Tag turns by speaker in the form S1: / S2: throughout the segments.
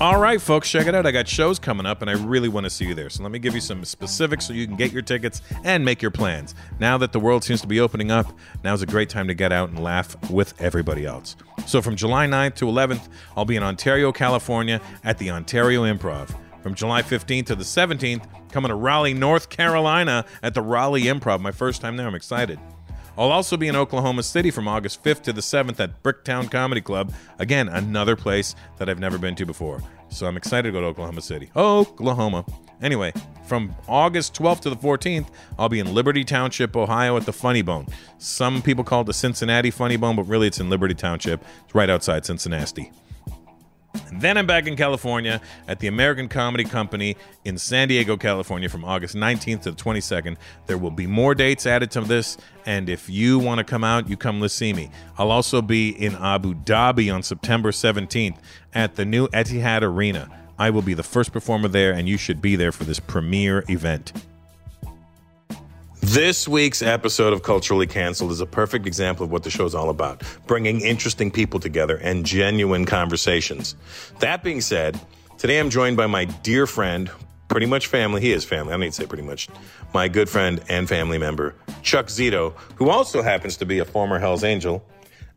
S1: All right, folks, check it out. I got shows coming up, and I really want to see you there. So let me give you some specifics so you can get your tickets and make your plans. Now that the world seems to be opening up, now's a great time to get out and laugh with everybody else. So from July 9th to 11th, I'll be in Ontario, California at the Ontario Improv. From July 15th to the 17th, coming to Raleigh, North Carolina at the Raleigh Improv. My first time there. I'm excited. I'll also be in Oklahoma City from August 5th to the 7th at Bricktown Comedy Club. Again, another place that I've never been to before. So I'm excited to go to Oklahoma City. Oklahoma. Anyway, from August 12th to the 14th, I'll be in Liberty Township, Ohio at the Funny Bone. Some people call it the Cincinnati Funny Bone, but really it's in Liberty Township. It's right outside Cincinnati. Then I'm back in California at the American Comedy Company in San Diego, California from August 19th to the 22nd. There will be more dates added to this, and if you want to come out, you come let's see me. I'll also be in Abu Dhabi on September 17th at the new Etihad Arena. I will be the first performer there, and you should be there for this premiere event. This week's episode of Culturally Cancelled is a perfect example of what the show's all about bringing interesting people together and genuine conversations. That being said, today I'm joined by my dear friend, pretty much family, he is family, I don't need to say pretty much, my good friend and family member, Chuck Zito, who also happens to be a former Hells Angel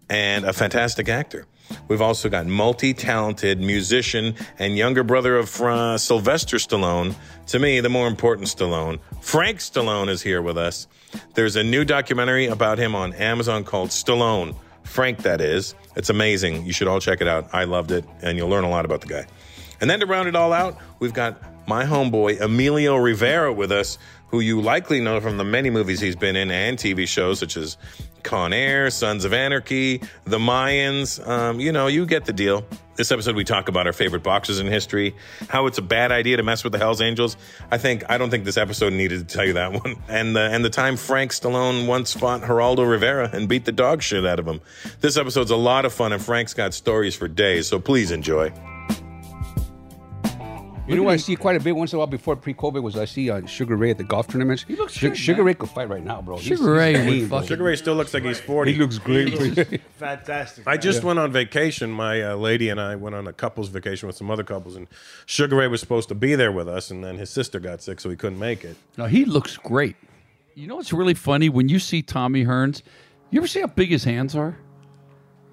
S1: and a fantastic actor. We've also got multi talented musician and younger brother of uh, Sylvester Stallone, to me, the more important Stallone. Frank Stallone is here with us. There's a new documentary about him on Amazon called Stallone, Frank, that is. It's amazing. You should all check it out. I loved it, and you'll learn a lot about the guy. And then to round it all out, we've got my homeboy Emilio Rivera with us, who you likely know from the many movies he's been in and TV shows such as Con Air, Sons of Anarchy, The Mayans. Um, you know, you get the deal. This episode, we talk about our favorite boxes in history, how it's a bad idea to mess with the Hell's Angels. I think I don't think this episode needed to tell you that one. And the and the time Frank Stallone once fought Geraldo Rivera and beat the dog shit out of him. This episode's a lot of fun, and Frank's got stories for days. So please enjoy.
S2: You know, what I see quite a bit once in a while before pre-COVID was I see uh, Sugar Ray at the golf tournaments. He looks Sugar, Ray could fight right now, bro. He's-
S3: Sugar Ray
S2: he's
S3: would
S2: mean, bro.
S3: fucking-
S1: Sugar Ray still looks like he's 40.
S2: He looks great.
S4: Fantastic.
S1: I just went on vacation. My uh, lady and I went on a couples vacation with some other couples, and Sugar Ray was supposed to be there with us, and then his sister got sick, so he couldn't make it.
S3: No, he looks great. You know what's really funny when you see Tommy Hearns? You ever see how big his hands are?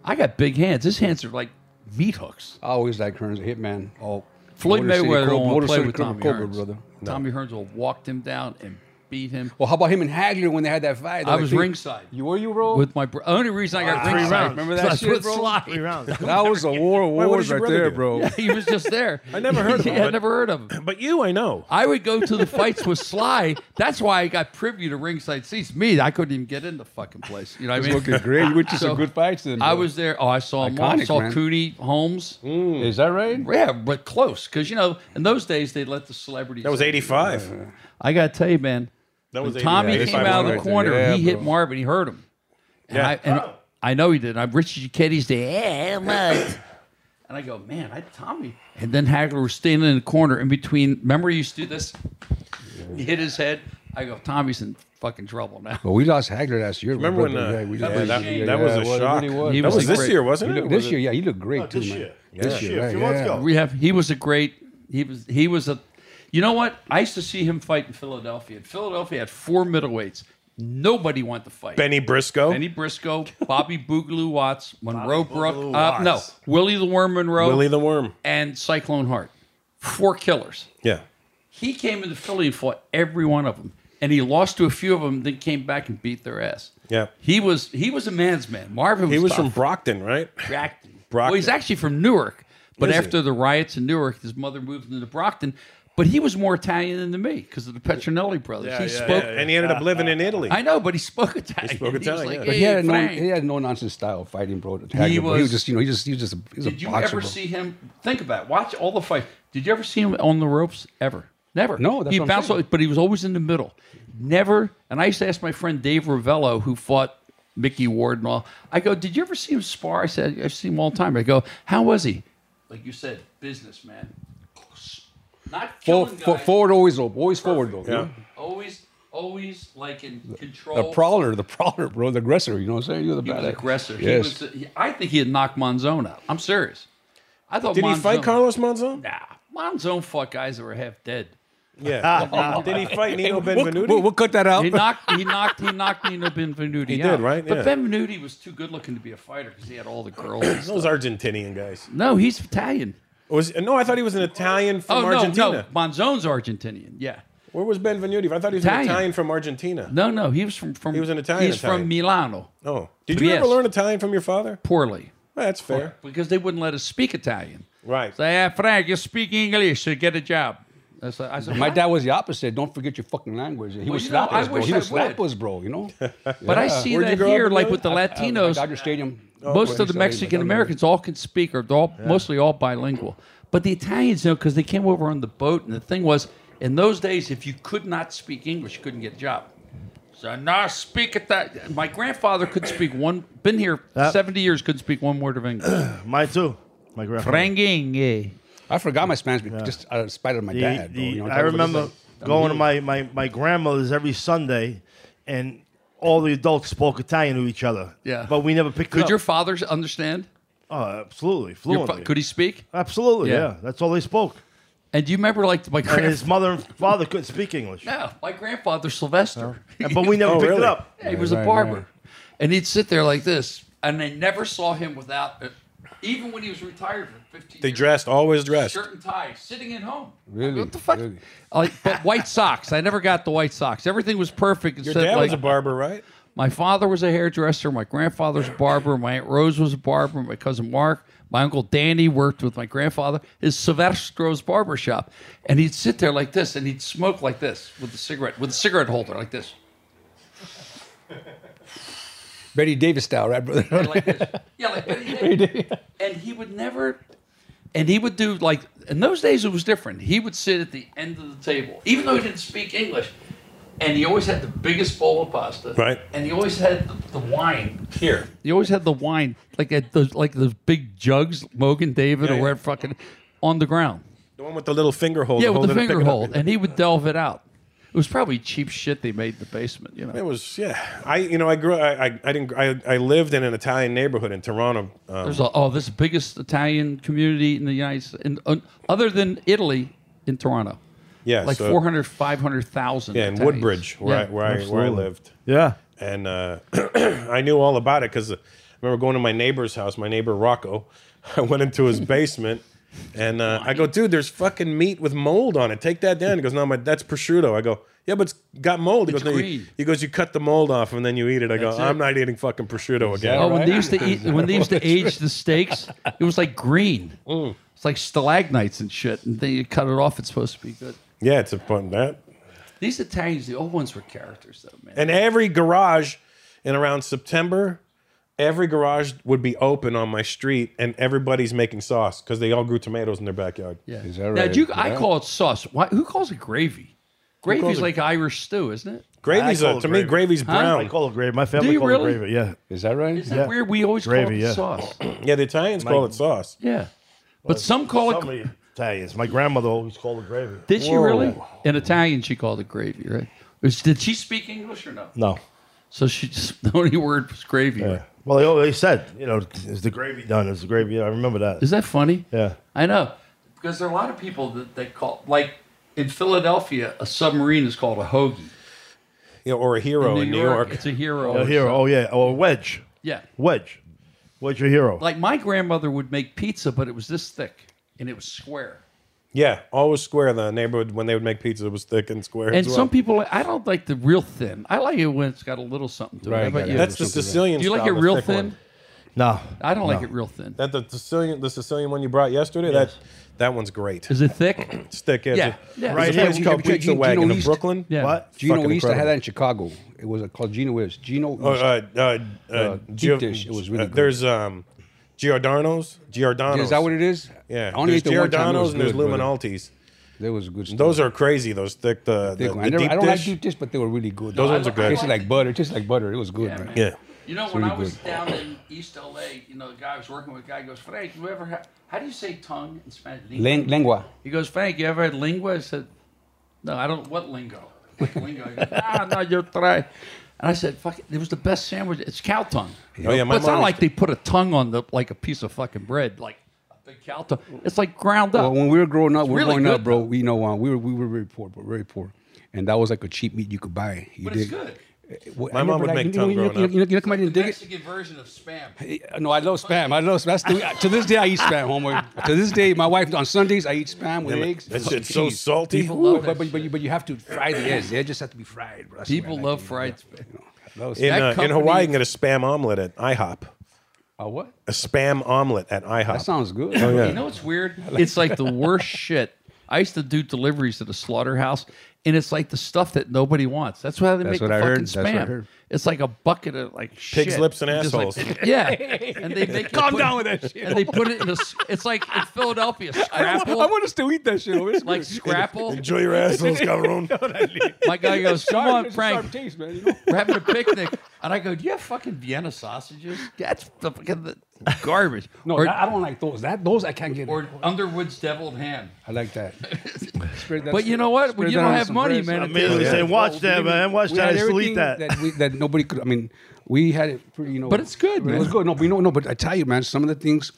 S3: I got big hands. His hands are like meat hooks.
S2: I always like Hearns, a hitman. Oh,
S3: Floyd
S2: Motor City
S3: Mayweather
S2: Cobra,
S3: don't wanna
S2: Motor
S3: play
S2: City
S3: with
S2: Cobra,
S3: Tommy
S2: Cobra,
S3: Hearns.
S2: brother.
S3: Tommy Hearns will walked him down and beat him.
S2: Well, how about him and Hagler when they had that fight?
S3: I
S2: Like,
S3: was
S2: dude,
S3: ringside.
S2: You were you, bro?
S3: With my bro- only reason I got
S2: Wow. Three
S3: ringside,
S2: rounds. So
S3: Remember that
S2: that's
S3: shit,
S2: with
S3: bro?
S2: Sly.
S3: Three
S1: rounds.
S2: That was a war of
S1: Wait, what did
S2: wars
S1: your
S2: right
S1: brother
S2: there,
S1: do?
S2: bro.
S3: Yeah, he was just there.
S1: I never heard of him,
S3: Yeah, I
S1: but-
S3: never heard of him.
S1: But you, I know.
S3: I would go to the fights with Sly. That's why I got privy to ringside seats. Me, I couldn't even get in the fucking place. You know what I
S2: It's
S3: mean?
S2: looking great. You went to some
S3: So,
S2: good fights then.
S3: I
S2: bro.
S3: was there. Oh, I saw him. all. I
S2: Iconic,
S3: saw
S2: man. Mm.
S3: Cooney, Holmes.
S2: Is that right?
S3: Yeah, but close because you know in those days they let the celebrities.
S1: That was 85.
S3: I gotta tell you, man.
S1: That
S3: When
S1: was
S3: Tommy
S1: 85
S3: came out of the
S1: right there.
S3: corner.
S2: Yeah,
S3: he hit
S2: bro.
S3: Marvin. He hurt him. And
S1: Yeah.
S3: I, and I know he did. And I'm Richie eh. Giacchetti's there. Yeah, look. and I go, man, I Tommy. And then Hagler was standing in the corner in between. Remember, he used to do this. He hit his head. I go, Tommy's in fucking trouble now.
S2: Well, we lost Hagler last year.
S1: Remember when,
S2: bro.
S1: uh,
S2: yeah, we
S1: that
S2: just
S1: was-
S2: lost him.
S1: that was a
S2: it
S1: shock.
S2: really
S3: He
S1: That
S3: was
S1: was
S3: a
S1: this
S3: great-
S1: year,
S2: He
S1: wasn't it?
S2: looked-
S1: Was
S2: this
S1: it-
S2: year, yeah, he looked great too,
S1: this
S2: man.
S1: year.
S2: This
S1: Yeah.
S2: year,
S1: Yeah, a
S2: right,
S1: few months
S2: yeah.
S1: ago.
S3: We have. He was a great. He was. He was a. You know what? I used to see him fight in Philadelphia. And Philadelphia had four middleweights. Nobody wanted to fight.
S1: Benny Briscoe.
S3: Benny Briscoe, Bobby Boogaloo Watts, Monroe Brook,
S1: Boogaloo
S3: uh, no,
S1: Watts.
S3: Willie the Worm Monroe,
S1: Willie the Worm.
S3: and Cyclone Hart. Four killers.
S1: Yeah.
S3: He came into Philly and fought every one of them, and he lost to a few of them. Then came back and beat their ass.
S1: Yeah.
S3: He was he was a man's man. Marvin was
S1: He was
S3: tough.
S1: from Brockton, right?
S3: Brockton.
S1: Brockton.
S3: Well, he's actually from Newark, but
S1: Is he?
S3: after the riots in Newark, his mother moved into Brockton. But he was more Italian than me because of the Petronelli brothers. he spoke.
S1: And he ended up living in Italy.
S3: I know, but he spoke Italian.
S1: He spoke
S3: was
S1: Italian,
S3: like,
S1: yeah.
S2: But he had a
S3: "Hey,
S2: no,
S3: Frank."
S2: he had no nonsense style fighting, bro. Hagler, bro. he was,
S3: was-
S2: just, you know, he just, he was just, a, he was
S3: Did
S2: a
S3: you
S2: boxer.
S3: ever
S2: bro.
S3: see him? Think about it. Watch all the fights. Did you ever see him on the ropes? Ever? Never.
S2: No, that's
S3: he
S2: what I'm
S3: bounced,
S2: saying.
S3: all- but he was always in the middle. Never. And I used to ask my friend Dave Ravello, who fought Mickey Ward and all. I go, did you ever see him spar? I said, I've seen him all the time. I go, how was he? Like you said, businessman. Not
S2: For,
S3: killing
S2: for,
S3: guys,
S2: forward always, though. always forward though. you
S1: Yeah.
S2: know?
S3: Always, always like in control.
S2: Oh, The prowler, the prowler, bro, the aggressor. You know what I'm saying? You're the
S3: He was
S2: badass.
S3: aggressive. He
S2: Yes.
S3: was- he- I think he had knocked Monzon out. I'm serious. I thought
S1: Did he fight
S3: Monzon-
S1: Carlos Monzon?
S3: Nah, Monzon fought guys that were half dead.
S1: Yeah. Did he fight Nino Benvenuti?
S2: we'll, we'll cut that out.
S3: Ah. He knocked, he knocked, he knocked Nino Benvenuti.
S1: He
S3: out.
S1: did, right?
S3: But
S1: Yeah.
S3: Benvenuti was too good looking to be a fighter because he had all the girls. and stuff.
S1: Those Argentinian guys.
S3: No, he's Italian.
S1: Was no, I thought he was an Italian from
S3: oh
S1: Argentina.
S3: no, no, Monzon's Argentinian. Yeah,
S1: Where was Benvenuti? I thought he was
S3: Italian.
S1: an Italian from Argentina.
S3: no, no, he was from from.
S1: He was an Italian,
S3: He's
S1: Italian.
S3: from Milano.
S1: Oh, did you
S3: Yes.
S1: ever learn Italian from your father?
S3: Poorly,
S1: Well, that's fair.
S3: because they wouldn't let us speak Italian.
S1: Right.
S3: Say, ah, Frank, you speak English, so get a job. That's what I said.
S2: My
S3: "What?"
S2: dad was the opposite. Don't forget your fucking language. He
S3: Well,
S2: was
S3: you know, I
S2: slappers, bro.
S3: wish
S2: He
S3: I
S2: was
S3: would.
S2: slappers, bro. You know.
S3: But I see
S1: Where'd you
S3: that
S1: grow up Oh,
S3: here,
S1: in
S3: like
S1: Italy?
S3: with the
S2: Latinos,
S3: Latinos.
S2: Dodger Stadium.
S4: Oh,
S3: most of the Mexican Americans all can speak or they're all, mostly all bilingual. But the Italians, you know, because they came over on the boat, and the thing was, in those days, if you could not speak English, you couldn't get a job. So now speak at that. My grandfather could speak one. Been here
S1: Uh,
S3: seventy years, couldn't speak one word of English.
S1: My too.
S4: My grandfather.
S3: Frangingue.
S2: I forgot my Spanish be- just uh, out of spite of my
S4: The-
S2: dad. Bro.
S4: the-
S2: You know,
S4: I
S2: that was-
S4: remember going to my, my, my grandmother's every Sunday, and all the adults spoke Italian to each other.
S3: Yeah.
S4: But we never picked it
S3: Could
S4: up.
S3: your father understand?
S4: oh, absolutely.
S3: Your fa-
S4: Fluently.
S3: could he speak?
S4: absolutely,
S3: Yeah.
S4: yeah. That's all they spoke.
S3: And do you remember, like my
S4: And
S3: grandfather?
S4: his mother and father couldn't speak English.
S3: No, my grandfather Sylvester.
S4: And- But we never
S1: Oh,
S4: picked
S1: really?
S4: it up.
S3: Yeah, he was a
S2: right,
S3: barber.
S2: right.
S3: And he'd sit there like this, and they never saw him without, uh, even when he was retired for 15
S1: They
S3: years,
S1: dressed, always dressed.
S3: shirt and tie, sitting at home.
S2: Really?
S3: What the fuck?
S2: Really?
S3: Like, but white socks. I never got the white socks. Everything was perfect.
S1: Your
S3: except,
S1: dad
S3: like,
S1: was a barber, right?
S3: my father was a hairdresser. My grandfather's a barber. My aunt Rose was a barber. My cousin Mark. My uncle Danny worked with my grandfather. His Silvestro's barber shop, and he'd sit there like this, and he'd smoke like this with the cigarette with the cigarette holder like this.
S2: Betty Davis style, right, brother?
S3: And like this. Yeah, like Betty Davis. And he would never, and he would do like, in those days it was different. He would sit at the end of the table, even though he didn't speak English. And he always had the biggest bowl of pasta.
S1: Right.
S3: And he always had the, the wine here. He always had the wine, like at those, like those big jugs, Mogan David
S1: Yeah,
S3: or
S1: yeah.
S3: where fucking, on the ground.
S1: The one with the little finger hold.
S3: Yeah, with the
S1: holding
S3: finger
S1: picking up.
S3: hold. And he would delve it out. It was probably cheap shit they made in the basement, you know.
S1: It was yeah. I you know I grew I I, I didn't I, I lived in an Italian neighborhood in Toronto. Um,
S3: There's a, oh, this is the biggest Italian community in the United States, in, uh, other than Italy, in Toronto.
S1: yeah,
S3: like
S1: so-
S3: four hundred, five hundred thousand. 400, 500,000.
S1: Yeah, in
S3: Italians.
S1: Woodbridge, where
S3: Yeah.
S1: I, where I where I
S4: Absolutely.
S1: lived.
S4: Yeah.
S1: and uh, I knew all about it because I remember going to my neighbor's house, my neighbor Rocco. I went into his basement And uh, I go, dude, there's fucking meat with mold on it. Take that down. He goes, no, my, that's prosciutto. I go, yeah, but it's got mold. He
S3: It's
S1: goes, no, you,
S3: green.
S1: he goes, you cut the mold off and then you eat it. I go,
S3: That's it.
S1: I'm not eating fucking prosciutto again.
S3: Oh, when they used to eat, when they used to age the steaks, it was like green.
S1: Mm.
S3: It's like stalagmites and shit, and then you cut it off. It's supposed to be good.
S1: Yeah, it's important that.
S3: These Italians, the old ones were characters, though, man.
S1: And every garage in around September, every garage would be open on my street and everybody's making sauce because they all grew tomatoes in their backyard.
S3: Yeah.
S1: Is
S3: now, do you, I call it sauce. Why, who calls it gravy? Gravy's like Irish stew, isn't it?
S1: Gravy's a, to me, gravy's
S3: Huh?
S1: brown.
S4: I call it gravy. My family
S3: you
S4: call
S3: really?
S4: it gravy. Yeah.
S2: Is that right?
S3: Isn't that weird? We always call it sauce.
S1: yeah, the Italians
S4: My-
S1: call it sauce.
S3: Yeah. But some call it.
S4: Somebody- Italians. My grandmother always called it gravy.
S3: Did she really? In Italian, she called it gravy, right? Was- Did she speak English or no?
S4: No.
S3: So she just, the only word was gravy.
S4: Well, they always said, you know, is the gravy done? Is the gravy? I remember that.
S3: Is that funny?
S4: Yeah.
S3: I know. Because there are a lot of people that, that call, like in Philadelphia, a submarine is called a hoagie.
S1: Yeah, or a hero
S3: in New, York, It's a hero.
S4: A
S3: or
S4: hero.
S3: something.
S4: Oh yeah. Or a wedge.
S3: Yeah.
S4: Wedge. Wedge a hero.
S3: Like my grandmother would make pizza, but it was this thick and it was square.
S1: Yeah, always square. The neighborhood when they would make pizza it was thick and square.
S3: And
S1: as well.
S3: some people, I don't like the real thin. I like it when it's got a little something to it. How about you?
S1: That's the Sicilian.
S3: Do you like
S1: style,
S3: it
S1: the
S3: real
S1: thick
S3: thin?
S1: one.
S4: No,
S3: I don't like it real thin.
S1: That the Sicilian, the Sicilian one you brought yesterday. That that one's great.
S3: Is it thick?
S1: it's thick. Yeah.
S3: Yeah.
S1: It's
S3: Yeah.
S1: a-
S3: Right
S1: It's
S3: here,
S1: a place
S3: we-
S1: called
S3: we-
S1: Pizza
S3: Gino
S1: Wagon in
S3: East.
S1: Brooklyn.
S3: Yeah. What?
S2: Gino
S1: Fucking
S2: we used to have that in
S1: incredible.
S2: Chicago. It was uh, called Gino East. Gino East.
S1: Oh, uh, uh, uh,
S2: deep
S1: Gio-
S2: dish. It was
S1: uh,
S2: really good.
S1: There's um, Giordano's. Giordano's.
S2: Is that what it is?
S1: Yeah.
S2: I only
S1: There's
S2: ate the one time, it
S1: Giordano's
S2: was
S1: and there's
S2: good, brother.
S1: Luminaltis.
S2: There was good.
S1: Those are crazy. Those thick. uh, The,
S2: Thick
S1: the,
S2: one.
S1: the
S2: I, never,
S1: deep
S2: I don't
S1: dish.
S2: like deep dish, but they were really good.
S1: Those ones are good.
S2: Tasted like butter. Tasted like butter. It was good, man.
S1: Yeah.
S3: You know,
S2: It's
S3: when
S2: really
S3: I was
S2: good.
S3: down in East LA, you know, the guy I was working with, guy goes, Frank, you ever had, how do you say tongue in Spanish?
S2: Len- lengua.
S3: He goes, Frank, you ever had lingua? I said, no, I don't, what lingo? Like lingo. He goes, ah, no, you try. And I said, fuck it, it was the best sandwich. It's cow tongue.
S1: Oh, yeah, my
S3: but it's not
S1: mom
S3: like
S1: used
S3: they put a tongue on the, like a piece of fucking bread, like a big cow tongue. It's like ground up.
S2: Well, when we were growing up,
S3: It's
S2: we were
S3: really
S2: growing
S3: good,
S2: up, bro. We know uh, we were we were very poor, but very poor, and that was like a cheap meat you could buy. You
S3: But it's
S2: dig?
S3: good.
S2: Eh, well,
S1: My
S2: I
S1: mom
S2: never
S1: would
S2: liked-
S1: make
S2: you know,
S1: tongue
S2: you,
S1: growing
S2: you,
S1: up.
S2: You, you, you come out and dig it.
S3: Mexican version of spam.
S2: Eh, No, I love spam. I love that's the, to this day I eat spam, homie. to this day, my wife on Sundays I eat spam with
S1: Yeah, but
S2: eggs.
S1: that shit's so
S2: Jeez.
S1: salty.
S2: Ooh,
S1: People love
S2: but, but, but, you, but you have to fry the eggs. They just have to be fried, bro. That's the
S3: People
S2: way I
S3: love
S2: like
S3: fried
S2: it.
S3: spam.
S2: You know, those-
S1: In,
S3: That
S1: uh, in
S3: company-
S1: Hawaii, you can get a spam omelet at IHOP.
S2: A what?
S1: A spam omelet at IHOP.
S2: That sounds good.
S1: Oh, yeah.
S3: You know what's weird? It's like the worst shit. I used to do deliveries at a slaughterhouse, and it's like the stuff that nobody wants. That's why they
S2: That's
S3: make
S2: what
S3: the
S2: I heard.
S3: fucking
S2: That's what I
S3: spam.
S2: heard.
S3: It's like a bucket of like
S1: Pig's
S3: shit.
S1: lips and
S3: Just like-
S1: assholes.
S3: yeah, and they make you
S2: Calm
S3: put-
S2: down with that shit.
S3: And they put it in a. s- It's like in Philadelphia
S2: I, want,
S3: scrapple,
S2: I want us to eat that shit. homie. It's
S3: like
S2: good.
S3: scrapple.
S1: Enjoy your assholes, Calderon.
S3: My guy goes,
S2: Sharp-
S3: "Come on,
S2: it's a
S3: Frank,
S2: sharp taste, man. You know?
S3: we're having a picnic," and I go, "Do you have fucking Vienna sausages? That's the fucking the garbage."
S2: No,
S3: or,
S2: I I don't like those. That those I can't get.
S3: or Underwood's deviled ham.
S2: I like that. Spread that
S3: But you know what? When
S2: spread
S3: you
S2: that
S3: don't
S2: on
S3: have
S2: some
S3: money,
S2: bread.
S3: man,
S4: I
S3: it
S4: immediately
S3: doesn't-
S4: say, watch that,
S2: we-
S4: man. Watch
S2: we
S4: that.
S2: had
S4: I still
S2: everything
S4: eat that.
S2: we, that nobody could. I mean, we had it pretty. You know,
S3: But it's good,
S2: It was
S3: man.
S2: good. No, we know. No, but I tell you, man, some of the things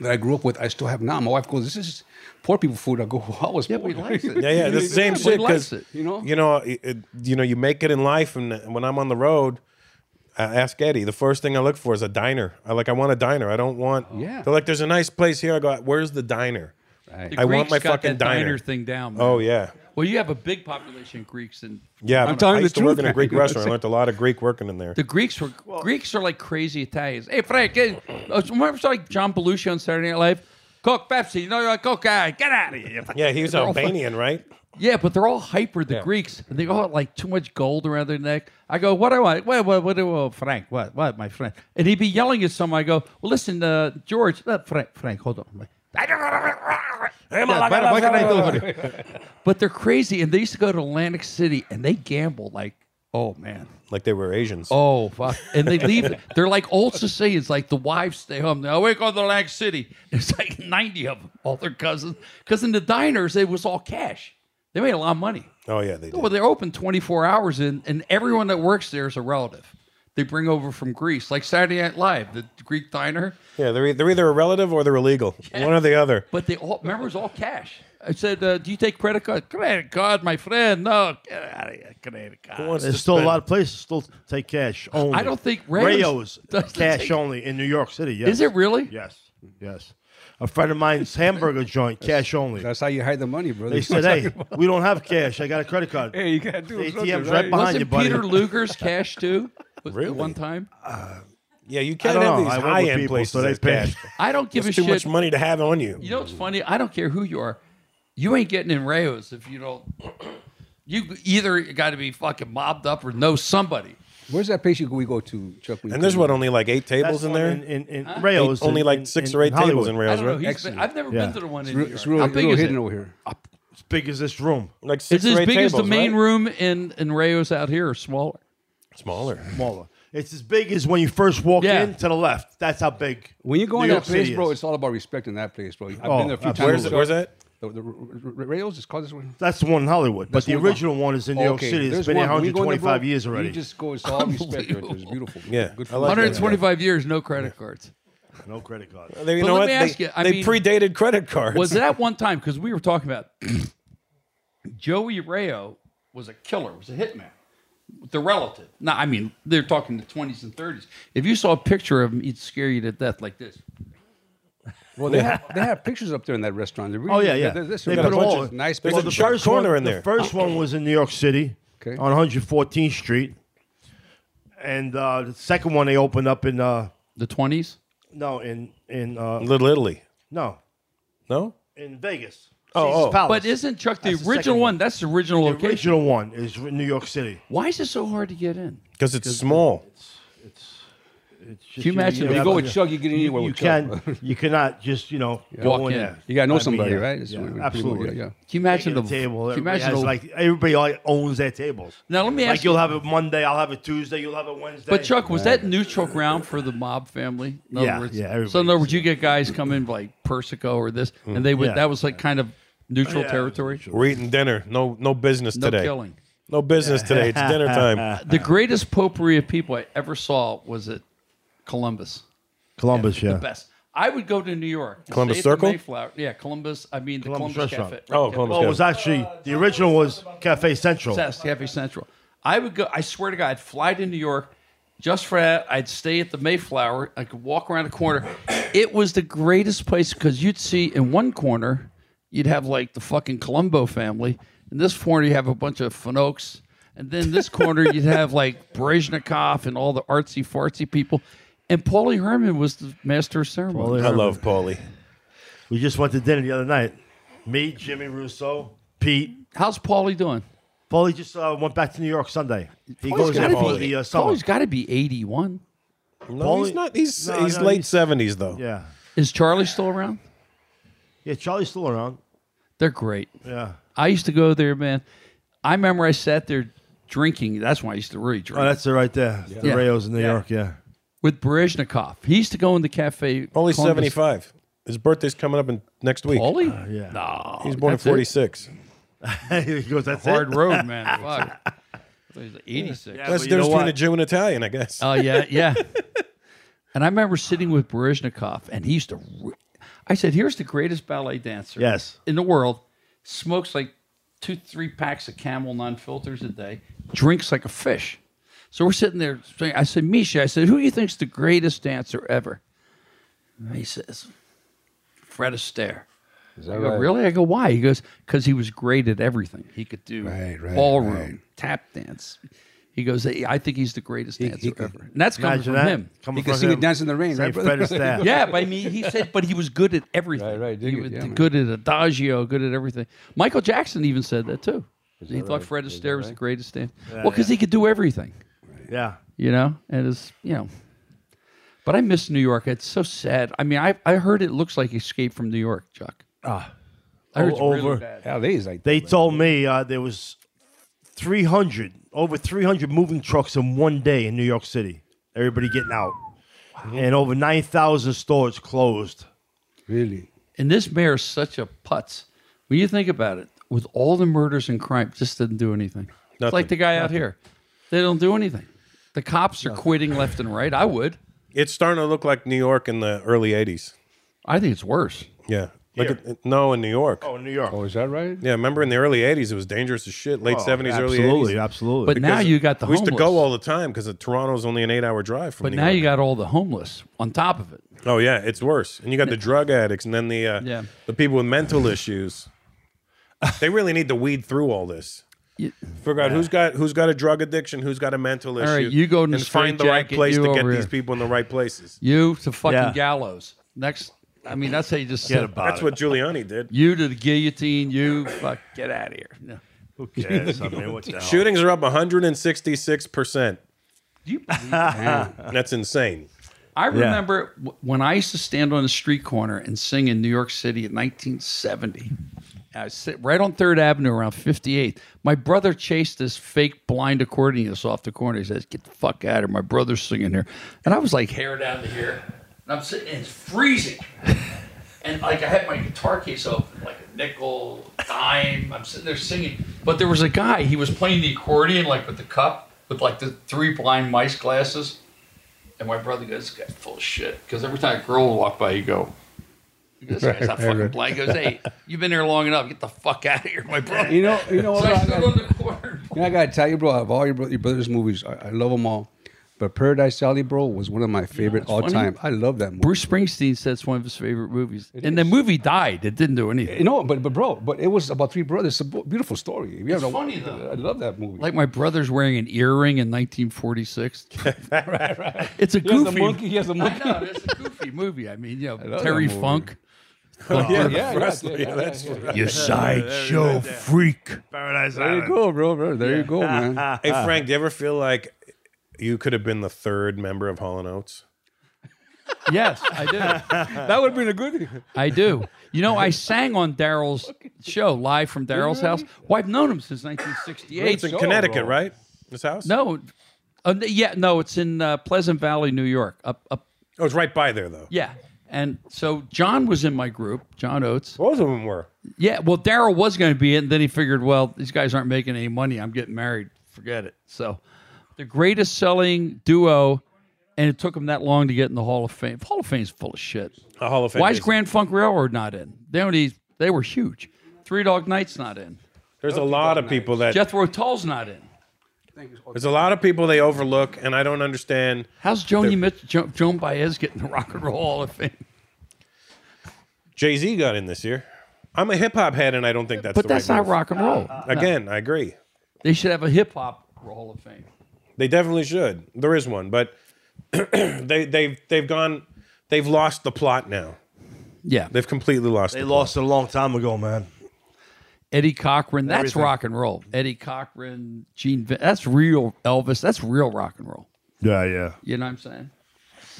S2: that I grew up with, I still have now. My wife goes, "This is poor people food." I go, well, "I was
S3: Yeah,
S2: poor."
S3: we likes it.
S1: Yeah, yeah, it's the same
S3: Everybody
S1: shit
S3: likes
S1: because
S3: it,
S2: you know?
S1: you know, it, it- you know, you make it in life, and when I'm on the road, I ask Eddie. The first thing I look for is a diner. I like, I want a diner. I don't want.
S2: Yeah.
S1: They're like, there's a nice place here. I go, where's the diner?
S3: The
S1: I want
S3: Greeks
S1: my
S3: got
S1: fucking
S3: that
S1: diner.
S3: thing down. man.
S1: Oh yeah,
S3: Well, you have a big population of Greeks, and
S1: yeah.
S2: I'm telling
S1: I
S2: you
S1: used
S2: the
S1: to work
S2: truth,
S1: in a
S2: man.
S1: Greek restaurant. I learned a lot of Greek working in there.
S3: the Greeks were Greeks are like crazy Italians. Hey, Frank, hey, I was- remember it's like John Belushi on Saturday Night Live? Coke, Pepsi, no, no, Coke, uh, get out of here. you fucking-"
S1: Yeah, he was
S3: They're all fucking-
S1: Albanian, right?
S3: Yeah, but they're all hyper, the
S1: Yeah.
S3: Greeks, and they all got like too much gold around their neck. I go, what do I want? What, what, what, what, Frank, what, what, my friend? And he'd be yelling at someone. I go, well, listen, uh, George, uh, Frank, Frank, hold on. I'm like,
S1: Yeah,
S3: what-
S1: but-
S3: what can I do for you? But they're crazy, and they used to go to Atlantic City and they gamble like, oh man,
S1: Like they were Asians.
S3: oh fuck, and they leave. they're like old Sicilians, like the wives stay home. They awake on the Atlantic City. There's like ninety of them, all their cousins. Because in the diners, it was all cash. They made a lot of money.
S1: Oh yeah, they
S3: Well,
S1: did.
S3: they're open twenty four hours, and and everyone that works there is a relative. They bring over from Greece, like Saturday Night Live, the Greek diner.
S1: Yeah, they're e- they're either a relative or they're illegal. One or the other.
S3: But they all remember it was all cash. I said, uh, "Do you take credit card? Credit card, my friend. No, get out of here, credit card."
S1: Who wants
S4: There's
S1: to
S4: still a
S1: spend-
S4: lot of places still take cash only.
S3: don't think Rayo's
S4: Rayo's,
S3: doesn't
S4: cash
S3: take-
S4: only in New York City. Yes.
S3: Is it really?
S4: Yes. Yes. a friend of mine's hamburger joint, cash only. That's
S2: how you hide the money, brother.
S4: They said, "Hey, we don't have cash. I got a credit card."
S2: Hey, you gotta do
S4: The
S2: something,
S4: ATM's
S2: right?
S4: right behind
S3: Wasn't
S4: you, buddy.
S3: Peter Luger's cash too? Was- at One time?
S1: Uh, yeah, you
S4: I
S1: can't
S4: don't
S1: have
S4: know.
S1: these
S4: I went with
S1: high end
S4: people,
S1: places.
S4: so they
S1: as
S4: pay.
S1: cash.
S3: I don't give
S1: That's
S3: a
S1: too
S3: shit.
S1: much money to have on you.
S3: You know what's funny? I don't care who you are. You ain't getting in Rayos if you don't. You either got to be fucking mobbed up or know somebody.
S2: Where's that place you, we go to, Chuck?
S1: And there's what only like eight tables in there.
S3: Huh?
S1: Eight- only like six or eight tables in
S3: I
S1: Rails,
S3: don't know.
S1: right?
S3: He's been- I've never been to the one in New York. How
S2: real
S3: big is
S2: hidden
S3: it?
S2: over here.
S4: As big as this room,
S1: like
S3: Is it as big as the main room in, in Rayos out here or smaller?
S1: Smaller.
S4: Smaller. It's as big as when you first walk
S3: Yeah.
S4: in to the left. That's how big.
S2: When you go
S4: New
S2: in that
S4: York City
S2: place,
S4: is.
S2: bro, it's all about respecting that place, bro. I've
S4: Oh,
S2: been there a few
S4: absolutely.
S2: times.
S4: Where's it- where's
S1: that?
S2: The, the, the Rails is called this one.
S4: That's the one in Hollywood, but
S2: That's
S4: the
S2: one-
S4: original one is in New York
S2: Okay,
S4: City. It's
S2: there's
S4: been
S2: one. When you go in there,
S4: 125
S2: bro,
S4: years already.
S2: You just go, it's all respect. right there. It's beautiful.
S1: Yeah,
S2: Good
S1: I like that.
S3: 125 years, no credit cards.
S4: No credit card.
S1: They- you know what? They, they predated credit cards.
S3: Was that one time? Because we were talking about Joey Rayo was a killer, was a hitman. The relative. No, I mean they're talking the 20s and 30s. If you saw a picture of him, he'd scare you to death like this.
S2: Well, they have, they have pictures up there in that restaurant. They really-
S4: Oh yeah, yeah.
S2: They,
S4: They put all
S2: nice.
S4: Well,
S2: pictures.
S4: the first one- The first one was in New York City
S2: Okay.
S4: on 114th Street, and uh, the second one they opened up in uh,
S3: the 20s.
S4: No, in in uh,
S1: Little Italy.
S4: No,
S1: No.
S4: in Vegas.
S3: Oh,
S4: Caesar's
S3: oh.
S4: Palace.
S3: But isn't, Chuck, the
S4: That's
S3: original
S4: second
S3: one- that's the original location.
S4: original one is in New York City.
S3: Why is it so hard to get in?
S1: Because it's small.
S4: It's
S3: Can you imagine if you go with Chuck, you get anywhere
S4: you
S3: with
S4: can,
S3: Chuck, bro.
S4: You cannot just, you know,
S3: Yeah.
S4: go
S3: Walk
S4: in
S3: in.
S4: there.
S3: You gotta know
S4: I mean,
S3: somebody,
S4: yeah,
S3: right? That's
S4: yeah,
S3: what people do,
S4: absolutely.
S3: yeah, yeah. Can you imagine
S4: They get
S3: the-
S4: a table?
S3: can you
S4: everybody
S3: imagine
S4: has,
S3: the-
S4: like everybody like, owns their tables.
S3: Now, let me
S4: like
S3: ask
S4: you'll
S3: you-
S4: have it Monday, I'll have it Tuesday, you'll have it Wednesday.
S3: But Chuck, was that neutral ground for the mob family? In other
S4: Yeah,
S3: words,
S4: yeah,
S3: So in other words, you get guys come in like Persico or this, and they
S1: Mm.
S3: would
S1: Yeah.
S3: that was like kind of neutral
S1: Yeah.
S3: territory.
S1: We're eating dinner. No, no business
S3: No
S1: today.
S3: killing.
S1: No business today. It's dinner time.
S3: the greatest potpourri of people I ever saw was at Columbus.
S4: Columbus,
S3: The best. I would go to New York. and
S4: Columbus
S3: stay at the
S4: Circle?
S3: Mayflower. Yeah, Columbus. I mean, the Columbus,
S4: restaurant.
S3: Cafe.
S1: Oh,
S3: Oh,
S4: Well, it was actually the original was Cafe Central.
S3: That's Cafe Central. I would go. I swear to God, I'd fly to New York just for that. I'd stay at the Mayflower. I could walk around the corner. It was the greatest place because you'd see in one corner, you'd have like the fucking Columbo family. In this corner, you have a bunch of Finokes. And then this corner, you'd have like Brezhnikov and all the artsy fartsy people. And Paulie Herman was the master of ceremony.
S4: Paulie I love
S1: Paulie.
S4: We just went to dinner the other night. Me, Jimmy Russo, Pete.
S3: How's Paulie doing?
S4: Paulie just uh, went back to New York Sunday. He
S3: Paulie's
S4: goes there
S3: gotta
S4: for
S3: be-
S4: the uh, summer.
S3: Paulie's got to be 81.
S1: No,
S4: Paulie-
S1: he's not. He's
S4: No,
S1: he's
S4: no,
S1: late
S4: he's-
S1: seventies though.
S4: Yeah.
S3: Is Charlie still around?
S4: Yeah, Charlie's still around.
S3: They're great.
S4: Yeah.
S3: I used to go there, man. I remember I sat there drinking. That's when I used to really drink.
S4: Oh, that's it right there. The
S3: Yeah.
S4: Rayos in New
S3: Yeah.
S4: York, yeah.
S3: With Brezhnikov. He used to go in the cafe.
S1: Only
S3: Columbus-
S1: seventy five. His birthday's coming up in next week.
S3: Paulie?
S4: Uh, yeah.
S3: No.
S1: He's born in
S3: that's it.
S1: forty six.
S4: he goes, that's
S3: Hard
S4: it.
S3: road, man. Fuck. I thought he was like 86.
S1: That's the difference between a Jew and Italian, I guess.
S3: Oh, yeah, yeah. and I remember sitting with Berezhnikov, and he used to. Re- I said, "Here's the greatest ballet dancer,
S4: Yes.
S3: in the world. Smokes like two, three packs of Camel non-filters a day. Drinks like a fish." So we're sitting there. saying- I said, "Misha, I said, who do you think's the greatest dancer ever?" And he says, "Fred Astaire."
S2: Is
S3: I
S2: that
S3: go,
S2: right?
S3: really? I go, why? He goes, because he was great at everything. He could do
S2: right,
S3: ballroom,
S2: right.
S3: tap dance. He goes, I think he's the greatest dancer ever. And that's coming
S4: Imagine
S3: from
S4: that.
S3: him.
S4: Coming
S2: You
S4: from
S2: can sing
S4: him.
S2: it dance in the rain,
S4: Say
S2: right,
S4: Fred
S2: brother?
S4: Astaire.
S3: yeah, but I mean, he said, but he was good at everything. Right, right. He was good at adagio, good at everything. Michael Jackson even said that too. he
S2: that
S3: thought
S2: right?
S3: Fred
S2: Is
S3: Astaire
S2: that
S3: was the
S2: right?
S3: greatest dancer.
S2: Yeah,
S3: well, because
S2: yeah.
S3: he could do everything,
S4: Yeah.
S3: you know. And it's you know, but I miss New York. It's so sad. I mean, I I heard it looks like Escape from New York, Chuck.
S4: Ah.
S3: I
S4: O-
S3: heard it's really
S4: over-
S3: bad.
S4: they told me uh, there was 300, over 300 moving trucks in one day in New York City. Everybody getting out. And over 9,000 stores closed.
S2: Really?
S3: And this mayor is such a putz. When you think about it, with all the murders and crime, just didn't do anything. It's like
S1: Nothing.
S3: the guy out
S1: Nothing.
S3: here. They don't do anything. The cops are quitting left and right. I would.
S1: It's starting to look like New York in the early eighties.
S3: I think it's worse.
S1: Yeah. Look
S4: Here.
S1: at no in New York.
S4: Oh, in New York.
S1: Oh, is that right? Yeah, remember in the early '80s, it was dangerous as shit. Late
S4: Oh,
S1: '70s, early '80s.
S4: absolutely, absolutely. But now
S1: Because
S4: you got the
S1: We used to go
S4: homeless.
S1: all the time because Toronto's only an eight-hour drive from.
S3: But
S1: New
S3: now
S1: York.
S3: you got all the homeless on top of it.
S1: Oh yeah, it's worse. And you got the drug addicts, and then the uh,
S3: Yeah.
S1: the people with mental issues. They really need to weed through all this. Figure out who's got who's got a drug addiction, who's got a mental
S3: All
S1: issue.
S3: right, you go in the
S1: and find the right
S3: straitjacket,
S1: place
S3: you
S1: to get
S3: over
S1: these
S3: here.
S1: people in the right places.
S3: You to fucking
S1: Yeah.
S3: gallows. Next, I mean, that's how you just
S1: Forget
S3: said
S1: about That's it. what Giuliani did.
S3: You to the guillotine. You fuck, get out of here. No. Who
S4: cares? I mean, what the hell?
S1: Shootings are up 166 percent.
S3: that?
S1: That's insane.
S3: I
S1: Yeah.
S3: remember w- when I used to stand on a street corner and sing in New York City in 1970. I sit right on Third Avenue around 58th. My brother chased this fake blind accordionist off the corner. He says, "Get the fuck out of here! My brother's singing here," and I was like, hair down to here, and I'm sitting. And it's freezing, and like I had my guitar case open, like a nickel, dime. I'm sitting there singing, but there was a guy. He was playing the accordion like with the cup, with like the three blind mice glasses. And my brother goes, "This guy's full of shit." Because every time a girl would walk by, you go, "This guy's not
S2: Right, right,
S3: fucking
S2: right.
S3: blind." He goes, "Hey, you've been here long enough. Get the fuck out of here, my brother."
S2: You know- you know
S3: So
S2: what,
S3: I
S2: I-
S3: stood
S2: I-
S3: on the corner.
S2: You know, I gotta tell you, bro, of all your, bro- your brother's movies, I, I love them all. But Paradise Alley, bro, was one of my favorite all
S3: funny.
S2: time. I love that movie.
S3: Bruce Springsteen said it's one of his favorite movies, and the movie died. It didn't do anything.
S2: You know, but but bro, but it was about three brothers. It's a bu- beautiful story. You
S3: It's
S2: have to-
S3: funny, though.
S2: I love that movie.
S3: Like my brother's wearing an earring in 1946.
S2: right, right.
S3: It's a
S2: He has a
S3: goofy.
S2: monkey, he has a monkey.
S3: I know, it's a goofy movie. I mean, you know,
S2: love
S3: Terry
S2: that movie.
S3: Funk.
S2: Oh, yeah,
S3: Thug
S2: yeah, yeah,
S3: Wrestler.
S2: yeah, yeah, yeah, yeah.
S3: You
S2: Yeah,
S3: sideshow
S2: yeah, yeah.
S3: freak.
S4: Paradise
S2: There you go, bro, bro. There you go, man.
S1: hey Frank, do you ever feel like you could have been the third member of Hall and Oates?
S3: Yes, I do.
S2: that would have been a good.
S3: I do. You know, I sang on Daryl's show live from Daryl's house. Well, I've known him since 1968.
S1: It's in Connecticut, right? His house?
S3: No, uh, n- yeah, no, it's in uh, Pleasant Valley, New York. Up, up.
S1: Oh, it's right by there, though.
S3: Yeah, and so John was in my group. John Oates.
S1: Both of them were.
S3: Yeah, well, Daryl was going to be it, and then he figured, well, these guys aren't making any money. I'm getting married. Forget it. So, the greatest selling duo, and it took them that long to get in the Hall of Fame. Hall of Fame's full of shit.
S1: The Hall of Fame.
S3: Why is
S1: is-
S3: Grand Funk Railroad not in? They only they were huge. Three Dog Night's not in.
S1: There's a lot of people that
S3: Jethro Tull's not in.
S1: there's a lot of people they overlook, and I don't understand.
S3: How's Joni Mitch, jo- Joan Baez getting the Rock and Roll Hall of Fame?
S1: Jay Z got in this year. I'm a hip hop head, and I don't think that's.
S3: But
S1: the
S3: that's
S1: right
S3: not
S1: move.
S3: rock and roll.
S1: Again, I agree.
S3: Uh, They should have a hip hop Hall of Fame.
S1: They definitely should. There is one, but they they've they've gone. They've lost the plot now.
S3: Yeah,
S1: they've completely lost.
S4: They
S1: the
S4: lost it a long time
S1: Oh,
S4: ago, man.
S3: Eddie Cochran, that's
S4: Everything.
S3: rock and roll. Eddie Cochran, Gene, Vin- that's real Elvis. That's real rock and roll.
S4: Yeah, yeah.
S3: You know what I'm saying?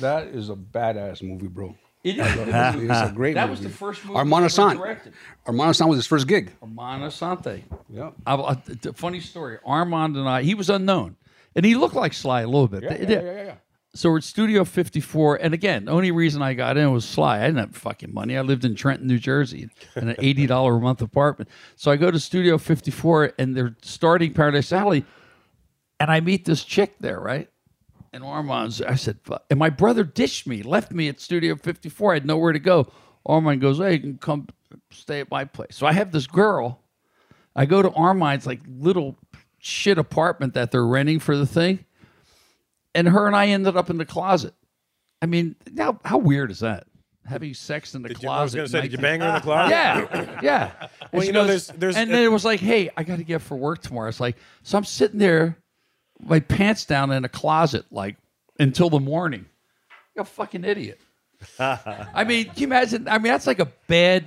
S2: That is a badass movie, bro.
S3: It
S2: I
S3: is.
S2: love that movie. It's a great
S3: That
S2: movie.
S3: was the first movie
S2: Armando
S3: ever
S2: San.
S3: directed.
S2: Armando San was his first gig.
S3: Armando Sante.
S2: Yeah.
S3: I, I, the funny story. Armand and I, he was unknown, and he looked like Sly a little bit.
S2: Yeah,
S3: They-
S2: yeah,
S3: they-
S2: yeah, yeah, yeah.
S3: So we're at Studio 54, and again, the only reason I got in was Sly. I didn't have fucking money. I lived in Trenton, New Jersey, in an eighty dollar a month apartment. So I go to Studio 54, and they're starting Paradise Alley, and I meet this chick there, right? And Armand's, I said, "Fu-" and my brother ditched me, left me at Studio 54. I had nowhere to go. Armand goes, hey, you can come stay at my place. So I have this girl. I go to Armine's like little shit apartment that they're renting for the thing, and her and I ended up in the closet. I mean, now how weird is that? Having sex in the
S1: plot. I was
S3: closet.
S1: going to say, did you bang
S3: nineteen-
S1: her in the closet?
S3: Yeah, yeah. And
S1: Well,
S3: she
S1: you know,
S3: goes-
S1: there's- there's-
S3: and then it was like, hey, I got to get up for work tomorrow. It's like, so I'm sitting there, my pants down in a closet, like until the morning. You're a fucking idiot. I mean, can you imagine? I mean, that's like a bad.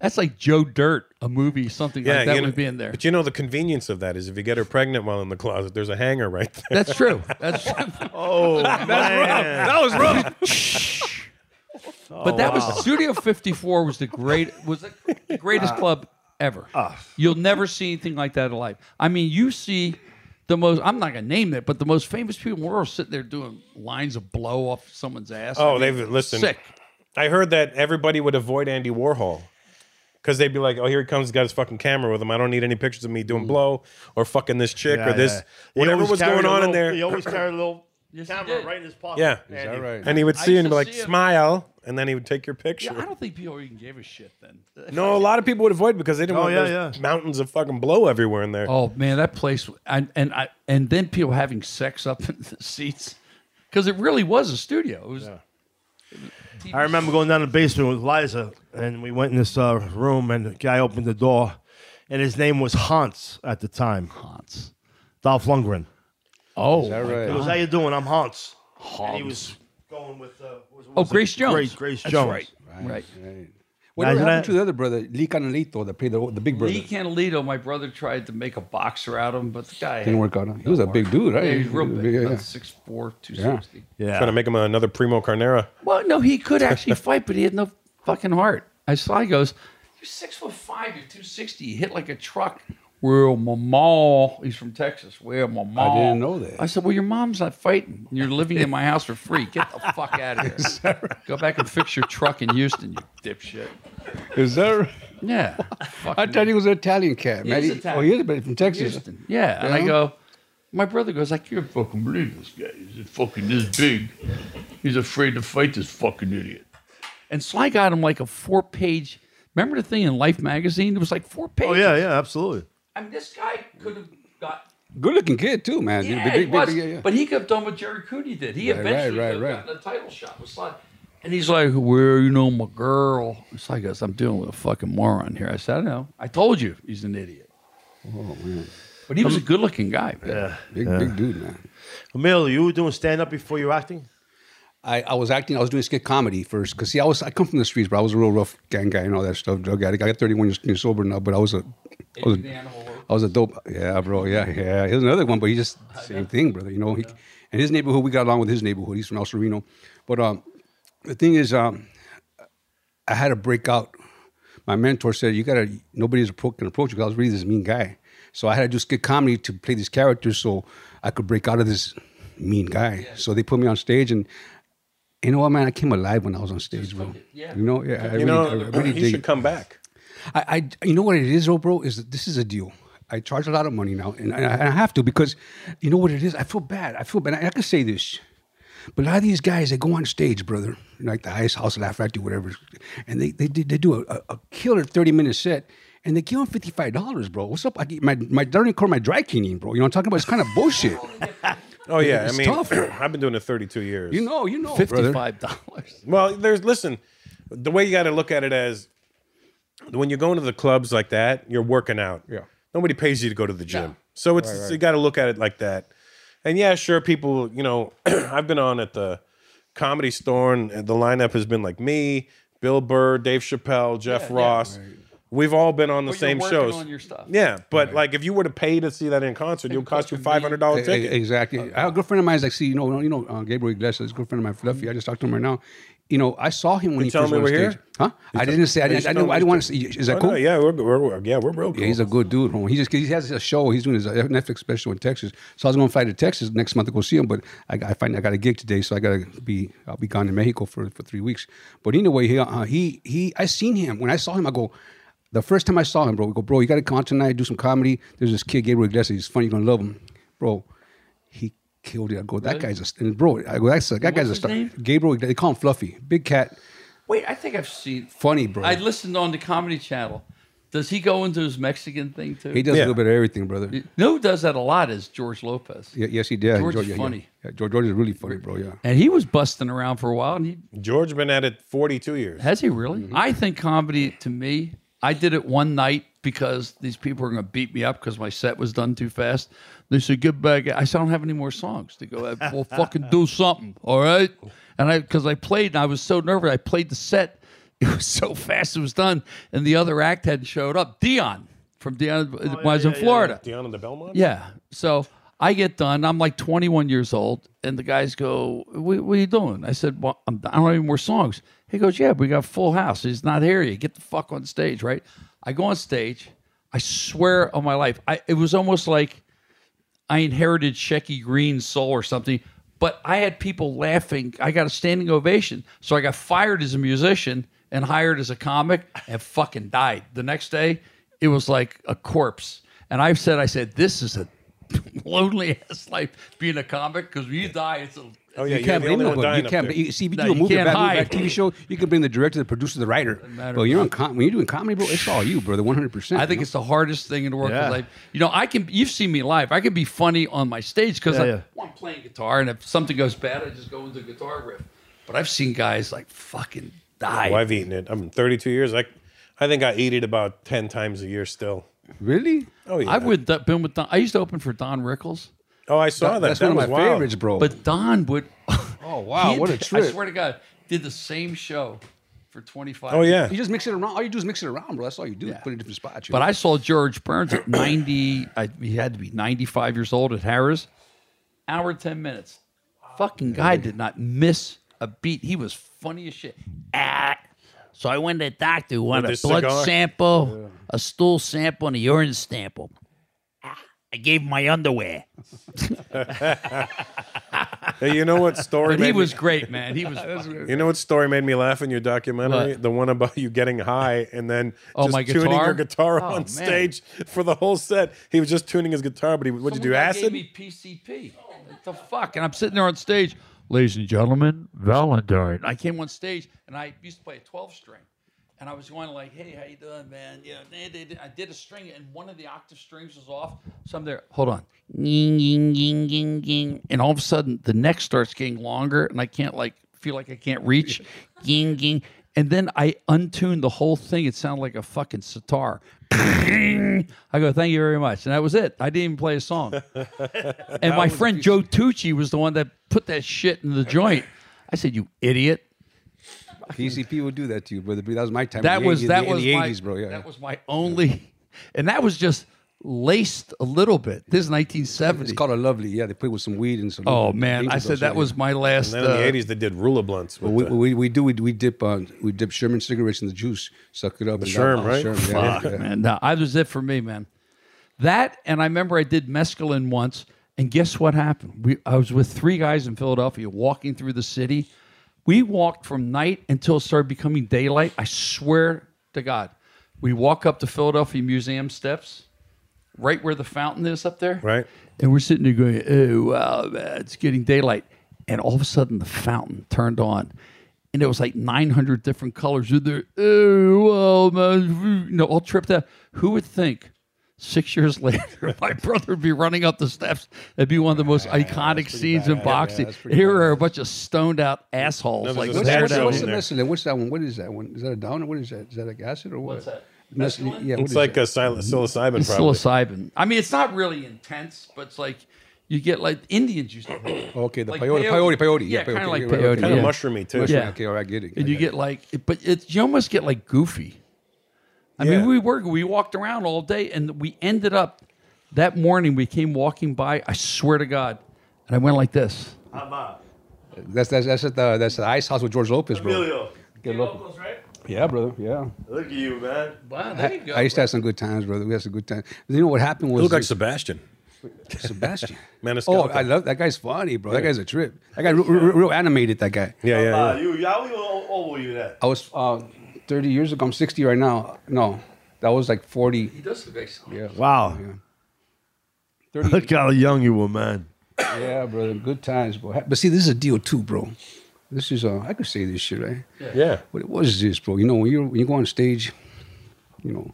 S3: That's like Joe Dirt, a movie, something like that
S1: you know-
S3: would be in there.
S1: But you know the convenience of that is if you get her pregnant while in the closet, there's a hanger right there.
S3: That's true. That's true.
S4: Oh,
S3: That's
S4: man.
S3: rough. That was rough. but that
S1: Oh,
S4: Oh, wow.
S3: was Studio 54 was the great was the, the greatest club ever. You'll never see anything like that alive. I mean, you see the most I'm not going to name it, but the most famous people in the world sitting there doing lines of blow off someone's ass.
S1: Oh,
S3: I mean,
S1: they've listened.
S3: Sick.
S1: I heard that everybody would avoid Andy Warhol because they'd be like, "Oh, here he comes. He's got his fucking camera with him. I don't need any pictures of me doing blow or fucking this chick
S4: Yeah,
S1: or this
S4: Mm. yeah. He
S1: whatever
S4: always
S1: was
S4: carried
S1: going
S4: a
S1: on in
S4: little-
S1: there."
S4: He always carried a little
S3: Yes, he
S4: camera
S3: did.
S4: right in his pocket.
S1: Yeah.
S4: Is that right?
S1: And he would
S3: I
S1: see you and
S3: used
S1: be
S3: to
S1: like,
S3: see him-
S1: smile, and then he would take your picture.
S3: Yeah, I don't think people even gave a shit then.
S1: no, a lot of people would avoid because they didn't
S3: Oh,
S1: want
S3: yeah,
S1: those mountains of fucking blow everywhere in there.
S3: Oh man, that place! I, and I and then people having sex up in the seats because it really was a studio. It was.
S4: I remember going down to the basement with Liza, and we went in this uh, room, and the guy opened the door, and his name was Hans at the time.
S3: Hans.
S4: Dolph Lundgren.
S3: Oh,
S4: He
S3: my God.
S4: goes, "How you doing? I'm Hans." And he
S3: Hans.
S4: was going with. Uh, what was
S3: Oh,
S4: it?
S3: Grace Jones.
S4: Grace, Grace
S3: That's
S4: Jones.
S3: right. Right.
S2: What
S3: Guys,
S2: happened
S3: that-
S2: to the other brother, Lee Canelito, that played the, the big brother?
S3: Lee Canelito, my brother tried to make a boxer out of him, but the guy
S2: Didn't work out. He was a big dude, right?
S3: Yeah, he's real big,
S2: Yeah,
S3: about
S2: yeah.
S3: 6'4", 260.
S2: Yeah.
S4: Yeah.
S1: Trying to make him another Primo Carnera.
S3: Well, no, he could actually fight, but he had no fucking heart. I saw he goes, You're six foot five, you're two sixty, you hit like a truck. Well, my mom, he's from Texas. Well, my mom.
S2: I didn't know that.
S3: I said, Well, your mom's not fighting. You're living in my house for free. Get the fuck out of here. Go back and fix your truck in Houston, you dipshit.
S2: Is there?
S3: Yeah.
S2: I thought he was an Italian cat,
S3: Yeah,
S2: man.
S3: he's
S2: He-
S3: Italian.
S2: Oh, he is, but he's from Texas.
S3: Houston. Yeah. And I
S2: Yeah.
S3: go, my brother goes, I can't fucking believe this guy. He's fucking this big. He's afraid to fight this fucking idiot. And so I got him like a four page. Remember the thing in Life magazine? It was like four pages.
S4: Oh yeah, yeah, absolutely.
S3: I mean, this guy could have got.
S2: Good looking kid, too, man.
S3: Yeah,
S2: big,
S3: he
S2: big, big,
S3: was,
S2: big, yeah, yeah.
S3: but he could have done what Jerry Cooney did. He
S2: Right,
S3: eventually
S2: right,
S3: could have
S2: right,
S3: gotten a title shot with Sly. And he's like, "Where you know my girl?" It's like I'm dealing with a fucking moron here. I said, "I know. I told you he's an idiot."
S2: Oh, man.
S3: But he was a good-looking guy. man.
S4: Yeah.
S2: Big,
S4: yeah.
S2: big dude, man.
S4: Emil, you were doing stand up before you were acting.
S2: I, I was acting. I was doing skit comedy first because see, I was I come from the streets, but I was a real rough gang guy and all that stuff, drug addict. I got 31 years, years sober now, but I was a, I was a, I was a dope. Yeah, bro. Yeah, yeah. Here's another one, but he just same thing, brother. You know, he, and his neighborhood, we got along with his neighborhood. He's from El Sereno, but um, the thing is, um, I had a breakout. My mentor said, "You gotta. Nobody's appro- can approach you." 'cause I was really this mean guy, so I had to do skit comedy to play these characters, so I could break out of this mean guy. So they put me on stage, and you know what, man? I came alive when I was on stage, bro. You know, yeah. I
S1: you
S2: really,
S1: know,
S2: I really
S1: he
S2: dig
S1: should
S2: it.
S1: come back.
S2: I, I, you know what it is, though, bro, is that this is a deal. I charge a lot of money now, and I, and I have to because you know what it is. I feel bad. I feel bad. I, I can say this, but a lot of these guys they go on stage, brother, like the Ice House Laugh Factory, whatever, and they they, do- they do a, a killer thirty minute set, and they give them fifty five dollars, bro. What's up? I get my my dirty core, my dry cleaning, bro. You know what I'm talking about? It's kind of bullshit.
S1: Oh yeah,
S2: It's
S1: I mean,
S2: tough.
S1: I've been doing it 32 years.
S2: You know, you know, brother.
S3: Fifty-five dollars.
S1: Well, there's listen, the way you got to look at it as when you're going to the clubs like that, you're working out.
S2: Yeah.
S1: Nobody pays you to go to the gym, so it's
S2: Right, right.
S1: you got to look at it like that. And yeah, sure, people, you know, I've been on at the comedy store, and the lineup has been like me, Bill Burr, Dave Chappelle, Jeff
S3: Yeah, yeah.
S1: Ross. We've all been on the
S3: But you're
S1: same
S3: working
S1: shows.
S3: on your stuff.
S1: Yeah, but like if you were to pay to see that in concert, it would cost you five hundred dollar
S2: E- e-
S1: ticket.
S2: Exactly. I have a good friend of mine. Is like, see, you know, you know, uh, Gabriel Iglesias, good friend of mine, Fluffy. I just talked to him right now. You know, I saw him when he
S1: tell
S2: first
S1: me
S2: went on
S1: we're
S2: stage.
S1: here?
S2: Huh? I didn't say. I didn't. I didn't, I didn't want to. See, is that
S1: Oh,
S2: cool?
S1: no, yeah, we're, we're, we're- yeah, we're real cool.
S2: Yeah, he's a good dude. homie. He just he has a show. He's doing his uh, Netflix special in Texas. So I was gonna fly to Texas next month to go see him, but I, got- I find I got a gig today, so I gotta be I'll be gone in Mexico for, for three weeks. But anyway, he uh, he he I seen him when I saw him. I go. The first time I saw him, bro, we go, bro, you got to come out tonight, do some comedy. There's this kid, Gabriel Iglesias. He's funny, you're gonna love him, bro. He killed it. I go, that guy's a and bro. I go, that's a, that
S3: What's
S2: guy's a
S3: his
S2: star.
S3: name?
S2: Gabriel, they call him Fluffy, big cat,
S3: Wait, I think I've seen.
S2: funny, bro.
S3: I listened on the Comedy Channel. Does he go into his Mexican thing too?
S2: he does a little bit of everything, brother.
S3: You know who does that a lot is George Lopez.
S2: Yeah, yes, he did.
S3: George is
S2: yeah, yeah.
S3: funny.
S2: Yeah, George, George is really funny, bro. Yeah.
S3: And he was busting around for a while. And he
S1: George been at it 42 years.
S3: has he really? I think comedy to me, I did it one night because these people were going to beat me up because my set was done too fast. They said, "Get back!" I said, "I don't have any more songs to go. We'll fucking do something, all right?" And I because I played and I was so nervous, I played the set. It was so fast, it was done, and the other act hadn't showed up. Dion from Dion uh, was in Florida.
S1: Deanna the Belmont?
S3: Yeah. So I get done. I'm like 21 years old, and the guys go, "What, what are you doing?" I said, "Well, I'm, I don't have any more songs." He goes, "Yeah, but we got a full house. He's not here yet. Get the fuck on stage, right?" I go on stage. I swear on my life, I, it was almost like I inherited Shecky Green's soul or something. But I had people laughing. I got a standing ovation. So I got fired as a musician and hired as a comic and fucking died. The next day, it was like a corpse. And I said, I said, this is a lonely ass life being a comic because you die, it's a.
S1: Oh, yeah,
S2: you can't blame nobody. You can't. You, see, if you do a movie,
S3: can't
S2: back, movie
S3: hide.
S2: back TV show, you can blame the director, the producer, the writer.
S3: matter
S2: Well, you're on
S3: what.
S2: com- when you're doing comedy, bro. It's all you, brother. One hundred percent.
S3: I think it's the hardest thing in the work
S2: Yeah.
S3: of life. You know, I can. You've seen me live. I can be funny on my stage because
S2: Yeah,
S3: I,
S2: yeah.
S3: well, I'm playing guitar, and if something goes bad, I just go into guitar riff. But I've seen guys like fucking die.
S1: Oh, I've eaten it. I'm 32 years. I, I think I eat it about 10 times a year still.
S2: Really?
S1: Oh yeah.
S3: I would been with. Don, I used to open for Don Rickles.
S1: Oh, I saw that.
S3: That's
S1: that
S3: one
S1: was
S3: of my
S1: wild.
S2: favorites, bro.
S3: But Don would.
S2: Oh wow,
S3: He-
S2: what a trip!
S3: I swear to God, did the same show for
S1: Oh,
S3: 25.
S2: you just mix it around. All you do is mix it around, bro. That's all you do. Put it in different spots. you
S3: But
S2: know?
S3: I saw George Burns at 90, I, he had to be 95 years old at Harris. Hour, 10 minutes. Fucking guy
S1: Mm-hmm.
S3: did not miss a beat. He was funny as shit. Ah. So I went to the doctor, wanted a
S5: With the
S3: blood
S5: cigar?
S3: sample, a stool sample, and a urine sample. Ah, I gave him my underwear.
S1: Hey, you know what story?
S3: But he
S1: made me-
S3: was great, man. He was. fucking-
S1: You know what story made me laugh in your documentary?
S3: What?
S1: The one about you getting high and then
S3: Oh,
S1: just
S3: my
S1: tuning
S3: guitar?
S1: your guitar
S3: Oh,
S1: on
S3: man.
S1: stage for the whole set. He was just tuning his guitar, but he what'd you do?
S3: Someone
S1: Acid?
S3: Gave me PCP. What the fuck? And I'm sitting there on stage.
S5: Ladies and gentlemen, Valentine.
S3: I came on stage and I used to play a 12 string. And I was going like, hey, how you doing, man? You know, they- they- they- I did a string and one of the octave strings was off. So I'm there, hold on. Ying, ying, ying, ying, ying. And all of a sudden the neck starts getting longer and I can't like, feel like I can't reach. ying, ying. And then I untuned the whole thing. It sounded like a fucking sitar. I go, thank you very much. And that was it. I didn't even play a song. And my friend Joe Tucci was the one that put that shit in the joint. I said, "You idiot."
S2: PCP would do that to you, brother. That was my time.
S3: That
S2: in the
S3: was
S2: 80s,
S3: that
S2: in
S3: was
S2: the
S3: my,
S2: eighties, bro. Yeah,
S3: that was my only, and that was just laced a little bit. This is 1970.
S2: It's called a lovely. Yeah, they played with some weed and some.
S3: Oh, man. I
S2: angel
S3: said
S2: dust,
S3: that
S2: yeah.
S3: was my last, And then in the uh, 80s,
S1: they did ruler blunts.
S2: Well, we, we, we do we, we dip on we dip Sherman cigarettes in the juice, suck it up. and
S3: Sherm,
S2: oh,
S3: right?
S2: Sherm, yeah,
S3: Fuck,
S2: yeah.
S3: man. No, I was it for me, man. That and I remember I did mescaline once, and guess what happened? We I was with three guys in Philadelphia walking through the city. We walked from night until it started becoming daylight. I swear to God. We walk up the Philadelphia Museum steps, right where the fountain is up there.
S1: Right.
S3: And we're sitting there going, oh, wow, man, it's getting daylight. And all of a sudden, the fountain turned on. And it was like 900 different colors. in there, oh, wow, man, you know, all tripped out. Who would think six years later, my brother would be running up the steps? That'd be one of the most iconic scenes in
S2: badass.
S3: boxing.
S2: Yeah, that's pretty
S3: Here are a bunch of stoned out assholes. like,
S2: what's,
S3: staring
S2: what's,
S3: at
S2: what's
S3: me.
S2: the mescaline? What's that one? What is that one? Is that a downer? What is that? Is that like acid or what?
S3: What's that?
S2: Mescaline? Yeah, what
S1: it's
S2: is
S1: like
S2: that?
S1: a sil- psilocybin.
S3: It's
S1: probably.
S3: psilocybin. I mean, it's not really intense, but it's like you get like Indians used to. Have it.
S2: Okay, the
S3: Like
S2: peyote, peyote, peyote.
S3: Yeah, kind
S2: peyote,
S3: of like
S2: yeah,
S3: peyote.
S2: right, okay,
S3: yeah.
S2: yeah. Mushroomy, Okay, all right, I get it. I
S3: And you
S2: got
S3: get like, but it's you almost get like goofy. I mean, we were we walked around all day, and we ended up that morning. We came walking by. I swear to God, and I went like this.
S2: it. That's that's that's at the that's the ice house with George Lopez, bro. Get Lopez,
S4: right?
S2: Yeah, brother. Yeah.
S4: Look at you, man.
S3: Wow,
S2: I, I used to have some good times, brother. We had some good times. You know what happened was
S1: You look like Sebastian.
S2: Sebastian. oh,
S1: Maniscalco.
S2: I love that guy's funny, bro. That guy's a trip. That guy real, real, real animated. That guy.
S1: Yeah,
S3: Uh,
S4: Wow, you, how old old were you then?
S2: I was uh, 30 years ago. I'm 60 right now. No, that was like 40.
S3: He does look like something.
S2: Yeah.
S4: Wow. Look how young you were, man.
S2: Yeah, brother. Good times, bro. But see, this is a deal too, bro. This is uh, I could say this shit, right?
S1: Yeah. Yeah.
S2: But it was this, bro. You know, when you when you go on stage, you know,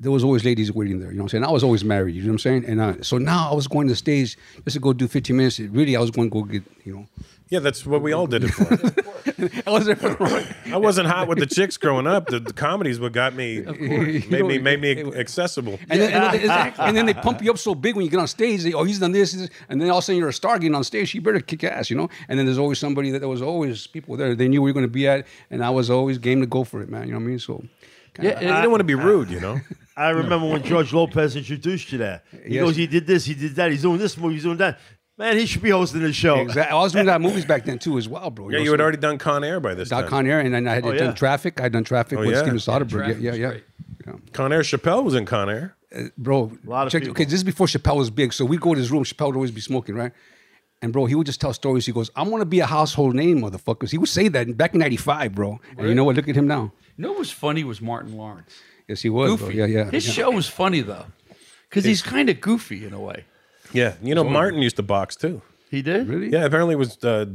S2: there was always ladies waiting there. You know what I'm saying? I was always married. You know what I'm saying? And uh, so now I was going to the stage just to go do 15 minutes. It really, I was going to go get, you know,
S1: Yeah, that's what we all did it for.
S2: I wasn't,
S1: hot with the chicks growing up. The, the comedies what got me, made
S2: You know,
S1: me, made me accessible.
S2: And then, and, then, and then they pump you up so big when you get on stage. They, oh, he's done this, this," and then all of a sudden you're a star getting on stage. You better kick ass, you know. And then there's always somebody that there was always people there. They knew where you're going to be at, and I was always game to go for it, man. You know what I mean? So,
S3: Yeah, You don't
S1: want to be rude, you know.
S4: I remember when George Lopez introduced you there. He
S2: Yes.
S4: goes, he did this, he did that, he's doing this movie, he's doing that. Man, he should be hosting the show.
S2: Exactly. I was doing that movies back then too, as well, bro.
S1: Yeah,
S2: know,
S1: you had
S2: so-
S1: already done Con Air by this
S2: Dot
S1: time.
S2: Con Air, and then I had
S1: Oh,
S2: done
S1: yeah.
S2: traffic. I had done traffic
S1: Oh,
S2: with
S1: yeah.
S2: Steven
S1: Yeah,
S2: Soderbergh. Yeah, yeah, yeah.
S1: Con Air Chappelle was in Con Air.
S2: bro. check- okay, this is before Chappelle was big. So we go to his room. Chappelle would always be smoking, right? And bro, he would just tell stories. He goes, "I'm gonna be a household name, motherfuckers." He would say that back in '95, bro. And you know what? Look at him now.
S3: You know what was funny was Martin Lawrence.
S2: Yes, he was. Bro.
S3: Goofy.
S2: Yeah, yeah.
S3: His
S2: yeah.
S3: show was funny though, because he's kind of goofy in a way.
S6: Yeah, you know
S2: He's
S6: Martin used to box too.
S3: He did. Really?
S6: Yeah, apparently it was uh,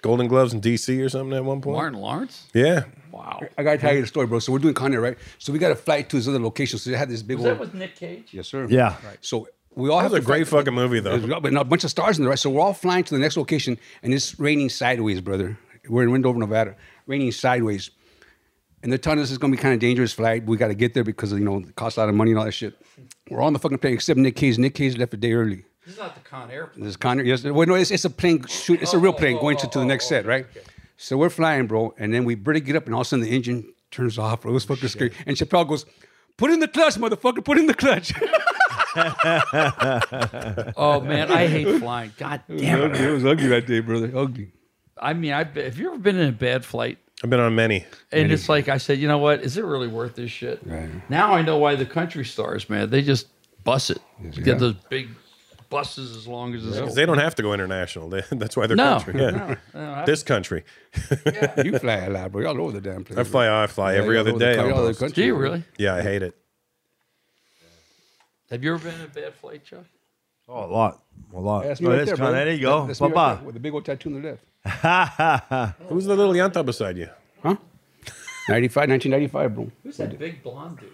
S6: Golden Gloves in D.C. or something at one point.
S2: Martin
S3: Lawrence.
S6: Yeah.
S3: Wow.
S2: I gotta tell you the story, bro. So we're doing Kanye, right? So we got to fly to his other location. So they had this big
S3: Was
S2: old.
S3: that with Nick Cage?
S2: Yes, sir.
S4: Yeah.
S2: Right. So we all
S6: That
S2: have
S6: was
S2: to
S6: a great
S2: fly-
S6: fucking movie, though.
S2: There's got- But a bunch of stars in there, right? So we're all flying to the next location, and it's raining sideways, brother. We're in Wendover, Nevada, raining sideways, and they're telling us it's gonna be kind of dangerous flight. We got to get there because you know it costs a lot of money and all that shit. We're on the fucking plane except Nick Cage. Nick Cage left a day early.
S3: This is not the Con Air.
S2: This is Connor. Yes, well, no, it's, it's a plane. Shoot, it's a
S6: Oh,
S2: real plane going to, to the next set, right? So we're flying, bro, and then we barely get up, and all of a sudden the engine turns off. Bro. It was fucking scary. And Chappelle goes, "Put in the clutch, motherfucker! Put in the clutch."
S3: Oh man, I hate flying. God damn it.
S2: It was ugly that day, brother. Ugly.
S3: I mean, I have you ever been in a bad flight?
S6: I've been on many.
S3: And it's like I said, you know what? Is it really worth this shit? Now I know why the country stars, man, they just bus it. Get
S6: yeah.
S3: those big buses as long as it's
S6: Because they don't have to go international. They, that's why they're
S3: No.
S6: country. Yeah.
S3: No, no, I-
S6: this country.
S2: You fly a lot, bro. You're all over the damn place.
S6: I fly. I fly
S2: Yeah,
S6: every
S2: you're
S6: other
S2: all over the
S6: day.
S2: co- you're all over the
S6: almost.
S2: country, Do you bro. really?
S6: Yeah, I hate it.
S3: Have you ever been in a bad flight, Chuck?
S4: Oh, a lot. A lot.
S2: That's me
S4: Oh,
S2: right
S4: that's
S2: there,
S4: Con-
S2: brother.
S4: there you go.
S2: That's me
S4: Bye
S2: right
S4: bye.
S2: there With the big old tattoo on the left.
S6: Who's the little yanta beside you?
S2: Huh? 95, 1995, bro.
S3: Who's that big blonde dude?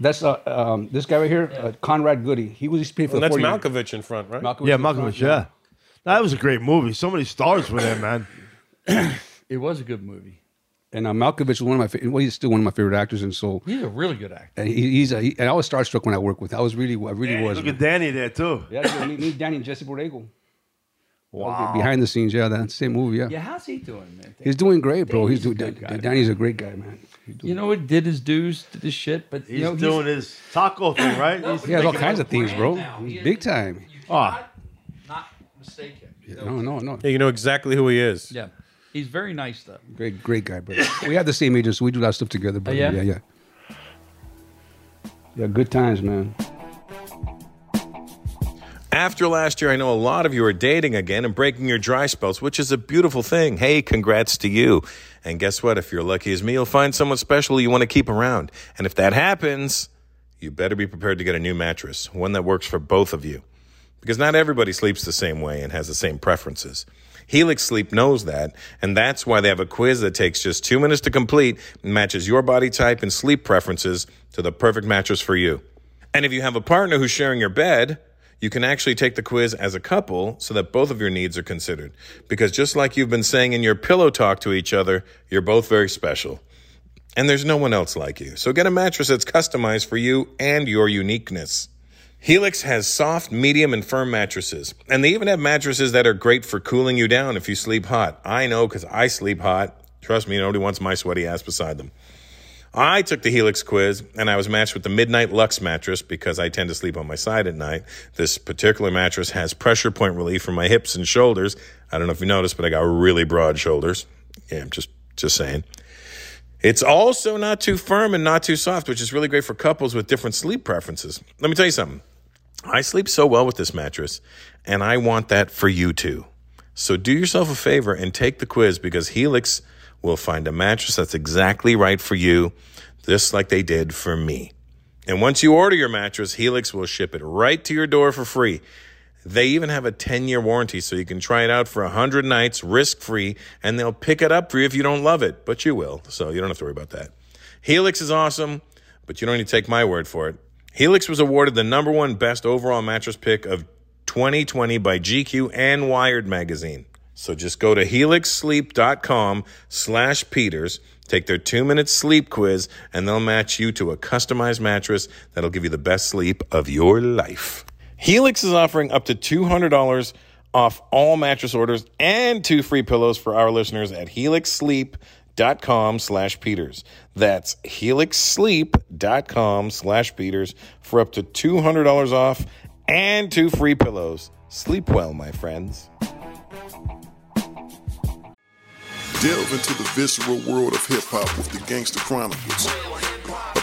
S2: That's uh, um, this guy right here, uh, Conrad Goody. He was used to pay for
S6: And
S2: the
S6: that's
S2: 40
S6: Malkovich in front, right?
S4: yeah, Malkovich. Yeah, that was a great movie. So many stars were there, man.
S3: It was a good movie.
S2: And uh, Malkovich was one of my fa- well, he's still one of my favorite actors, and so
S3: He's a really good actor.
S2: and he, he's a, he, and I was starstruck when I worked with. I was really I really was.
S4: Look at Danny there too.
S2: Yeah, me, Danny, and Jesse Borrego.
S4: Wow.
S2: Behind the scenes, yeah, that same movie, yeah.
S3: Yeah, how's he doing, man?
S2: He's doing great, bro. He's doing. Dan- Danny's a great guy, man.
S3: You know, it did his dues, did his shit, but
S4: He's
S3: you know,
S4: doing his taco thing, right?
S2: He has all kinds of things, bro. He's big time.
S4: Ah,
S3: not mistaken.
S2: Oh, No, no, no.
S6: Yeah, you know exactly who he is.
S3: Yeah, he's very nice though.
S2: Great, great guy, bro. we have the same agent, so we do a lot of stuff together, bro.
S3: Oh, yeah?
S2: yeah, yeah. Yeah, good times, man.
S1: After last year, I know a lot of you are dating again and breaking your dry spells, which is a beautiful thing. Hey, congrats to you. And guess what? If you're lucky as me, you'll find someone special you want to keep around. And if that happens, you better be prepared to get a new mattress, one that works for both of you. Because not everybody sleeps the same way and has the same preferences. Helix Sleep knows that, and that's why they have a quiz that takes just two minutes to complete and matches your body type and sleep preferences to the perfect mattress for you. And if you have a partner who's sharing your bed, you can actually take the quiz as a couple so that both of your needs are considered. Because just like you've been saying in your pillow talk to each other, you're both very special. And there's no one else like you. So get a mattress that's customized for you and your uniqueness. Helix has soft, medium, and firm mattresses. And they even have mattresses that are great for cooling you down if you sleep hot. I know because I sleep hot. Trust me, nobody wants my sweaty ass beside them. I took the Helix quiz and I was matched with the Midnight Lux mattress because I tend to sleep on my side at night. This particular mattress has pressure point relief for my hips and shoulders. I don't know if you noticed, but I got really broad shoulders. Yeah, I'm just just saying. It's also not too firm and not too soft, which is really great for couples with different sleep preferences. Let me tell you something. I sleep so well with this mattress, and I want that for you too. So do yourself a favor and take the quiz because Helix will find a mattress that's exactly right for you, just like they did for me. And once you order your mattress, Helix will ship it right to your door for free. They even have a 10 year warranty, so you can try it out for 100 nights risk free, and they'll pick it up for you if you don't love it, but you will, so you don't have to worry about that. Helix is awesome, but you don't need to take my word for it. Helix was awarded the number one best overall mattress pick of 2020 by GQ and Wired magazine. So just go to helixsleep.com slash Peters, take their two minute sleep quiz, and they'll match you to a customized mattress that'll give you the best sleep of your life. Helix is offering up to $200 off all mattress orders and two free pillows for our listeners at helixsleep.com slash Peters. That's helixsleep.com slash Peters for up to $200 off and two free pillows. Sleep well, my friends.
S7: Delve into the visceral world of hip hop with the Gangster Chronicles, a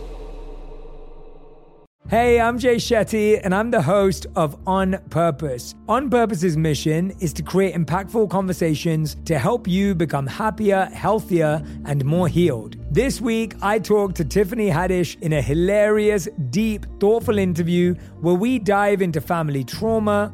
S8: Hey, I'm Jay Shetty, and I'm the host of On Purpose. On Purpose's mission is to create impactful conversations to help you become happier, healthier, and more healed. This week, I talked to Tiffany Haddish in a hilarious, deep, thoughtful interview where we dive into family trauma,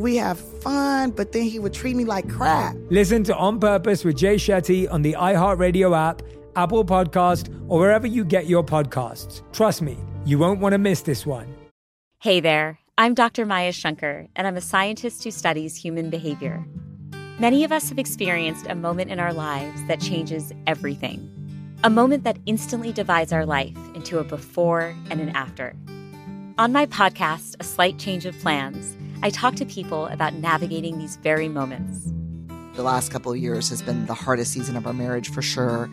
S9: we have fun, but then he would treat me like crap.
S8: Listen to On Purpose with Jay Shetty on the iHeartRadio app, Apple Podcast, or wherever you get your podcasts. Trust me, you won't want to miss this one.
S10: Hey there, I'm Dr. Maya Shunker, and I'm a scientist who studies human behavior. Many of us have experienced a moment in our lives that changes everything, a moment that instantly divides our life into a before and an after. On my podcast, A Slight Change of Plans, I talk to people about navigating these very moments.
S11: The last couple of years has been the hardest season of our marriage for sure.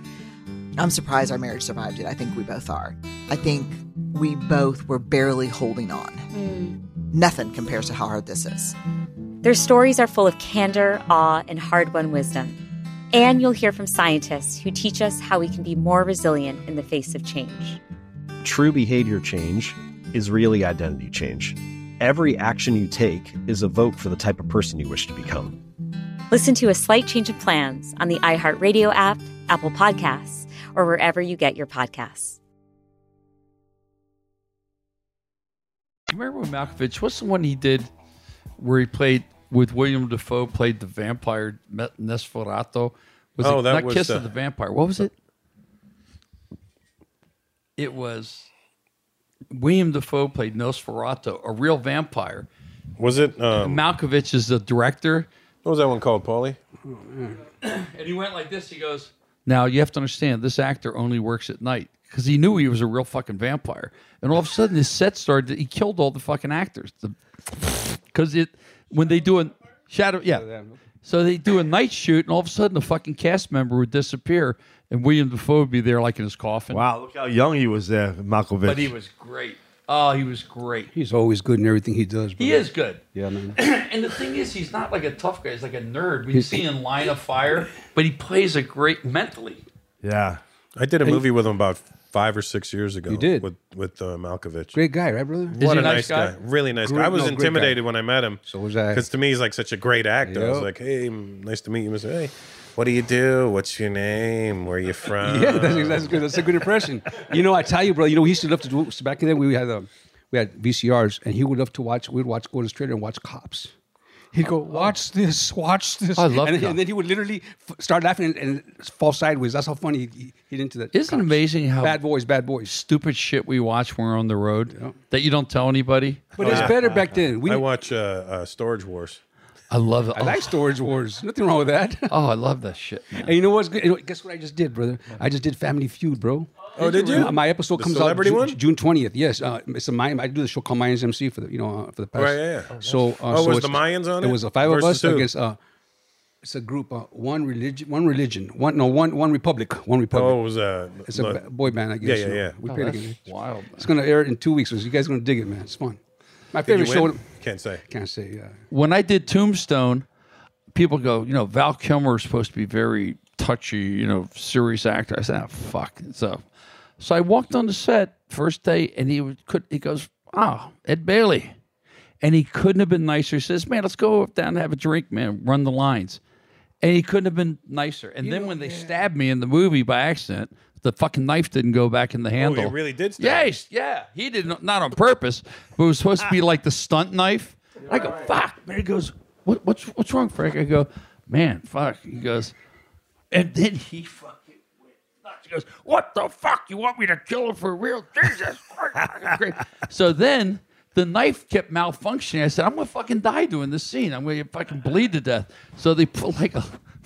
S11: I'm surprised our marriage survived it. I think we both are. I think we both were barely holding on. Nothing compares to how hard this is.
S10: Their stories are full of candor, awe, and hard won wisdom. And you'll hear from scientists who teach us how we can be more resilient in the face of change.
S12: True behavior change is really identity change. Every action you take is a vote for the type of person you wish to become.
S10: Listen to A Slight Change of Plans on the iHeartRadio app, Apple Podcasts, or wherever you get your podcasts.
S3: You remember when Malkovich? What's the one he did where he played with William Defoe? Played the vampire Me- Nesferato. Was
S1: Oh,
S3: it
S1: that
S3: not
S1: was,
S3: Kiss
S1: uh,
S3: of the Vampire? What was it? It was William Defoe played Nosferatu, a real vampire.
S1: Was it um,
S3: Malkovich is the director?
S1: What was that one called, Paulie?
S3: and he went like this. He goes, Now you have to understand this actor only works at night because he knew he was a real fucking vampire. And all of a sudden, his set started. He killed all the fucking actors because it when they do a shadow, yeah. So they do a night shoot, and all of a sudden, the fucking cast member would disappear, and William Defoe would be there like in his coffin.
S4: Wow, look how young he was there, Malkovich.
S3: But he was great. Oh, he was great.
S2: He's always good in everything he does.
S3: He
S2: brother.
S3: is good.
S2: Yeah, man.
S3: and the thing is, he's not like a tough guy. He's like a nerd. We
S2: He's-
S3: see in Line of Fire, but he plays a great mentally.
S1: Yeah, I did a
S3: Hey.
S1: movie with him about five or six years ago.
S2: You did?
S1: with with uh, Malkovich.
S2: Great guy, right, brother?
S1: What a nice guy? Really nice guy.
S2: Great-
S1: I was
S2: no, great guy.
S1: intimidated when I met him.
S2: So was I.
S1: Because to me, he's like such a great actor. I was
S2: Yep.
S1: like, hey, m- nice to meet you. He said, hey, what do you do? What's your name? Where are you from?
S2: Yeah, that's, that's good. That's a good impression. You know, I tell you, bro. You know, he used to love to do. So back then, we had um, we had VCRs, and he would love to watch. We'd watch go to the trailer and watch Cops. He'd go, watch this, watch this.
S3: Oh. I love
S2: and,
S3: Cops.
S2: and then he would literally f- start laughing and, and fall sideways. That's how funny he, he did into that.
S3: Isn't it amazing how
S2: bad boys, bad boys,
S3: stupid shit we watch when we're on the road that you don't tell anybody?
S2: But it's better back then. We-
S1: I watch uh, uh, Storage Wars.
S3: I love it.
S2: I like Storage Wars. Nothing wrong with that.
S3: Oh, I love that shit. Man.
S2: And you know what's good? You know, guess what I just did, brother? I just did Family Feud, bro.
S1: Oh, did you?
S2: My, my episode
S1: The
S2: comes
S1: celebrity
S2: out Ju-
S1: one?
S2: Ju- June twentieth. Yes, uh, it's a Mayan. I do the show called Mayans MC for the you know uh, for the past.
S1: Right, yeah, yeah.
S2: So uh,
S1: Oh,
S2: so
S1: was
S2: it's-
S1: the Mayans on it?
S2: It was the five of us
S1: Versus who?
S2: against. Uh, it's a group. Uh, one religion. One religion. One no. One one republic. One republic.
S1: Oh, it was a
S2: It's a
S1: look.
S2: ba- boy band, I
S1: Yeah,
S2: guess.
S1: yeah,
S2: you know.
S1: yeah.
S2: We
S1: Oh,
S2: played
S1: that's
S2: again.
S3: Wild.
S2: It's gonna air in two weeks, so you guys are gonna dig it, man. It's fun. My
S1: Did you
S2: favorite show.
S1: win? Can't say.
S2: Can't say. Yeah.
S3: When I did Tombstone, people go, you know, Val Kilmer is supposed to be very touchy, you know, serious actor. I said, oh, fuck. So, so I walked on the set first day, and he would- could. He goes, ah, Ed Bailey, and he couldn't have been nicer. He says, man, let's go down and have a drink, man. Run the lines, and he couldn't have been nicer. And then when they stabbed me in the movie by accident, the fucking knife didn't go back in the handle.
S1: Oh, he really did. Stab.
S3: Yes, yeah, he did not, not on purpose, but it was supposed to be like the stunt knife. I go, fuck. Mary goes, what, what's what's wrong, Frank? I go, man, fuck. He goes, and then he fucking went nuts. He goes, what the fuck? You want me to kill him for real? Jesus Christ! fucking great. So then the knife kept malfunctioning. I said, I'm gonna fucking die doing this scene. I'm gonna fucking bleed to death. So they put like a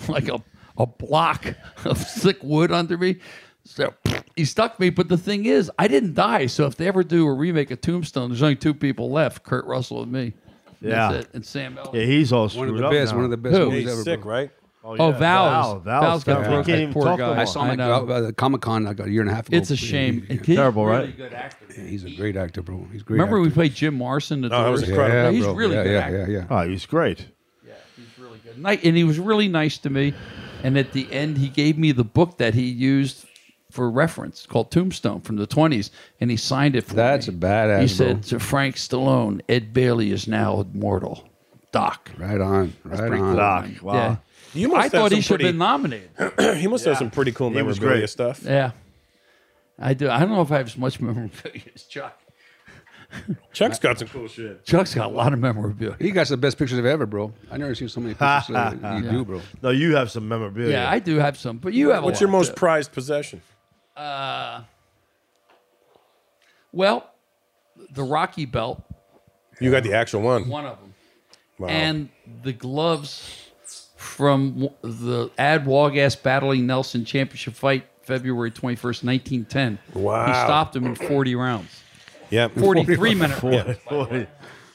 S3: like a a block of thick wood under me. So he stuck me, but the thing is, I didn't die. So if they ever do a remake of Tombstone, there's only two people left: Kurt Russell and me.
S4: Yeah.
S3: That's it. and Sam Elliott.
S4: Yeah, he's all
S3: One
S4: screwed
S3: of the
S4: up
S3: best-
S4: now.
S3: one of the best Who? movies
S1: He's
S3: ever,
S1: sick,
S3: bro.
S1: right?
S3: Oh, yeah. Val, Val's, Val's got broke
S4: can't
S3: neck,
S4: even
S3: poor
S4: talk
S3: guy.
S4: about
S2: I saw him
S3: I
S2: at
S3: know.
S2: uh, Comic Con like a year and a half ago.
S3: It's a shame.
S2: Yeah.
S3: And he's Terrible, really right?
S2: good actor. he's a great actor, bro. He's a great.
S3: Remember
S2: actor.
S3: we played Jim Morrison? The
S2: Oh, that was
S3: Doors?
S2: incredible. Yeah,
S3: he's
S2: bro.
S3: really
S2: Yeah,
S3: good
S2: yeah,
S3: actor.
S2: yeah, yeah.
S4: Oh, he's great.
S3: Ni- and he was really nice to me. And at the end, he gave me the book that he used for reference called Tombstone from the 20s, and he signed it for That's me.
S2: badass,
S3: He
S2: bro.
S3: said to Frank Stallone, Ed Bailey is now immortal. Doc.
S2: Right on.
S3: That's
S2: right
S3: pretty
S2: on.
S3: cool. Yeah.
S1: You must
S3: I
S1: have
S3: thought he
S1: some
S3: should have
S1: pretty-
S3: been nominated.
S1: he must have some pretty cool
S3: He was
S1: memorabilia
S3: great.
S1: stuff.
S3: Yeah. I do. I don't know if I have as much memorabilia as Chuck.
S1: Chuck's got some cool shit.
S3: Chuck's got a lot of memorabilia.
S2: He got the best pictures I've ever, bro. I never seen so many pictures uh, you do, bro.
S4: No, you have some memorabilia.
S3: Yeah, I do have some, but you have. a
S1: What's
S3: lot,
S1: your most
S3: too.
S1: prized possession?
S3: Uh, well, the Rocky belt,
S1: You got the actual one.
S3: one of them,
S1: Wow.
S3: and the gloves from w- the Ad Walgas battling Nelson championship fight, February twenty first, nineteen ten.
S1: Wow.
S3: he stopped him in forty rounds.
S1: Yeah,
S3: 43 minute
S1: Yeah.
S3: rounds. by the way.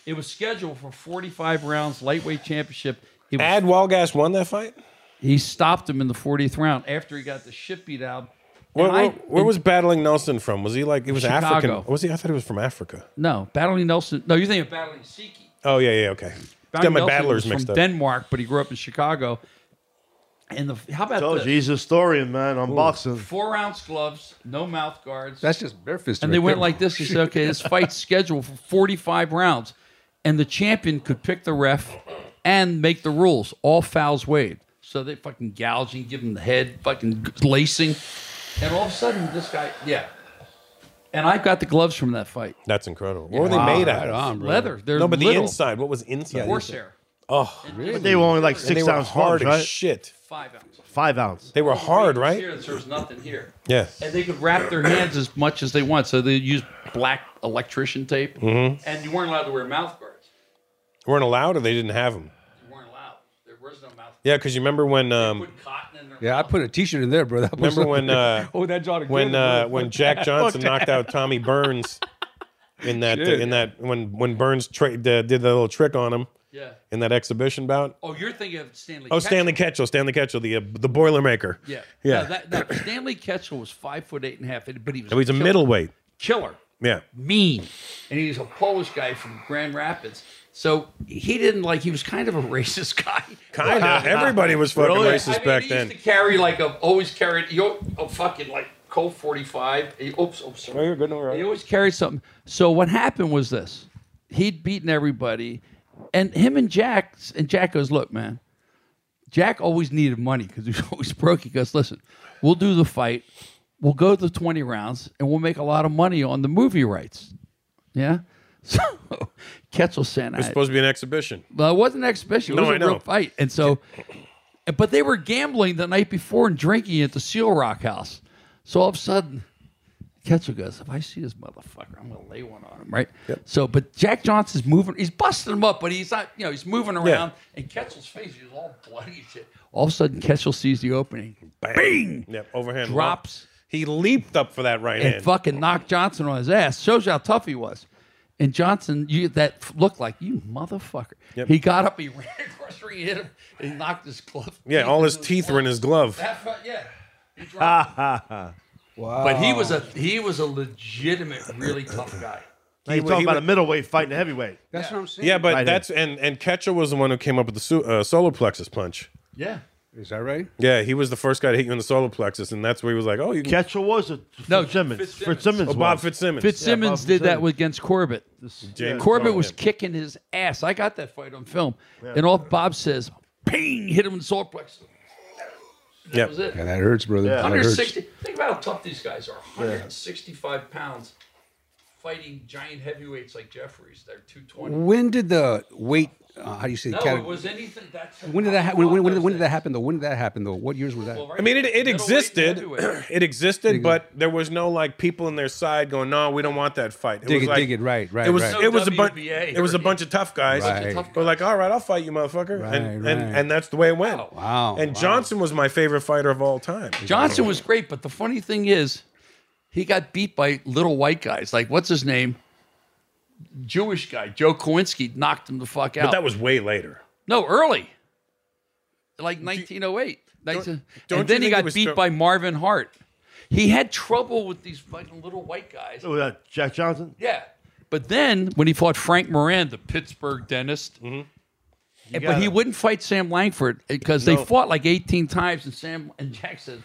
S3: It was scheduled for forty five rounds, lightweight championship. He was-
S1: Ad Walgas won that fight.
S3: He stopped him in the 40th round after he got the shit beat out.
S1: Where,
S3: And I-
S1: where, where was battling Nelson from? Was he like it was
S3: Chicago.
S1: African? Was he? I thought he was from Africa.
S3: No, battling Nelson. No, you're thinking of battling Siki.
S1: Oh yeah, yeah, okay. Got
S3: Battling
S1: my
S3: Nelson was
S1: battlers
S3: from
S1: mixed up.
S3: Denmark, but he grew up in Chicago. And the how about
S4: Told
S3: this?
S4: you, he's a historian, man. I'm boxing.
S3: Four ounce gloves, no mouth guards.
S2: That's just barefoot.
S3: And they went like this. He said, "Okay, this fight's scheduled for 45 rounds, and the champion could pick the ref and make the rules. All fouls waived." So they fucking gouging, give him the head, fucking lacing, and all of a sudden this guy, yeah. And I got the gloves from that fight.
S1: That's incredible. What were they
S3: Wow,
S1: made
S3: right
S1: out of?
S3: on, bro. Leather. They're
S1: no, but the
S3: little.
S1: inside. What was inside?
S3: Yeah, Horsehair.
S1: Oh,
S3: But
S4: they were only like
S1: And they
S4: six
S1: were
S4: ounce
S1: hard
S4: gloves,
S1: as
S4: right?
S1: shit.
S3: Five ounce.
S4: Five ounce.
S1: They were hard,
S3: Right
S1: right?
S3: here, there was nothing here.
S1: Yeah.
S3: And they could wrap their hands as much as they want. So they used black electrician tape,
S1: Mhm.
S3: and you weren't allowed to wear mouth guards.
S1: Weren't allowed, or they didn't have them. Yeah, because you remember when? Um,
S2: yeah, I put a T-shirt in there, bro. That was-
S1: remember when? Uh,
S2: oh, that John.
S1: When uh, when Jack Johnson knocked out Tommy Burns in that
S3: Shit.
S1: in that when when Burns tra- d- did the little trick on him.
S3: Yeah.
S1: In that exhibition bout.
S3: Oh, you're thinking of Stanley.
S1: Oh, Stanley Ketchel, Stanley Ketchel, the uh, the Boilermaker.
S3: Yeah.
S1: yeah.
S3: No, that, that- Stanley Ketchel was five foot eight and a half, but he was.
S1: He was a
S3: killer.
S1: middleweight.
S3: killer.
S1: Yeah.
S3: mean, and he's a Polish guy from Grand Rapids. So he didn't like. He was kind of a racist guy.
S1: Kind of. Everybody was fucking
S3: Really?
S1: racist
S3: I mean,
S1: back
S3: he
S1: then.
S3: Used to carry like a always carried you a fucking like Colt forty five. Oops, oops, sorry.
S1: Oh, you're good. No,
S3: He always carried something. So what happened was this: he'd beaten everybody, and him and Jack and Jack goes, "Look, man, Jack always needed money because he was always broke. He goes, listen, we'll do the fight, we'll go the twenty rounds, and we'll make a lot of money on the movie rights." Yeah. So Ketchel sent
S1: It was
S3: out.
S1: supposed to be an exhibition.
S3: Well, it wasn't an exhibition. It
S1: No,
S3: was a
S1: I know.
S3: real fight. And so, but they were gambling the night before and drinking at the Seal Rock House. So all of a sudden, Ketchel goes, if I see this motherfucker, I'm going to lay one on him, right? So, but Jack Johnson's moving. He's busting him up, but he's not, you know, he's moving around. And Ketchel's face is all bloody and shit. All of a sudden, Ketchel sees the opening.
S1: Bang. Yep. Overhand lock.
S3: Drops.
S1: He leaped up for that right
S3: and
S1: hand.
S3: fucking knocked Johnson on his ass. Shows you how tough he was. And Johnson, you that f- looked like you motherfucker.
S1: Yep.
S3: He got up, he ran across the ring, hit him, and he knocked his glove.
S1: Yeah, all his teeth were in his glove.
S3: That fu- yeah. He
S4: Ah,
S3: dropped it.
S1: wow.
S3: But he was a he was a legitimate, really tough guy.
S4: You're talking about a middleweight fighting a heavyweight.
S3: That's what I'm
S1: Yeah, but
S4: Right here.
S1: that's and and Ketchel was the one who came up with the su- uh, solar plexus punch.
S3: Yeah.
S2: Is that right?
S1: Yeah, he was the first guy to hit you in the solar plexus, and that's where he was like, "Oh, you can
S4: Ketchel was a
S1: no
S4: Fitzsimmons. Fitzsimmons.
S1: Fitzsimmons. Oh, Bob Fitzsimmons.
S3: Fitzsimmons did that against Corbett.
S1: James
S3: Corbett
S1: Corbin,
S3: was
S1: yeah.
S3: kicking his ass. I got that fight on film,
S1: Yeah.
S3: and all Bob says, "Ping!" Hit him in the solar plexus.
S2: Yeah.
S3: was it.
S2: Yeah, that hurts, brother. That
S3: Under
S2: hurts.
S3: sixty. Think about how tough these guys are. 165 pounds, fighting giant heavyweights like Jeffries. They're 220.
S2: When did the weight? Uh, how do you say?
S3: no,
S2: cate-
S3: it was anything. That's
S2: when did that? Ha- when, when, when, when did that happen though? When did that happen though? What years was that?
S1: I mean, it, it existed. It existed, but there was no like people in their side going, "No, we don't want that fight." It
S2: Dig
S1: was
S2: it,
S1: like,
S2: dig it, right, right,
S1: It was
S2: right.
S1: it was a bunch.
S2: WBA.
S1: It was a bunch of tough guys.
S2: Bunch of tough
S1: We're like, "All right, I'll fight you, motherfucker," and,
S2: Right,
S1: and
S2: right.
S1: and that's the way it went.
S2: Wow,
S1: And
S2: wow.
S1: Johnson was my favorite fighter of all time.
S3: Johnson was great, but the funny thing is, he got beat by little white guys. Like what's his name? Jewish guy Joe Kowinski knocked him the fuck out.
S1: but that was way later.
S3: no early, like 1908. Nineteen-
S1: don't
S3: and then
S1: you
S3: he
S1: think it
S3: got
S1: was
S3: beat
S1: Joe-
S3: by Marvin Hart. He had trouble with these fucking little white guys.
S4: Oh, that Jack Johnson.
S3: Yeah. But then when he fought Frank Moran, the Pittsburgh dentist,
S4: You
S3: but he
S4: gotta-
S3: wouldn't fight Sam Langford because
S4: No.
S3: they fought like 18 times, and Sam and Jack said,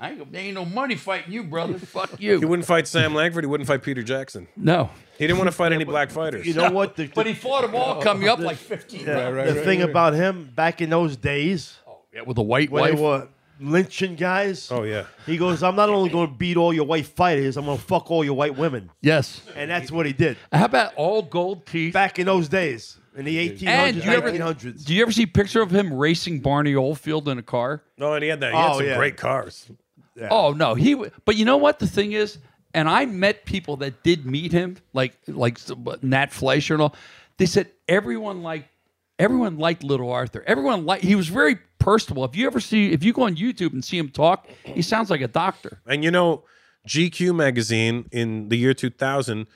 S3: "I ain't, there ain't no money fighting you, brother. Fuck you."
S1: He wouldn't fight Sam Langford. He wouldn't fight Peter Jackson.
S3: No.
S1: He didn't want to fight any black fighters.
S4: You know what? The,
S3: but he fought them all coming up like 15.
S4: Oh, Yeah, the thing about him back in those days,
S3: Oh, yeah, with a white
S4: when they
S3: wife.
S4: were lynching guys.
S1: Oh yeah,
S4: he goes, "I'm not only going to beat all your white fighters, I'm going to fuck all your white women."
S3: Yes,
S4: and that's what he did.
S3: How about all gold teeth?
S4: Back in those days, in the 1800s,
S3: And do you, ever,
S4: 1900s.
S3: do you ever see a picture of him racing Barney Oldfield in a car?
S1: No, and he had that. He
S3: Oh,
S1: had some
S3: yeah.
S1: great cars.
S3: Oh no, he. w- But you know what the thing is, and I met people that did meet him, like like some- Nat Fleischer and all. They said everyone liked everyone liked Little Arthur. Everyone liked. He was very personable. If you ever see, if you go on YouTube and see him talk, he sounds like a doctor.
S1: And you know, GQ magazine in the year 2000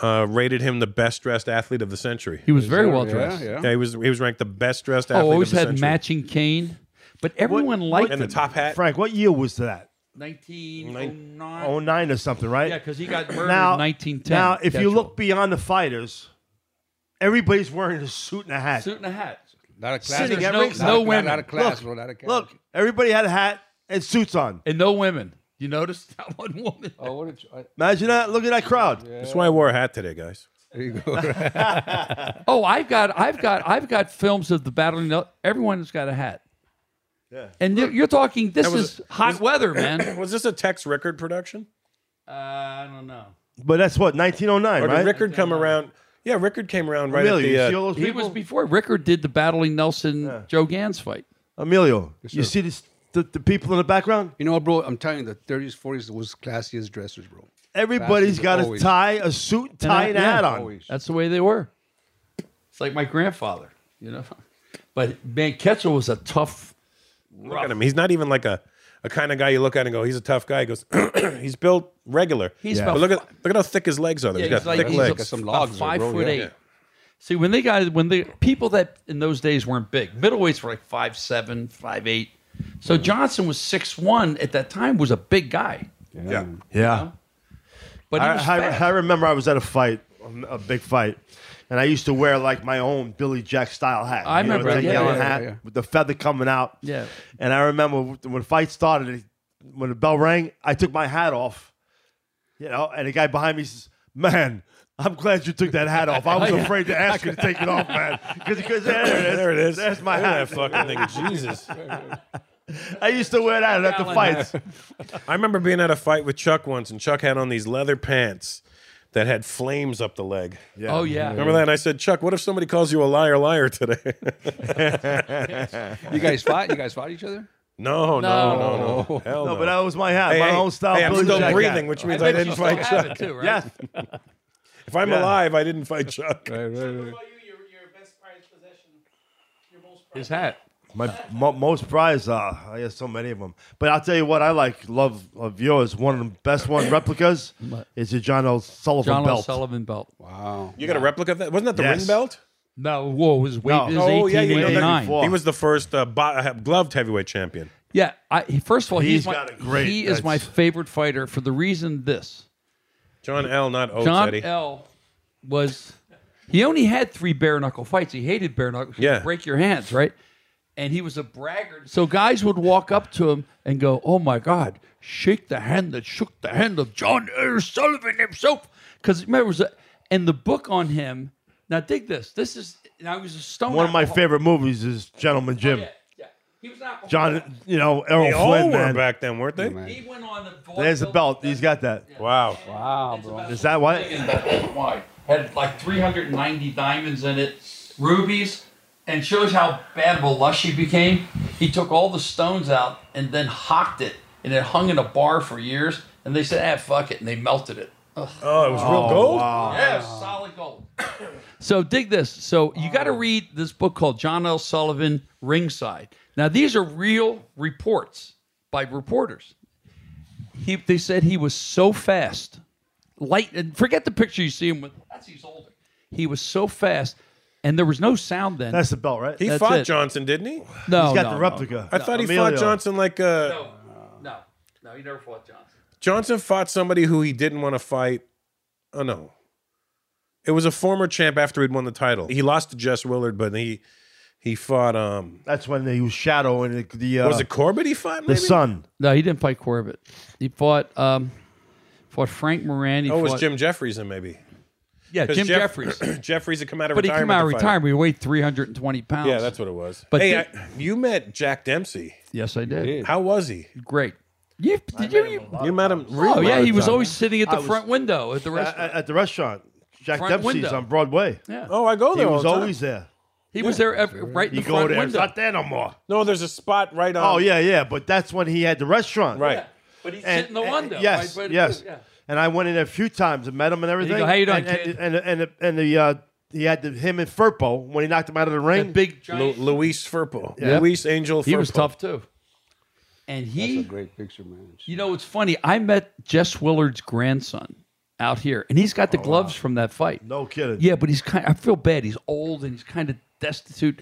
S1: uh, rated him the best dressed athlete of the century.
S3: He was Is very that- well yeah, dressed. yeah.
S1: he was he was ranked the best dressed athlete
S3: Oh, always
S1: of the
S3: had
S1: century.
S3: matching cane, but everyone liked
S1: and
S3: him.
S1: the top hat.
S4: Frank, what year was that?
S3: 1909.
S4: Oh nine or something, right?
S3: Yeah, 'cause he got murdered in 1910,
S4: Now, if you
S3: Ketchel.
S4: look beyond the fighters, everybody's wearing a suit and a hat.
S3: Suit and a hat.
S2: Not a
S3: class.
S4: Sitting
S3: There's
S4: at
S3: no-
S4: ringside.
S3: no women. Not a
S2: class,
S4: Look,
S2: bro, not a class.
S4: look, everybody had a hat and suits on.
S3: And no women. You noticed that one woman?
S2: Oh, what did you, I,
S4: Imagine that. Look at that crowd.
S1: That's why I wore a hat today, guys.
S2: There you go.
S3: Oh, I've got, I've got, I've got films of the battling. Everyone's got a hat.
S4: Yeah.
S3: And you're, you're talking. This
S1: That was-
S3: is hot
S1: was-
S3: weather, man.
S1: was this a Tex Rickard production?
S3: Uh, I don't know.
S4: But that's what 1909,
S1: Or did
S4: right?
S1: Rickard come around? Yeah, Rickard came around right
S4: Really? You
S1: at
S4: see
S1: the.
S4: all
S1: Uh,
S4: those
S3: He was before Rickard did the battling Nelson Joe Gans fight.
S4: Emilio, you
S2: sir.
S4: see this, the, the people in the background?
S2: you know, what, bro. I'm telling you, the 30s, 40s was classiest dressers, bro.
S4: Everybody's
S2: Classiest,
S4: got
S2: always.
S4: a tie, a suit, tie, and a
S3: yeah,
S4: hat on.
S3: That's the way they were. It's like my grandfather, you know. But man, Ketchel was a tough.
S1: look at him. He's not even like a. A kind of guy you look at and go, he's a tough guy. He goes, he's built regular.
S3: He's
S1: but
S3: about
S1: look at look at how thick his legs are.
S3: Yeah,
S1: Though.
S3: he's
S1: he's got
S3: like
S1: thick
S3: he's
S1: legs.
S3: a- about five foot eight. See, when they guys, when the people that in those days weren't big, middleweights were like five seven, five eight. So Johnson was six one at that time, was a big guy.
S1: Yeah.
S4: Yeah.
S3: But he
S4: I,
S3: was
S4: I-
S3: fast.
S4: I remember I was at a fight, um, a big fight, and I used to wear like my own Billy Jack style hat.
S3: I
S4: You know,
S3: remember
S4: the
S3: that. Yeah,
S4: yellow
S3: yeah,
S4: hat
S3: yeah.
S4: with the feather coming out.
S3: Yeah.
S4: And I remember when- when the fight started, it- when the bell rang, I took my hat off, you know, and the guy behind me says, "Man." I'm glad you took that hat off. I was
S1: Oh, yeah.
S4: afraid to ask you to take it off, man. Because there, it is.
S1: There it is.
S4: There's my
S1: Look at
S4: hat.
S1: That fucking thing. Jesus.
S4: I used to wear that at the fights.
S1: I remember being at a fight with Chuck once, and Chuck had on these leather pants that had flames up the leg.
S3: Yeah. Oh, yeah.
S1: Remember that? And I said, Chuck, what if somebody calls you a liar, liar today?
S2: You guys fought? You guys fought each other?
S1: No, no, no, no. Hell
S4: No, but that was my hat,
S1: Hey,
S4: my
S1: hey,
S4: own style.
S1: Hey, I'm
S4: Billy
S1: still
S4: Jack
S1: breathing,
S4: hat.
S1: which means I, didn't fight Chuck.
S4: Yes.
S1: If I'm
S4: Yeah.
S1: alive, I didn't fight Chuck.
S3: His hat.
S4: My mo- most prized, uh, I have so many of them. But I'll tell you what I like, love of yours. One of the best one replicas is the John O'Sullivan
S3: John
S4: belt.
S3: O'Sullivan belt.
S2: Wow.
S1: You got a replica of that? Wasn't that the
S4: Yes.
S1: ring belt?
S3: No, whoa, his weight is
S1: Oh, yeah, you know, that-
S3: 1889.
S1: He was the first uh, bo- uh, gloved heavyweight champion.
S3: Yeah, I, he- first of all, he's,
S1: He's
S3: my,
S1: got a great-
S3: he is my favorite fighter for the reason this.
S1: John L., not Oates,
S3: John
S1: Eddie.
S3: L. was he only had three bare knuckle fights. He hated bare knuckle.
S1: Yeah.
S3: break your hands, right? and he was a braggart. So guys would walk up to him and go, "Oh my God, shake the hand that shook the hand of John A. Sullivan himself," because remember, it was a, and the book on him. Now dig this. This is now he was a stone.
S4: One of my
S3: alcoholic.
S4: favorite movies is Gentleman Jim.
S3: Oh, He was not.
S4: John, you know, Errol
S1: They all
S4: Flynn,
S1: were
S4: man.
S1: back then, weren't they?
S3: He went on the.
S4: There's a belt. He's got that.
S1: Wow.
S3: Wow, bro.
S4: Is that what?
S3: Why? Had like 390 diamonds in it, rubies, and shows how bad of a lush he became. He took all the stones out and then hocked it, and it hung in a bar for years. And they said, "Ah, fuck it," and they melted it. Ugh.
S1: Oh, it was real
S3: Oh,
S1: gold.
S3: wow. Yeah, solid gold. So dig this. So you got to
S4: Oh.
S3: read this book called John L. Sullivan Ringside. Now these are real reports by reporters. He, they said he was so fast, light. And forget the picture you see him with. That's he's older. He was so fast, and there was no sound then.
S4: That's the belt, right?
S1: He
S3: That's
S1: fought
S3: it.
S1: Johnson, didn't he?
S3: No, He's got no, the no. replica.
S1: I
S3: No,
S1: thought he
S3: Emilio.
S1: fought Johnson like uh,
S3: No, no, he never fought Johnson.
S1: Johnson fought somebody who he didn't want to fight. Oh no. It was a former champ after he'd won the title. He lost to Jess Willard, but he he fought um
S4: That's when he was Shadow and the. the uh,
S1: Was it Corbett he fought,
S4: The
S1: maybe?
S4: Sun.
S3: No, he didn't fight Corbett. He fought um, fought Frank Moran. He
S1: Oh, it was
S3: fought-
S1: Jim Jeffries then maybe.
S3: Yeah,
S1: 'Cause
S3: Jim
S1: Jeff-
S3: Jeffries.
S1: Jeffries had come out of
S3: But he
S1: retirement.
S3: came out of
S1: to fight
S3: retirement. He weighed 320 pounds.
S1: Yeah, that's what it was.
S3: But
S1: hey,
S3: thi-
S1: I, you met Jack Dempsey.
S3: Yes, I did.
S1: How was he?
S3: Great. You did you, you,
S1: you met him?
S3: Oh yeah, he was
S4: time.
S3: always sitting at the
S4: I was-
S3: front window at the
S4: at,
S3: restaurant.
S4: at the restaurant. Jack
S3: Front
S4: Dempsey's
S3: window.
S4: on Broadway.
S3: Yeah.
S1: Oh, I go there
S4: He
S1: all
S4: was
S1: the time.
S4: always there.
S3: He was there every, right in
S4: You
S3: the
S4: go
S3: front
S4: there, it's
S3: window.
S4: not there no more.
S1: No, there's a spot right on.
S4: Oh yeah, yeah. But that's when he had the restaurant,
S1: Right. Yeah,
S3: but he's
S4: And-
S3: sitting in the
S4: and-
S3: window.
S4: Yes,
S3: right? But-
S4: yes.
S3: yeah.
S4: And I went in there a few times and met him and
S3: you
S4: everything.
S3: go, "How you doing,
S4: and, and, and, and, and, the uh, he had the, him and Furpo when he knocked him out of the ring.
S3: big
S1: Lu- Luis Furpo.
S4: Yeah.
S1: Luis Angel Furpo.
S3: He was tough too. And he
S2: That's a great picture, man.
S3: You know, it's funny. I met Jess Willard's grandson out here, and he's got
S1: Oh,
S3: the gloves from that fight.
S4: No kidding.
S3: Yeah, but he's kind. I feel bad. He's old and he's kind of destitute.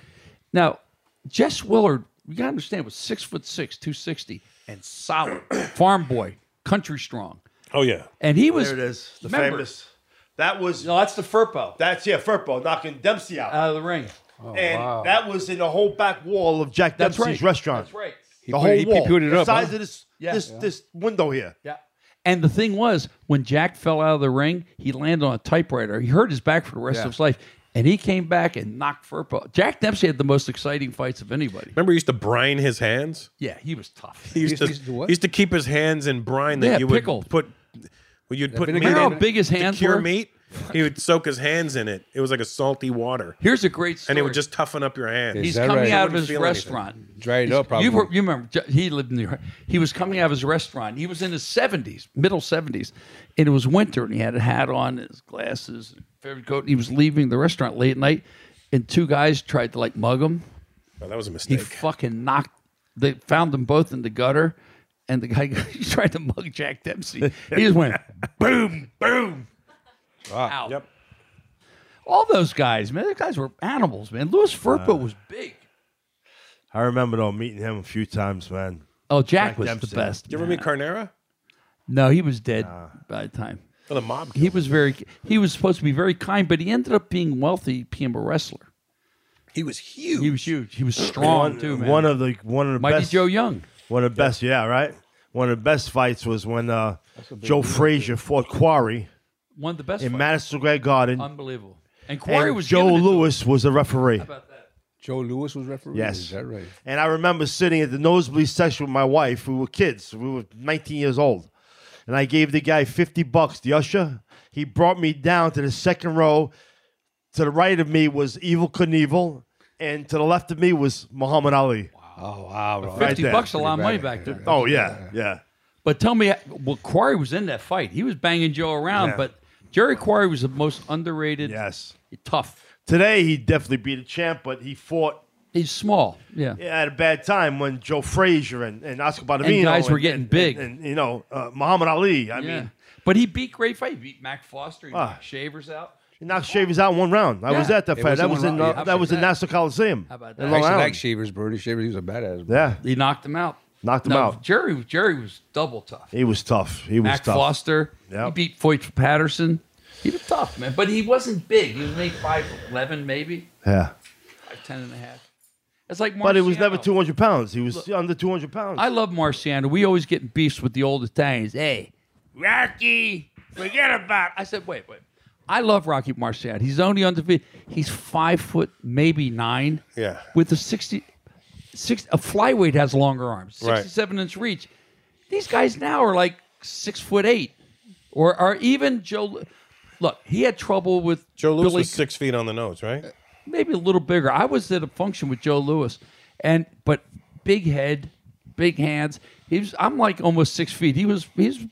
S3: Now, Jess Willard, you gotta understand, was six foot six, two sixty, and solid farm boy, country strong.
S1: Oh yeah.
S3: And he was.
S4: There it is. The
S3: remember-
S4: famous. That was
S3: No, that's the Furpo.
S4: That's yeah, Furpo knocking Dempsey out.
S3: Out of the ring.
S4: and
S3: Oh, wow.
S4: that was in the whole back wall of Jack
S3: That's
S4: Dempsey's
S3: right.
S4: restaurant.
S3: That's right. He
S4: the
S3: put-
S4: whole
S3: he
S4: wall.
S3: put it
S4: the
S3: up,
S4: size
S3: huh?
S4: of this
S3: Yeah.
S4: this
S3: Yeah.
S4: this window here.
S3: Yeah. And the thing was, when Jack fell out of the ring, he landed on a typewriter. He hurt his back for the rest
S1: Yeah.
S3: of his life. And he came back and knocked Furpo. Jack Dempsey had the most exciting fights of anybody.
S1: Remember, he used to brine his hands.
S3: Yeah, he was tough.
S1: He used, to, he used to keep his hands in brine that
S3: Yeah,
S1: you would
S3: pickle.
S1: put. Well, you'd put meat
S3: vinegar. You know how
S1: in
S3: big his
S1: to
S3: hands
S1: cure
S3: were?
S1: meat. He would soak his hands in it. It was like a salty water.
S3: Here's a great story.
S1: And it would just toughen up your hands.
S3: He's coming out of his restaurant.
S1: Dried
S3: He's- You, were- you remember, J- he lived in New York. He was coming out of his restaurant. He was in his 70s, middle 70s. And it was winter, and he had a hat on, his glasses, and favorite coat. And he was leaving the restaurant late at night, and two guys tried to like mug him.
S1: Oh, that was a mistake.
S3: He fucking knocked. They found them both in the gutter, and the guy he tried to mug Jack Dempsey. He just went boom, boom. Out. Yep. All those guys, man. Those guys were animals, man. Louis Furpo was. big.
S4: I remember though meeting him a few times, man.
S3: Oh, Jack was the best,
S1: You ever meet Carnera?
S3: No, he was dead by the time.
S1: Well, the mob.
S3: He was very. He was supposed to be very kind, but he ended up being wealthy. Became a wrestler.
S1: He was huge.
S3: He was huge. He was strong
S4: one,
S3: too, man.
S4: One of the one of the
S3: Mighty
S4: best.
S3: Joe Young.
S4: One of the best. Yeah, right. One of the best fights was when uh, Joe Frazier fought Quarry
S3: one of the best
S4: in
S3: fighters.
S4: Madison Square Garden.
S3: Unbelievable. And Quarry
S4: And
S3: was
S4: Joe
S3: giving it to him.
S4: Lewis was a referee.
S2: Joe Lewis was referee.
S4: Yes.
S2: is that right?
S4: And I remember sitting at the nosebleed section with my wife. We were kids. We were 19 years old. And I gave the guy 50 bucks, the usher. He brought me down to the second row. To the right of me was Evil Knievel. And to the left of me was Muhammad Ali.
S2: Oh wow, bro.
S4: Right
S3: Fifty
S4: there.
S3: bucks a lot of money back then.
S4: Oh, yeah. Yeah.
S3: But tell me, well, Quarry was in that fight. He was banging Joe around,
S4: Yeah.
S3: but Jerry Quarry was the most underrated.
S4: Yes,
S3: tough.
S4: Today, he definitely beat a champ, but he fought.
S3: He's small. Yeah.
S4: At a bad time when Joe Frazier and, and Oscar Badalamenti
S3: guys were getting big.
S4: And, you know, uh, Muhammad Ali. I
S3: Yeah.
S4: mean,
S3: But he beat great fight. He beat Mac Foster. He
S4: Ah.
S3: knocked Shavers out.
S4: He knocked Shavers out in one round. I was
S3: Yeah.
S4: at that
S3: It
S4: fight.
S3: was
S4: that
S3: in
S4: was
S3: one
S4: in
S3: round.
S4: uh,
S3: Yeah.
S4: that was in Nassau Coliseum.
S3: How about
S4: In
S3: that?
S4: Long
S2: I used to
S4: Island.
S2: like Shavers, Bernie Shavers. He was a badass. Bro.
S4: Yeah,
S3: He knocked him out.
S4: knocked him
S3: No,
S4: out.
S3: Jerry Jerry was double tough.
S4: He was tough. He was
S3: Mac
S4: tough.
S3: Foster. He beat Foyt Patterson. He was tough, man. But he wasn't big. He was maybe 5'11", maybe.
S4: Yeah.
S3: Five ten and a half. It's It's like
S4: but it was
S3: Marciano.
S4: never 200 pounds. He was under 200 pounds.
S3: I love Marciano. We always get beefs with the old Italians. Hey, Rocky, forget about. I said, wait, wait. I love Rocky Marciano. He's only undefeated. He's five foot, maybe nine.
S2: Yeah.
S3: With a 60, six, a flyweight has longer arms,
S2: Right.
S3: 67 inch reach. These guys now are like six foot eight, or or even Joe. Look, he had trouble with
S2: Joe Louis
S3: Billy
S2: was six feet on the nose, right?
S3: maybe a little bigger. I was at a function with Joe Lewis, and but big head, big hands. He was. I'm like almost six feet. He was. He's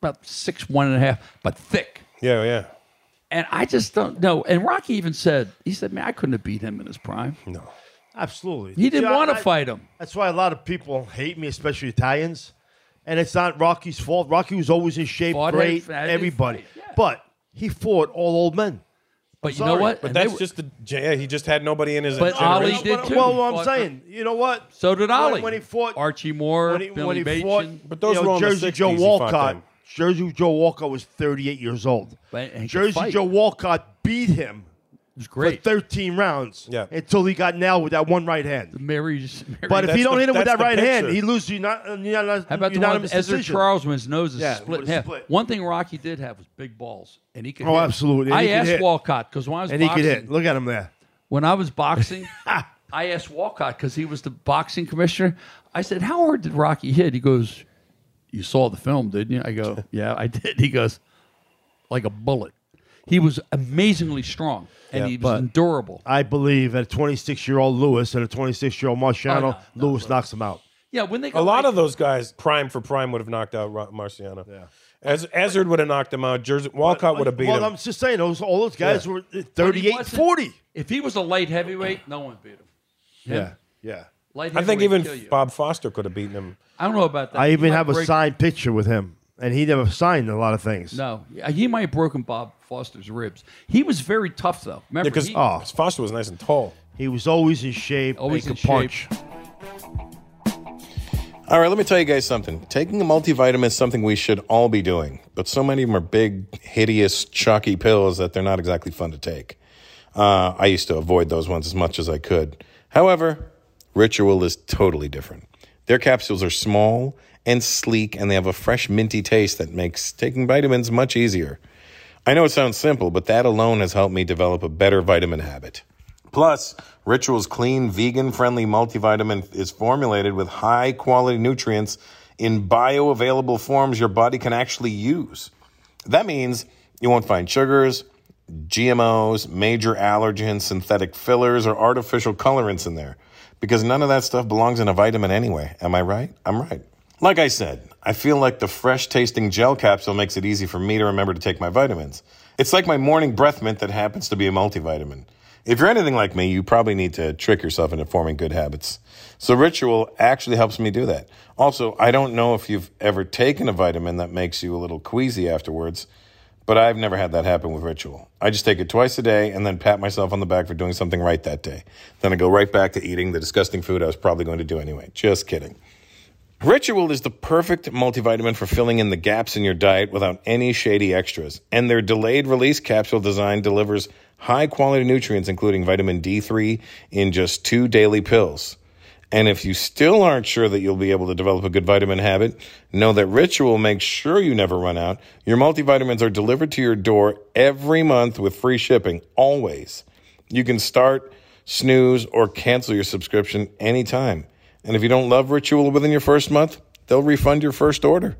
S3: about six one and a half, but thick.
S2: Yeah, yeah.
S3: And I just don't know. And Rocky even said, he said, "Man, I couldn't have beat him in his prime."
S2: No,
S4: Absolutely.
S3: He didn't
S4: See, I-
S3: wanna
S4: I-
S3: fight him.
S4: That's why a lot of people hate me, especially Italians. And it's not Rocky's fault. Rocky was always in shape, great,
S2: had- had-
S4: everybody. But he fought all old men. I'm sorry.
S2: But that's just the yeah. He just had nobody in his.
S4: But
S2: generation. uh,
S4: Ollie did, too. Well, well, I'm Fought- saying, you know what?
S3: So did
S4: When-
S3: Ollie.
S4: when he fought
S3: Archie Moore,
S4: when he,
S3: Billy
S4: when he
S3: Machin.
S4: fought,
S3: But those
S4: you know,
S3: were on the
S4: Jersey
S3: 60s
S4: Joe
S3: he fought
S4: Walcott.
S3: them.
S4: Jersey Joe Walcott was 38 years old.
S3: But he could
S4: Jersey
S3: fight.
S4: Joe Walcott beat him.
S3: great.
S4: For 13 rounds. Yeah. Until he got nailed with that one right hand.
S3: Mary's, Mary-
S4: But if he
S3: That's
S4: don't
S3: the-
S4: hit him with that
S3: that's the
S4: right hand,
S3: picture.
S4: he uh, loses. Uni- uni-
S3: How about the one
S4: unanimous
S3: with Ezra
S4: decision.
S3: Charles when his nose is
S4: Yeah,
S3: split in
S4: with a
S3: half?
S4: split.
S3: One thing Rocky did have was big balls, and he could.
S4: Oh,
S3: hit.
S4: absolutely. And
S3: I
S4: he could
S3: asked
S4: hit.
S3: Walcott because when I was
S4: And he
S3: boxing,
S4: could hit. Look at him there.
S3: When I was boxing, I asked Walcott because he was the boxing commissioner. I said, "How hard did Rocky hit?" He goes, "You saw the film, didn't you?" I go, "Yeah, I did." He goes, "Like a bullet." He was amazingly strong, and he was durable.
S4: I believe at a 26 year old Lewis and a 26 year old Marciano,
S3: Oh, no,
S4: Lewis knocks him out.
S3: Yeah, when they
S2: a lot of those guys, prime for prime, would have knocked out Ro- Marciano. Yeah, Ez- Ezard would have knocked him out. Jersey Walcott would have beat
S4: well,
S2: him.
S4: I'm just saying, those all those guys
S2: Yeah.
S4: were uh,
S3: But he
S4: 38,
S3: wasn't-
S4: 40.
S3: If he was a light heavyweight, no one beat him.
S4: Yeah, yeah.
S3: Light
S2: I think
S3: heavyweight
S2: even
S3: kill you.
S2: Bob Foster could have beaten him.
S3: I don't know about that.
S4: I
S3: He
S4: even
S3: might
S4: have a
S3: break-
S4: signed picture with him, and he never signed a lot of things.
S3: No, Yeah, he might have broken Bob Foster's ribs. He was very tough, though. Remember,
S4: because
S3: he-
S2: Foster was nice and tall.
S4: He was always in shape.
S3: Always
S4: he could
S3: in
S4: punch.
S3: shape.
S1: All right, let me tell you guys something. Taking a multivitamin is something we should all be doing, but so many of them are big, hideous, chalky pills that they're not exactly fun to take. Uh, I used to avoid those ones as much as I could. However, Ritual is totally different. Their capsules are small and sleek, and they have a fresh, minty taste that makes taking vitamins much easier. I know it sounds simple, but that alone has helped me develop a better vitamin habit. Plus, Ritual's clean, vegan friendly multivitamin is formulated with high quality nutrients in bioavailable forms your body can actually use. That means you won't find sugars, GMOs, major allergens, synthetic fillers, or artificial colorants in there because none of that stuff belongs in a vitamin anyway. Am I right? I'm right. Like I said, I feel like the fresh tasting gel capsule makes it easy for me to remember to take my vitamins. It's like my morning breath mint that happens to be a multivitamin. If you're anything like me, you probably need to trick yourself into forming good habits. So Ritual actually helps me do that. Also, I don't know if you've ever taken a vitamin that makes you a little queasy afterwards, but I've never had that happen with Ritual. I just take it twice a day and then pat myself on the back for doing something right that day. Then I go right back to eating the disgusting food I was probably going to do anyway. Just kidding. Ritual is the perfect multivitamin for filling in the gaps in your diet without any shady extras. And their delayed release capsule design delivers high quality nutrients, including vitamin D3, in just two daily pills. And if you still aren't sure that you'll be able to develop a good vitamin habit, know that Ritual makes sure you never run out. Your multivitamins are delivered to your door every month with free shipping, always. You can start, snooze, or cancel your subscription anytime. And if you don't love Ritual within your first month, they'll refund your first order.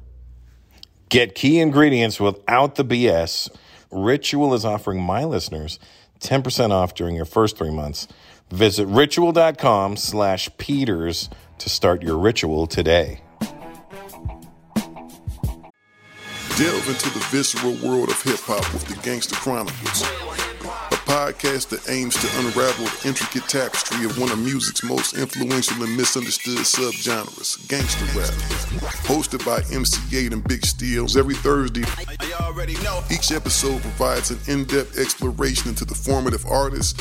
S1: Get key ingredients without the BS. Ritual is offering my listeners 10% off during your first three months. Visit ritual.com slash Peters to start your ritual today.
S7: Delve into the visceral world of hip hop with the Gangster Chronicles, a podcast that aims to unravel the intricate tapestry of one of music's most influential and misunderstood subgenres, gangster rap. Hosted by MC8 and Big Steels every Thursday. Each episode provides an in depth exploration into the formative artists,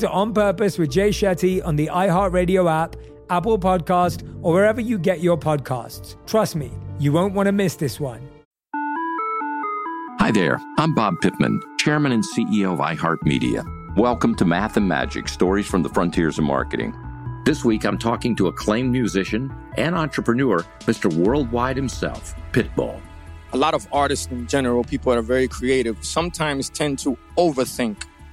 S8: to On Purpose with Jay Shetty on the iHeartRadio app, Apple Podcast, or wherever you get your podcasts. Trust me, you won't want to miss this one.
S6: Hi there, I'm Bob Pittman, Chairman and CEO of iHeartMedia. Welcome to Math and Magic Stories from the Frontiers of Marketing. This week, I'm talking to acclaimed musician and entrepreneur, Mr. Worldwide himself, Pitbull.
S13: a lot of artists in general, people that are very creative, sometimes tend to overthink.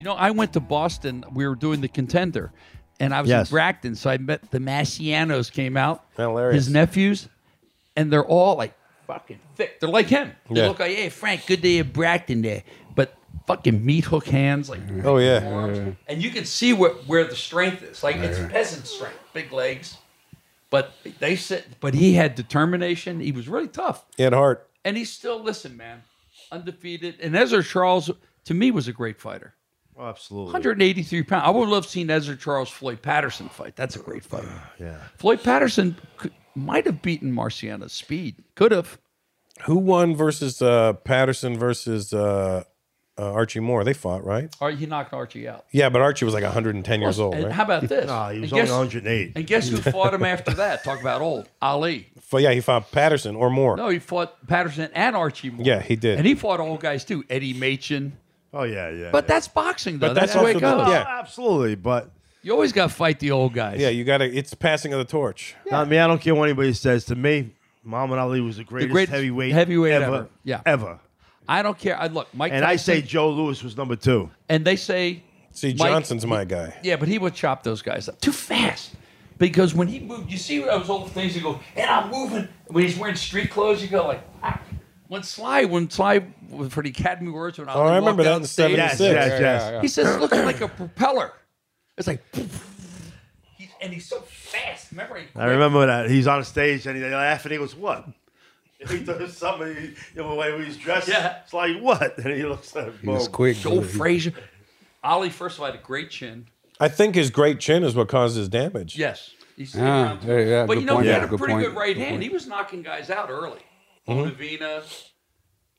S3: You know, I went to Boston. We were doing the contender, and I was
S6: Yes.
S3: in Bracton, so I met the Massianos came out,
S1: Hilarious.
S3: his nephews, and they're all like fucking thick. They're like him. They
S1: Yeah.
S3: look like, hey Frank, good day in Bracton there, but fucking meat hook hands, like
S1: Oh, yeah.
S3: arms. and you can see where where the strength is. Like it's
S1: Yeah.
S3: peasant strength, big legs, but they said, but he had determination. He was really tough.
S1: He had heart.
S3: And he's still, listen, man, undefeated. And Ezra Charles, to me, was a great fighter.
S4: Oh, absolutely.
S3: 183 pounds. I would love seen Ezra Charles Floyd Patterson fight. That's a great fight.
S4: Yeah.
S3: Floyd Patterson could, might have beaten Marciano's speed. Could have.
S1: Who won versus uh, Patterson versus uh, uh, Archie Moore? They fought, right?
S3: Or he knocked Archie out.
S1: Yeah, but Archie was like 110 years old.
S3: And
S1: Right?
S3: how about this?
S4: Nah, he was
S3: And
S4: only 108.
S3: And guess who fought him after that? Talk about old Ali.
S1: But yeah, he fought Patterson or Moore.
S3: No, he fought Patterson and Archie Moore.
S1: Yeah, he did.
S3: And he fought old guys too. Eddie Machin.
S4: Oh yeah, yeah.
S3: But
S4: yeah.
S3: that's boxing, though. that's, the way it goes.
S4: Oh, absolutely. But
S3: you always got to fight the old guys.
S1: Yeah, you got to. It's passing of the torch.
S4: I mean, I don't care what anybody says. To me, Muhammad Ali was the greatest,
S3: greatest
S4: heavyweight,
S3: heavyweight
S4: ever,
S3: ever. Yeah.
S4: ever.
S3: I don't care. I look, Mike.
S4: and I
S3: Tyson-
S4: say Joe Lewis was number two.
S3: And they say,
S1: see,
S4: Johnson's my
S1: guy.
S3: Yeah, but he would chop those guys up too fast because when he moved, you see those old things. You go, and I'm moving. When he's wearing street clothes, you go like, ah. when Sly, when Sly was for the Academy Awards, when
S1: Oh, I
S3: walked
S1: remember that
S3: down
S1: in
S3: the stage,
S1: 76. Yes, yes, yes.
S3: He says, looking like a propeller. It's like, he's, and he's so fast. Remember, he
S4: I remember that he's on stage and they laugh and he goes, "What?" he does something. He, you know, the way he's dressed, it's like what? And he looks like
S1: He was
S4: boom.
S1: quick,
S3: Joe
S1: dude.
S3: Frazier. Ollie, first of all, had a great chin.
S1: I think his great chin is what caused his damage.
S3: Yes. He's
S1: Ah, yeah, yeah,
S3: but
S1: good
S3: you know,
S1: point,
S3: he had
S1: yeah,
S3: a
S1: good
S3: pretty
S1: point,
S3: good right
S1: good
S3: hand.
S1: point.
S3: He was knocking guys out early.
S1: Mhm.
S3: Bonavina.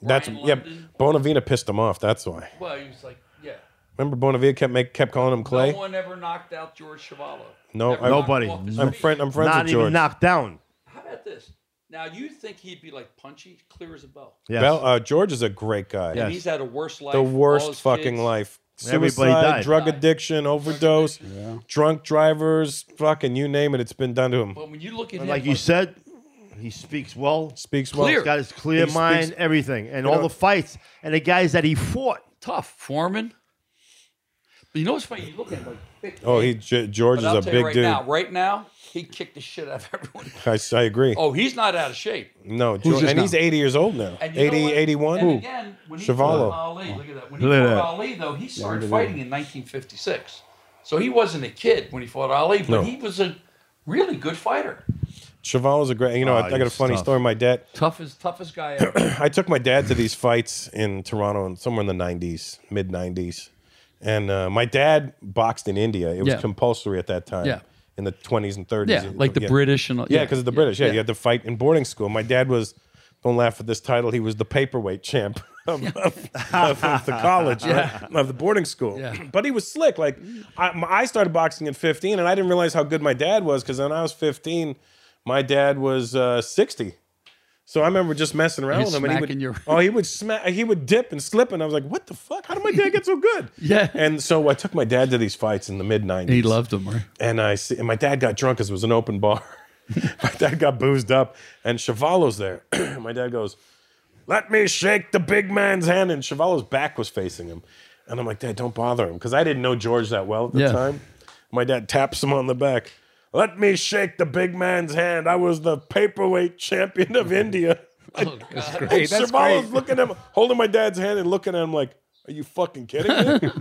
S1: That's yeah. Bonavina pissed him off. That's why.
S3: Well, he was like, yeah.
S1: Remember, Bonavina kept make, kept calling him Clay.
S3: No one ever knocked out George Chavallo.
S1: No,
S3: Never
S1: I-
S3: knocked
S1: Nobody.
S3: him off his
S1: I'm
S3: feet.
S1: friend- I'm friends
S4: Not
S1: with
S4: even
S1: George.
S4: knocked down.
S3: How about this? Now you think he'd be like punchy, clear as a bell.
S4: Yes.
S1: Bell, uh, George is a great guy.
S3: And Yes. he's had a worse life,
S1: The
S3: all his
S1: worst fucking
S3: kids-
S1: life.
S4: Everybody
S1: Suicide,
S4: died.
S1: drug addiction, overdose, drunk drivers, fucking you name it. It's been done to him.
S3: But when you look at
S4: And
S3: him,
S4: like you said, he speaks well.
S1: Speaks
S3: well.
S4: He's got his clear
S3: He
S4: mind,
S3: speaks-
S4: everything, and
S3: You
S4: all
S3: know-
S4: the fights and the guys that he fought.
S3: tough Foreman. But you know what's funny? You look at him like thick.
S1: Oh, he Ge- George
S3: But
S1: is
S3: I'll
S1: a
S3: tell
S1: big
S3: you right
S1: dude.
S3: Now, right now, he kicked the shit out of everyone.
S1: I, s- I agree.
S3: Oh, he's not out of shape.
S1: no,
S3: Who's
S1: George,
S3: this
S1: and
S3: now?
S1: he's 80 years old now.
S3: And you know
S1: 80,
S3: what?
S1: 81.
S3: And again, when he fought Ali, look at that. When he
S1: Look at that.
S3: fought Ali, though, he started
S1: look at
S3: fighting in 1956. So he wasn't a kid when he fought Ali, but
S1: No.
S3: he was a really good fighter.
S1: Cheval is a great. You know,
S3: Ah,
S1: I, I got a
S3: he's
S1: funny
S3: tough.
S1: story. My dad.
S3: toughest toughest guy ever.
S1: I took my dad to these fights in Toronto and somewhere in the 90s, mid 90s. And uh, my dad boxed in India. It was
S3: Yeah.
S1: compulsory at that time.
S3: Yeah.
S1: In the 20s and 30s.
S3: Yeah, like the British and all-
S1: Yeah,
S3: yeah,
S1: because of the
S3: yeah,
S1: British. Yeah,
S3: yeah.
S1: you had to fight in boarding school. My dad was, don't laugh at this title, he was the paperweight champ of, of- of- of the college,
S3: Yeah.
S1: right? of the boarding school.
S3: Yeah.
S1: But he was slick. Like, I, my- I started boxing at 15, and I didn't realize how good my dad was because when I was 15, my dad was uh, 60. So I remember just messing around
S3: You're
S1: with him, and he would,
S3: smacking your-
S1: oh, he would smack, he would dip and slip, and I was like, "What the fuck? How did my dad get so good?"
S3: yeah.
S1: And so I took my dad to these fights in the mid '90s.
S3: He loved them, right?
S1: And I see, and my dad got drunk because it was an open bar. my dad got boozed up, and Shavalo's there. my dad goes, "Let me shake the big man's hand," and Shavalo's back was facing him, and I'm like, "Dad, don't bother him," because I didn't know George that well at the
S3: Yeah.
S1: time. My dad taps him on the back. Let me shake the big man's hand. I was the paperweight champion of India.
S3: Oh, That's
S1: And
S3: great. That's
S1: Shavalo's
S3: great.
S1: looking at him, holding my dad's hand and looking at him like, "Are you fucking kidding me?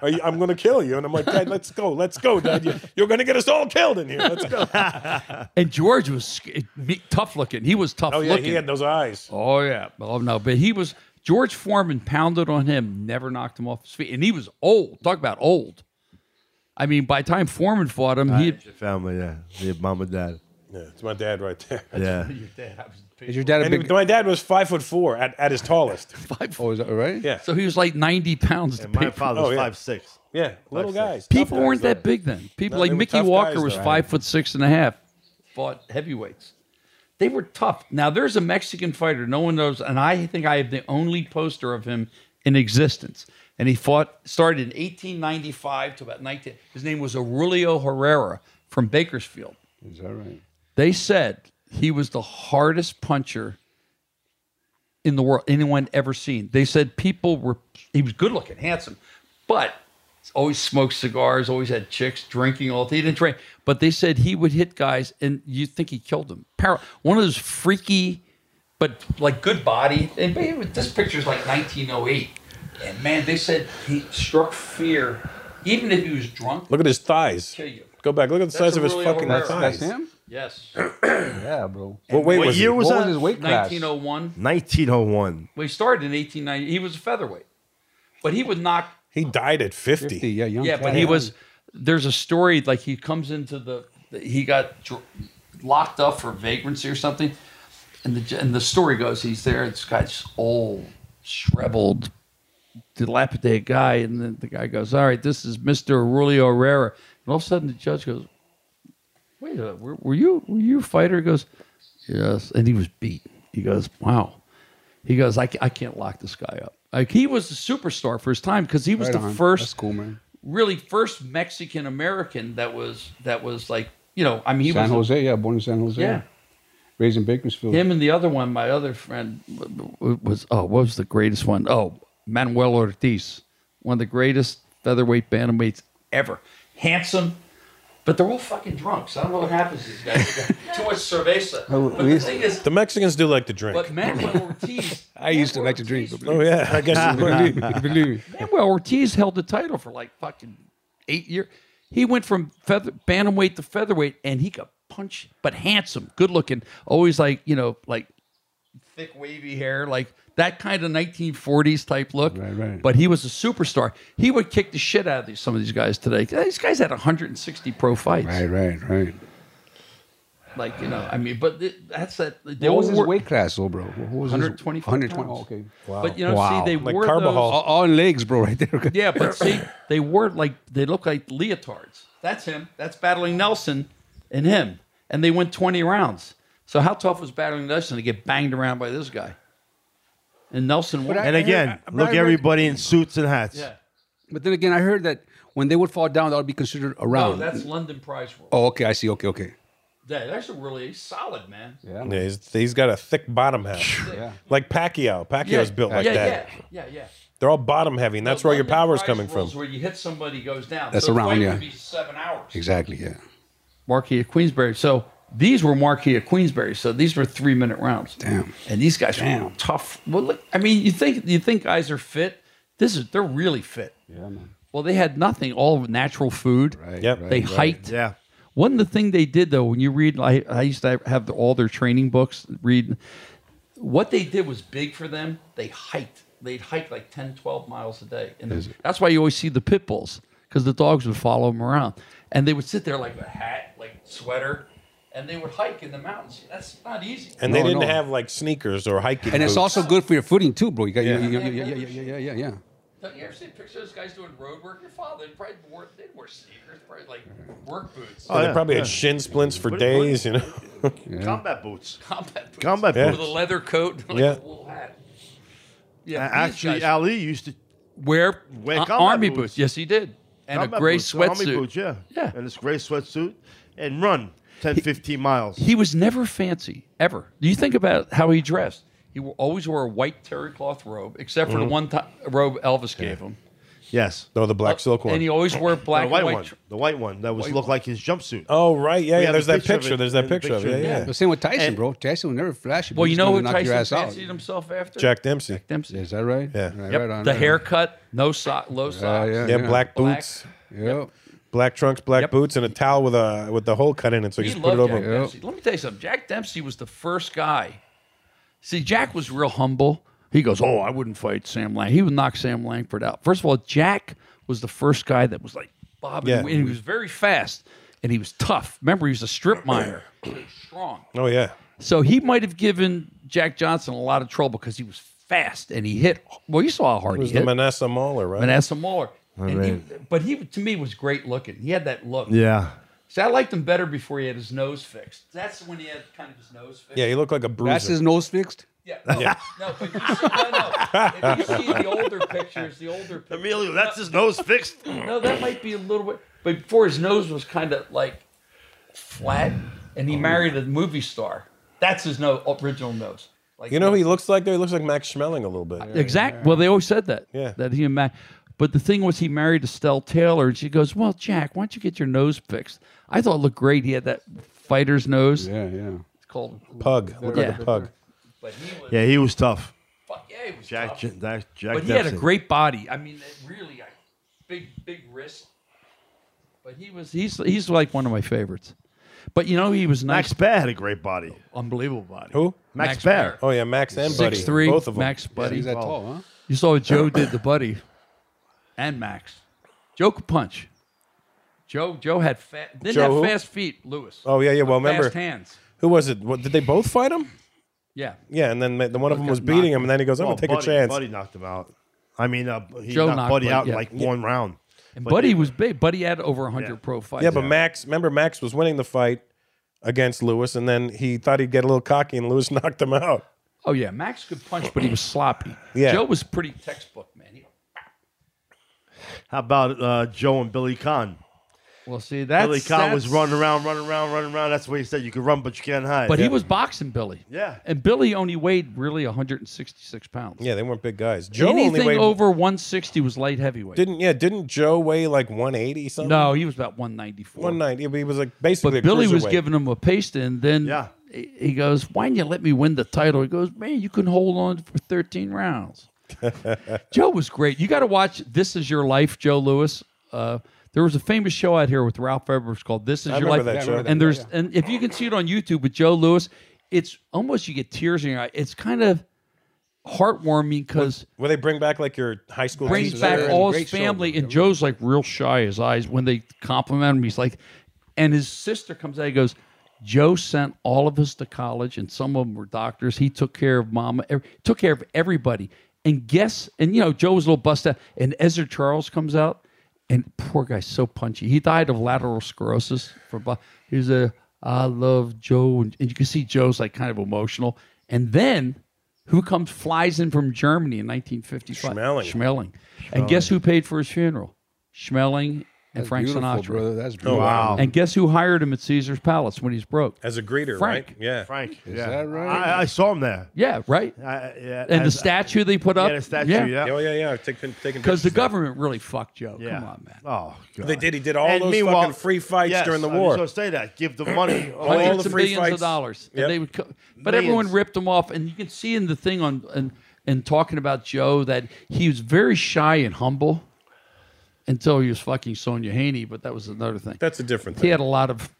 S1: Are you, I'm gonna kill you!" And I'm like, "Dad, let's go, let's go, Dad. You, you're gonna get us all killed in here. Let's go."
S3: And George was sc- me- tough looking. He was tough
S1: Oh yeah,
S3: looking.
S1: he had those eyes.
S3: Oh yeah, oh no, but he was George Foreman pounded on him, never knocked him off his feet, and he was old. Talk about old. I mean, by the time Foreman fought him, he
S1: Right.
S14: Your family, yeah. Your mom and dad.
S1: Yeah, it's my dad right there.
S14: Yeah.
S2: Is your dad a
S1: And he-
S2: big-
S1: my dad was five foot four at, at his tallest.
S3: five.
S2: Oh, is that right?
S1: Yeah.
S3: so he was like ninety pounds. to pay
S4: My
S3: for-
S4: father's five six.
S1: Oh, Yeah, little guys.
S3: People
S1: Tough guys
S3: weren't that
S1: there.
S3: big then. People
S1: No,
S3: like
S1: they were
S3: Mickey
S1: tough
S3: Walker
S1: guys
S3: was
S1: though.
S3: five foot six and a half, fought heavyweights. They were tough. Now there's a Mexican fighter no one knows, and I think I have the only poster of him in existence. And he fought started in 1895 to about 19. His name was Aurelio Herrera from Bakersfield.
S2: Is that right?
S3: They said he was the hardest puncher in the world anyone ever seen. They said people were he was good looking, handsome, but always smoked cigars, always had chicks drinking all he didn't drink. But they said he would hit guys and you think he killed them. Par- one of those freaky but like good body. And babe, this picture's like 1908. And man, they said he struck fear even if he was drunk.
S1: Look at his thighs.
S3: Kill you.
S1: Go back. Look at the
S3: That's
S1: size of his
S3: Aurelio
S1: fucking
S3: Herrera.
S1: thighs.
S3: Yes.
S2: yeah, bro.
S1: What weight was he?
S3: What
S4: that?
S3: his weight class? 1901.
S4: 1901.
S3: Well, he started in 1890. He was a featherweight, but he would knock.
S1: He died at 50.
S2: yeah, young.
S3: yeah, but he was. There's a story like he comes into the. He got dr- locked up for vagrancy or something, and the and the story goes he's there. This guy's old, shriveled, dilapidated guy, and then the guy goes, "All right, this is Mister Aurelio Herrera," and all of a sudden the judge goes, "Wait a minute, Uh, were, were you were you a fighter?" He goes, "Yes," and he was beat. He goes, "Wow," he goes, "I, ca- I can't lock this guy up." Like he was a superstar for his time because he was
S2: Right
S3: the
S2: on.
S3: first
S2: That's cool, man.
S3: really first Mexican American that was that was like you know I mean he
S2: San
S3: was
S2: Jose, yeah, born in San Jose.
S3: Yeah.
S2: Raised in Bakersfield.
S3: him and the other one my other friend w- w- was oh what was the greatest one oh Manuel Ortiz one of the greatest featherweight bantamweights ever handsome but they're all fucking drunks I don't know what happens to these guys too much cerveza but the thing is
S1: the Mexicans do like to drink.
S3: but Manuel Ortiz
S2: I used to like to drink.
S1: Oh yeah, I guess you
S2: believe,
S1: believe-
S2: me,
S1: you
S2: believe me.
S3: Manuel Ortiz held the title for like fucking eight years. He went from feather, bantamweight to featherweight, and he got punched, but handsome, good looking, always like you know, like thick wavy hair, like that kind of 1940s type look. Right, right. But he was a superstar. He would kick the shit out of these, some of these guys today. These guys had 160 pro fights.
S2: Right, right, right.
S3: Like you know, I mean, but th- that's that. they
S2: What was
S3: all
S2: his
S3: wore-
S2: weight class, though, bro? What was his-
S3: 125
S2: 120.
S3: pounds.
S2: Okay.
S3: But, you know, see, they Like wore
S2: all,
S3: Carbajal. those-
S2: all in legs, bro, right there.
S3: Yeah, but see, they were like they look like leotards. That's him. That's battling Nelson and him. And they went 20 rounds. So how tough was battling Nelson to get banged around by this guy? And Nelson won.
S4: and again, look everybody in suits and hats.
S3: Yeah.
S2: But then again, I heard that when they would fall down, that would be considered a
S3: No,
S2: round.
S3: that's London Prize World.
S2: oh, okay. I see. Okay, okay.
S3: Yeah, that's a really solid man.
S1: Yeah, he's, he's got a thick bottom half.
S3: Yeah.
S1: Like Pacquiao. Pacquiao's built like
S3: yeah,
S1: that.
S3: Yeah, yeah, yeah.
S1: They're all bottom heavy, and that's where your power's coming from.
S3: Rules Where you hit somebody goes down.
S2: That's
S3: so
S2: a
S3: the
S2: round,
S3: fight
S2: yeah.
S3: Would be seven hours.
S2: Exactly. Yeah.
S3: Marquis of Queensberry. So these were Marquis of Queensberry. So these were three minute rounds. Damn. And these guys are tough. Well, look, I mean, you think you think guys are fit? This is they're really fit. Yeah, man. Well, they had nothing, all natural food. Right.
S1: Yep.
S3: They
S1: right, right.
S3: hiked.
S4: Yeah.
S3: One the thing they did though, when you read, I, I used to have all their training books. Read what they did was big for them. They hiked. They'd hike like 10, 12 miles a day,
S2: Is
S3: and
S2: it?
S3: that's why you always see the pit bulls because the dogs would follow them around, and they would sit there like a hat, like sweater, and they would hike in the mountains. That's not easy.
S1: And they didn't have like sneakers or hiking.
S2: And it's
S1: boots.
S2: also good for your footing too, bro. You got
S1: Yeah.
S2: yeah. yeah, yeah, yeah, yeah, yeah, yeah.
S3: Don't you ever see pictures of those guys doing road work? Your father they probably wore they wore sneakers, probably like work boots.
S1: And Oh, they probably had shin splints for
S3: What-
S1: days,
S3: what-
S1: you know.
S4: Combat boots.
S3: Combat boots.
S4: Combat
S1: Yeah.
S4: boots.
S3: With a leather coat, like
S1: Yeah.
S3: a wool hat.
S4: A-
S3: Yeah, these
S4: Actually,
S3: guys
S4: Ali used to
S3: wear,
S4: wear
S3: a-
S4: combat
S3: army boots. Yes, he did. And a
S4: Combat
S3: gray
S4: boots, army
S3: sweatsuit.
S4: boots, yeah. yeah. And this gray sweatsuit and run 10, 15 miles.
S3: He was never fancy ever. Do you think about how he dressed? He wo- always wore a white terry cloth robe, except for the
S1: Mm-hmm.
S4: Mhm.
S3: one to- robe Elvis gave him.
S4: Yes.
S1: No, the black silk
S3: Uh, and he always wore black
S4: the
S3: and
S4: white,
S3: white
S4: one.
S3: tr-
S4: the white one that was
S3: White
S4: looked like his jumpsuit.
S1: Oh right,
S4: We
S1: yeah.
S4: have
S1: There's
S4: the
S1: that
S4: of
S1: picture.
S4: it
S1: There's
S4: in
S1: that
S4: the
S1: picture of it. Yeah, yeah.
S2: The same with Tyson, bro. Tyson was never flashy. but
S3: Well,
S2: he
S3: you
S2: was
S3: know
S2: gonna
S3: who
S2: knock
S3: Tyson
S2: your ass out.
S3: fancied himself after?
S1: Jack Dempsey. Jack
S3: Dempsey.
S2: Is that right? Yeah. Right,
S3: Yep.
S2: right on,
S3: the
S2: right on.
S3: haircut, no sock, low socks.
S1: yeah, black boots.
S2: Yep.
S1: Black trunks, black boots, and a towel with a with the hole cut in it, so you
S3: He
S1: just put it
S3: loved Jack
S1: over. him.
S3: Dempsey. Let me tell you something. Jack Dempsey was the first guy. See, Jack was real humble. He goes, "Oh, I wouldn't fight Sam Lang. He would knock Sam Langford out." First of all, Jack was the first guy that was like Bob,
S1: Yeah.
S3: and he was very fast and he was tough. Remember, he was a strip miner. strong.
S1: Oh yeah.
S3: So he might have given Jack Johnson a lot of trouble because he was fast and he hit. Well, you saw how hard
S1: It was
S3: he
S1: the
S3: hit.
S1: Manassa Mauler, right?
S3: Manassa Mauler.
S1: I
S3: And he-
S1: mean-
S3: but he, to me, was great looking. He had that look.
S1: Yeah.
S3: See, I liked him better before he had his nose fixed. That's when he had kind of his nose fixed.
S1: Yeah, he looked like a bruiser.
S2: That's his nose fixed.
S3: Yeah. No,
S2: Yeah.
S3: no, but you see, no, no. If you see the older pictures, the older pictures.
S4: Emilio, that's his nose fixed.
S3: No, that might be a little bit. But before his nose was kind of like flat, and
S1: Oh.
S3: he married a movie star. That's his no, original nose. Like
S1: you know who he looks like? There, he looks like Max Schmeling a little bit.
S3: Exact. Well, they always said that.
S1: Yeah.
S3: That he and Mac. But the thing was, he married Estelle Taylor, and she goes, "Well, Jack, why don't you get your nose fixed?" I thought it looked great. He had that fighter's nose.
S2: Yeah, yeah.
S3: It's called
S1: Pug. Look like a pug.
S4: Yeah, he was tough.
S3: Fuck yeah, he was
S4: Jack,
S3: tough.
S4: J- that- Jack
S3: but he had a
S4: Dempsey.
S3: great body. I mean, that really, I, big big wrist. But he was he's he's like one of my favorites. But you know, he was nice.
S4: Max Baer had a great body.
S3: Unbelievable body.
S1: Who?
S4: Max, Baer.
S1: Oh yeah, Max and Buddy.
S3: Six three.
S1: Both of them.
S3: Max Buddy.
S2: he's that tall, huh?
S3: You saw what Joe did to Buddy, and Max. Joe could punch. Joe Joe had fa- didn't
S1: Joe
S3: have
S1: who?
S3: fast feet. Lewis.
S1: Oh yeah, yeah. Well,
S3: Fast
S1: remember
S3: hands.
S1: Who was it? What, did they both fight him?
S3: Yeah.
S1: Yeah, and then ma- the one of them
S4: Got
S1: was beating
S4: knocked.
S1: him, and then he goes, "I'm
S4: Well,
S1: gonna take
S4: Buddy-
S1: a chance."
S4: Buddy knocked him out. I mean, uh, he
S1: Joe
S4: knocked
S1: knocked
S4: Buddy
S1: Buddy,
S4: out in
S1: yeah.
S4: like
S1: Yeah.
S4: one round.
S3: And
S4: But
S3: Buddy
S4: he-
S3: was big. Buddy had over 100 pro fights.
S1: Yeah, but Max, remember Max was winning the fight against Lewis, and then he thought he'd get a little cocky, and Lewis knocked him out.
S3: Oh yeah, Max could punch, but he was sloppy.
S1: Yeah.
S3: Joe was pretty textbook man. He-
S4: How about uh, Joe and Billy Kahn?
S3: Well, see, that's-
S4: Billy Kahn was
S3: that's-
S4: running around, running around, running around. That's what he said. You can run, but you can't hide.
S3: But he was boxing Billy.
S4: Yeah.
S3: And Billy only weighed really 166 pounds.
S1: Yeah, they weren't big guys. Joe only
S3: Anything
S1: weighed-
S3: over 160 was light heavyweight.
S1: Didn't yeah? Didn't Joe weigh like 180 something?
S3: No, he was about 194.
S1: 190. but He was like basically.
S3: But Billy was
S1: cruiserweight.
S3: giving him a paste, and then he he goes, "Why didn't you let me win the title?" He goes, "Man, you can hold on for 13 rounds." Joe was great. You got to watch "This Is Your Life," Joe Lewis. Uh, there was a famous show out here with Ralph Evers called "This Is
S1: I
S3: Your Life,"
S1: remember that Yeah, I show. remember that,
S3: and there's
S1: yeah,
S3: and if you can see it on YouTube with Joe Lewis, it's almost you get tears in your eye. It's kind of heartwarming because
S1: Where they bring back like your high school.
S3: brings
S1: teacher
S3: back
S1: and-
S3: all his family, and Joe's like real shy. His eyes when they compliment him, he's like, and his sister comes out. He goes, Joe sent all of us to college, and some of them were doctors. He took care of mama, ev- took care of everybody. And guess, and you know, Joe was a little bust out. And Ezra Charles comes out, and poor guy's so punchy. He died of lateral sclerosis from. bu- He was a I love Joe, and you can see Joe's like kind of emotional. And then who comes flies in from Germany in 1955?
S1: Schmeling.
S3: Schmeling. And guess who paid for his funeral? Schmeling and
S2: That's
S3: Frank
S2: beautiful,
S3: Sinatra.
S2: brother. That's beautiful. Wow.
S3: And guess who hired him at Caesar's Palace when he's broke?
S1: As a greeter,
S3: Frank.
S1: right? Yeah.
S4: Frank.
S1: Is
S4: yeah.
S1: that right?
S4: I, I saw him there.
S3: Yeah, right.
S4: yeah,
S3: and the
S4: as-
S3: statue they put
S4: Yeah,
S3: up.
S4: the statue, yeah.
S1: Oh yeah, yeah. Taking taking
S3: Because the
S1: pictures.
S3: government really fucked Joe.
S4: Yeah.
S3: Come on, man.
S4: Oh, God.
S1: They did. He did all
S4: And
S1: those
S4: meanwhile-
S1: fucking free fights
S4: Yes,
S1: during the
S4: I was
S1: war.
S4: gonna say that. Give the money away.
S3: Hundreds of millions of dollars. And
S1: Yep.
S3: they would co- but
S4: Millions.
S3: everyone ripped him off. And you can see in the thing on and and talking about Joe that he was very shy and humble. until he was fucking Sonia Haney, but that was another thing.
S1: That's a different
S3: He had a lot of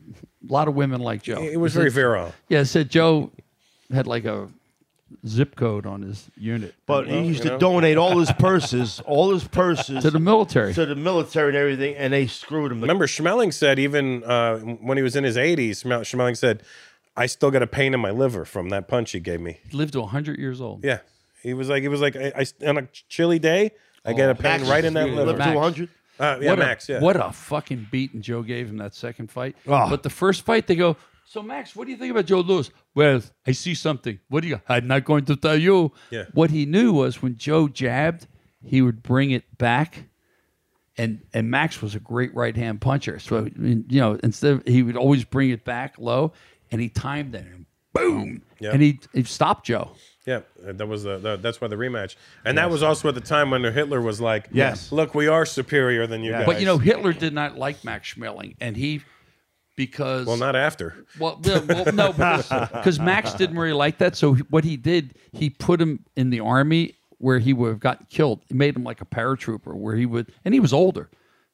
S3: a lot of women like Joe.
S1: It was very virile.
S3: Yeah, it said Joe had like a zip code on his unit.
S4: But he used to donate all his purses, all his purses
S3: To the military.
S4: to the military and everything, and they screwed him.
S1: Remember, Schmeling said even uh, when he was in his 80s, Schmel- Schmeling said, I still got a pain in my liver from that punch he gave me.
S3: He lived to 100 years old.
S1: Yeah. He was like, he was like, I, I- on a chilly day, I got
S3: Oh,
S1: a pain
S3: Max
S1: right
S3: is
S1: in that
S3: really
S1: liver.
S3: good. Max.
S1: Uh, yeah,
S3: what
S1: Max,
S3: A,
S1: yeah.
S3: What a fucking beating Joe gave him that second fight. But the first fight, they go, So, Max, what do you think about Joe Lewis? Well, I see something. What do you? I'm not going to tell you.
S1: Yeah.
S3: What he knew was when Joe jabbed, he would bring it back, and and Max was a great right hand puncher. So I mean, you know, instead of, he would always bring it back low, and he timed it, and boom,
S1: Yeah.
S3: and he he stopped Joe.
S1: Yeah, uh, that was the, the that's why the rematch, and that was also at the time when Hitler was like,
S3: Yes.
S1: look, we are superior than you guys."
S3: But you know, Hitler did not like Max Schmeling, and he because
S1: well, not after.
S3: Well, yeah, well no, because Max didn't really like that. So he- what he did, he put him in the army where he would have gotten killed. He made him like a paratrooper, where he would, and he was older,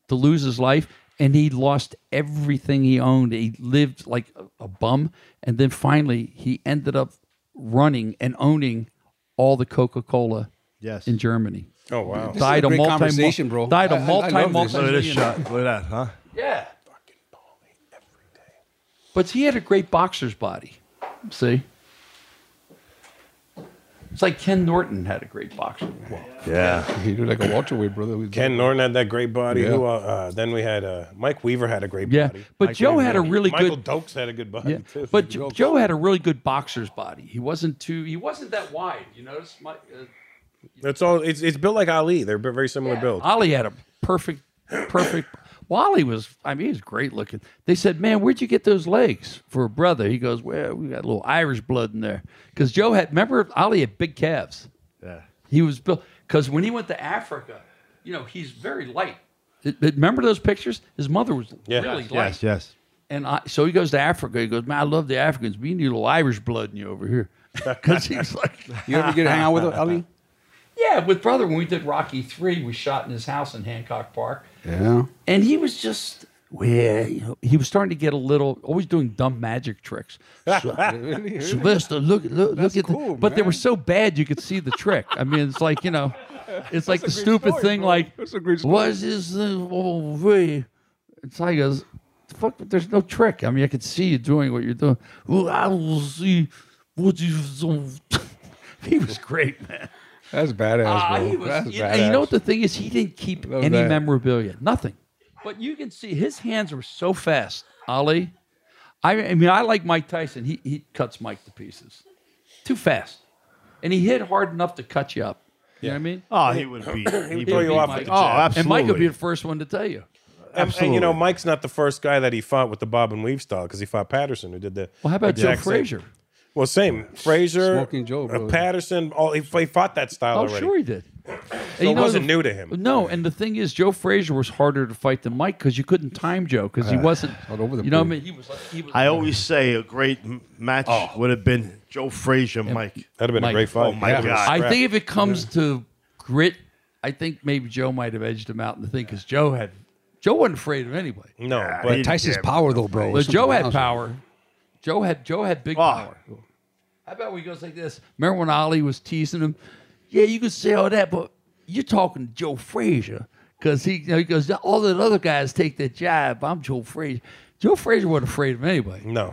S3: to lose his life, and he lost everything he owned. He lived like a, a bum, and then finally he ended up running and owning all the Coca Cola.
S4: Yes.
S3: in Germany.
S1: Oh wow!
S4: This is
S3: Died
S4: a
S3: a,
S4: great
S3: multi
S4: conversation, bro.
S3: Died
S4: I-
S3: a
S4: I- I love
S3: multi
S4: this.
S3: multi.
S4: Look at this shot. Look at that, huh?
S3: Yeah. But he had a great boxer's body. See? It's like Ken Norton had a great boxer.
S1: Yeah,
S2: he looked like a welterweight brother.
S1: Ken Norton had that great body.
S2: Yeah.
S1: Who, uh, uh, then we had uh, Mike Weaver had a great
S3: Yeah,
S1: body.
S3: but Joe had a really
S1: Michael
S3: good-
S1: Dokes had a good body
S3: Yeah.
S1: too.
S3: But Jo- Joe had a really good boxer's body. He wasn't too. He wasn't that wide. You notice? My, uh,
S1: it's all it's, it's built like Ali. They're very similar build.
S3: Ollie had a perfect, perfect. Wally was. I mean, he was great looking. They said, "Man, where'd you get those legs for a brother?" He goes, "Well, we got a little Irish blood in there." Because Joe had. Remember, Ollie had big calves.
S4: Yeah.
S3: He was built because when he went to Africa, you know, he's very light. It- it- remember those pictures? His mother was really light.
S4: yes, yes.
S3: And I, so he goes to Africa. He goes, man, I love the Africans. We need a little Irish blood in you over here. Because he's like,
S2: You ever get to hang out with Ali?
S3: Yeah, with brother. When we did Rocky Three, we shot in his house in Hancock Park,
S2: Yeah.
S3: and he was just. Well, you know, he was starting to get a little, always doing dumb magic tricks. So- Sylvester, look, look, look at the, but they were so bad you could see the trick. I mean, it's like you know, it's like the
S2: That's a great
S3: stupid
S2: story,
S3: thing.
S2: bro.
S3: Like,
S2: That's a great story.
S3: what is this? uh, Oh, wait. It's like a fuck. But there's no trick. I mean, I could see you doing what you're doing. Well, I will see what you. he was great, man.
S2: That's badass,
S3: Ah,
S2: bro.
S3: he was-
S2: That's
S3: you-
S2: badass.
S3: and you know what the thing is? He didn't keep
S2: Love
S3: any
S2: that.
S3: memorabilia. Nothing. But you can see his hands were so fast, Ali. I, I mean, I like Mike Tyson. He he cuts Mike to pieces, too fast, and he hit hard enough to cut you up. You know what I mean?
S4: Oh, he would be-
S1: he would throw you off with the
S3: Mike.
S1: jab. Oh,
S3: And Mike would
S1: absolutely.
S3: be the first one to tell you.
S1: And, and, you know, Mike's not the first guy that he fought with the Bob and Weave style because he fought Patterson, who did the.
S3: Well, how about Joe
S1: exact same-
S3: Frazier?
S1: Well, same Frazier,
S3: Smoking Joe,
S1: uh,
S3: bro.
S1: Patterson. All he, he fought that style.
S3: Oh,
S1: already.
S3: sure he did.
S1: So it wasn't new to him.
S3: No, and the thing is, Joe Frazier was harder to fight than Mike because you couldn't time Joe because he
S4: Uh,
S3: wasn't.
S4: all over the
S3: you know what I
S4: place.
S3: mean? He was. Like, he was
S4: I always say a great m- match would have been Joe Frazier, Mike.
S1: Oh. That'd have been
S3: Mike.
S4: Oh my god!
S3: I think if it comes to grit, I think maybe Joe might have edged him out in the thing because Joe had Joe wasn't afraid of anybody.
S1: No,
S2: but he- Tyson's yeah, power, though, bro,
S3: But
S2: was
S3: Joe
S2: something
S3: had
S2: else.
S3: power. Joe had Joe had big power. How about we goes like this? Remember when Ollie was teasing him? Yeah, you can say all that, but you're talking to Joe Frazier because he, you know, he goes, all the other guys take that job. I'm Joe Frazier. Joe Frazier wasn't afraid of anybody.
S1: No.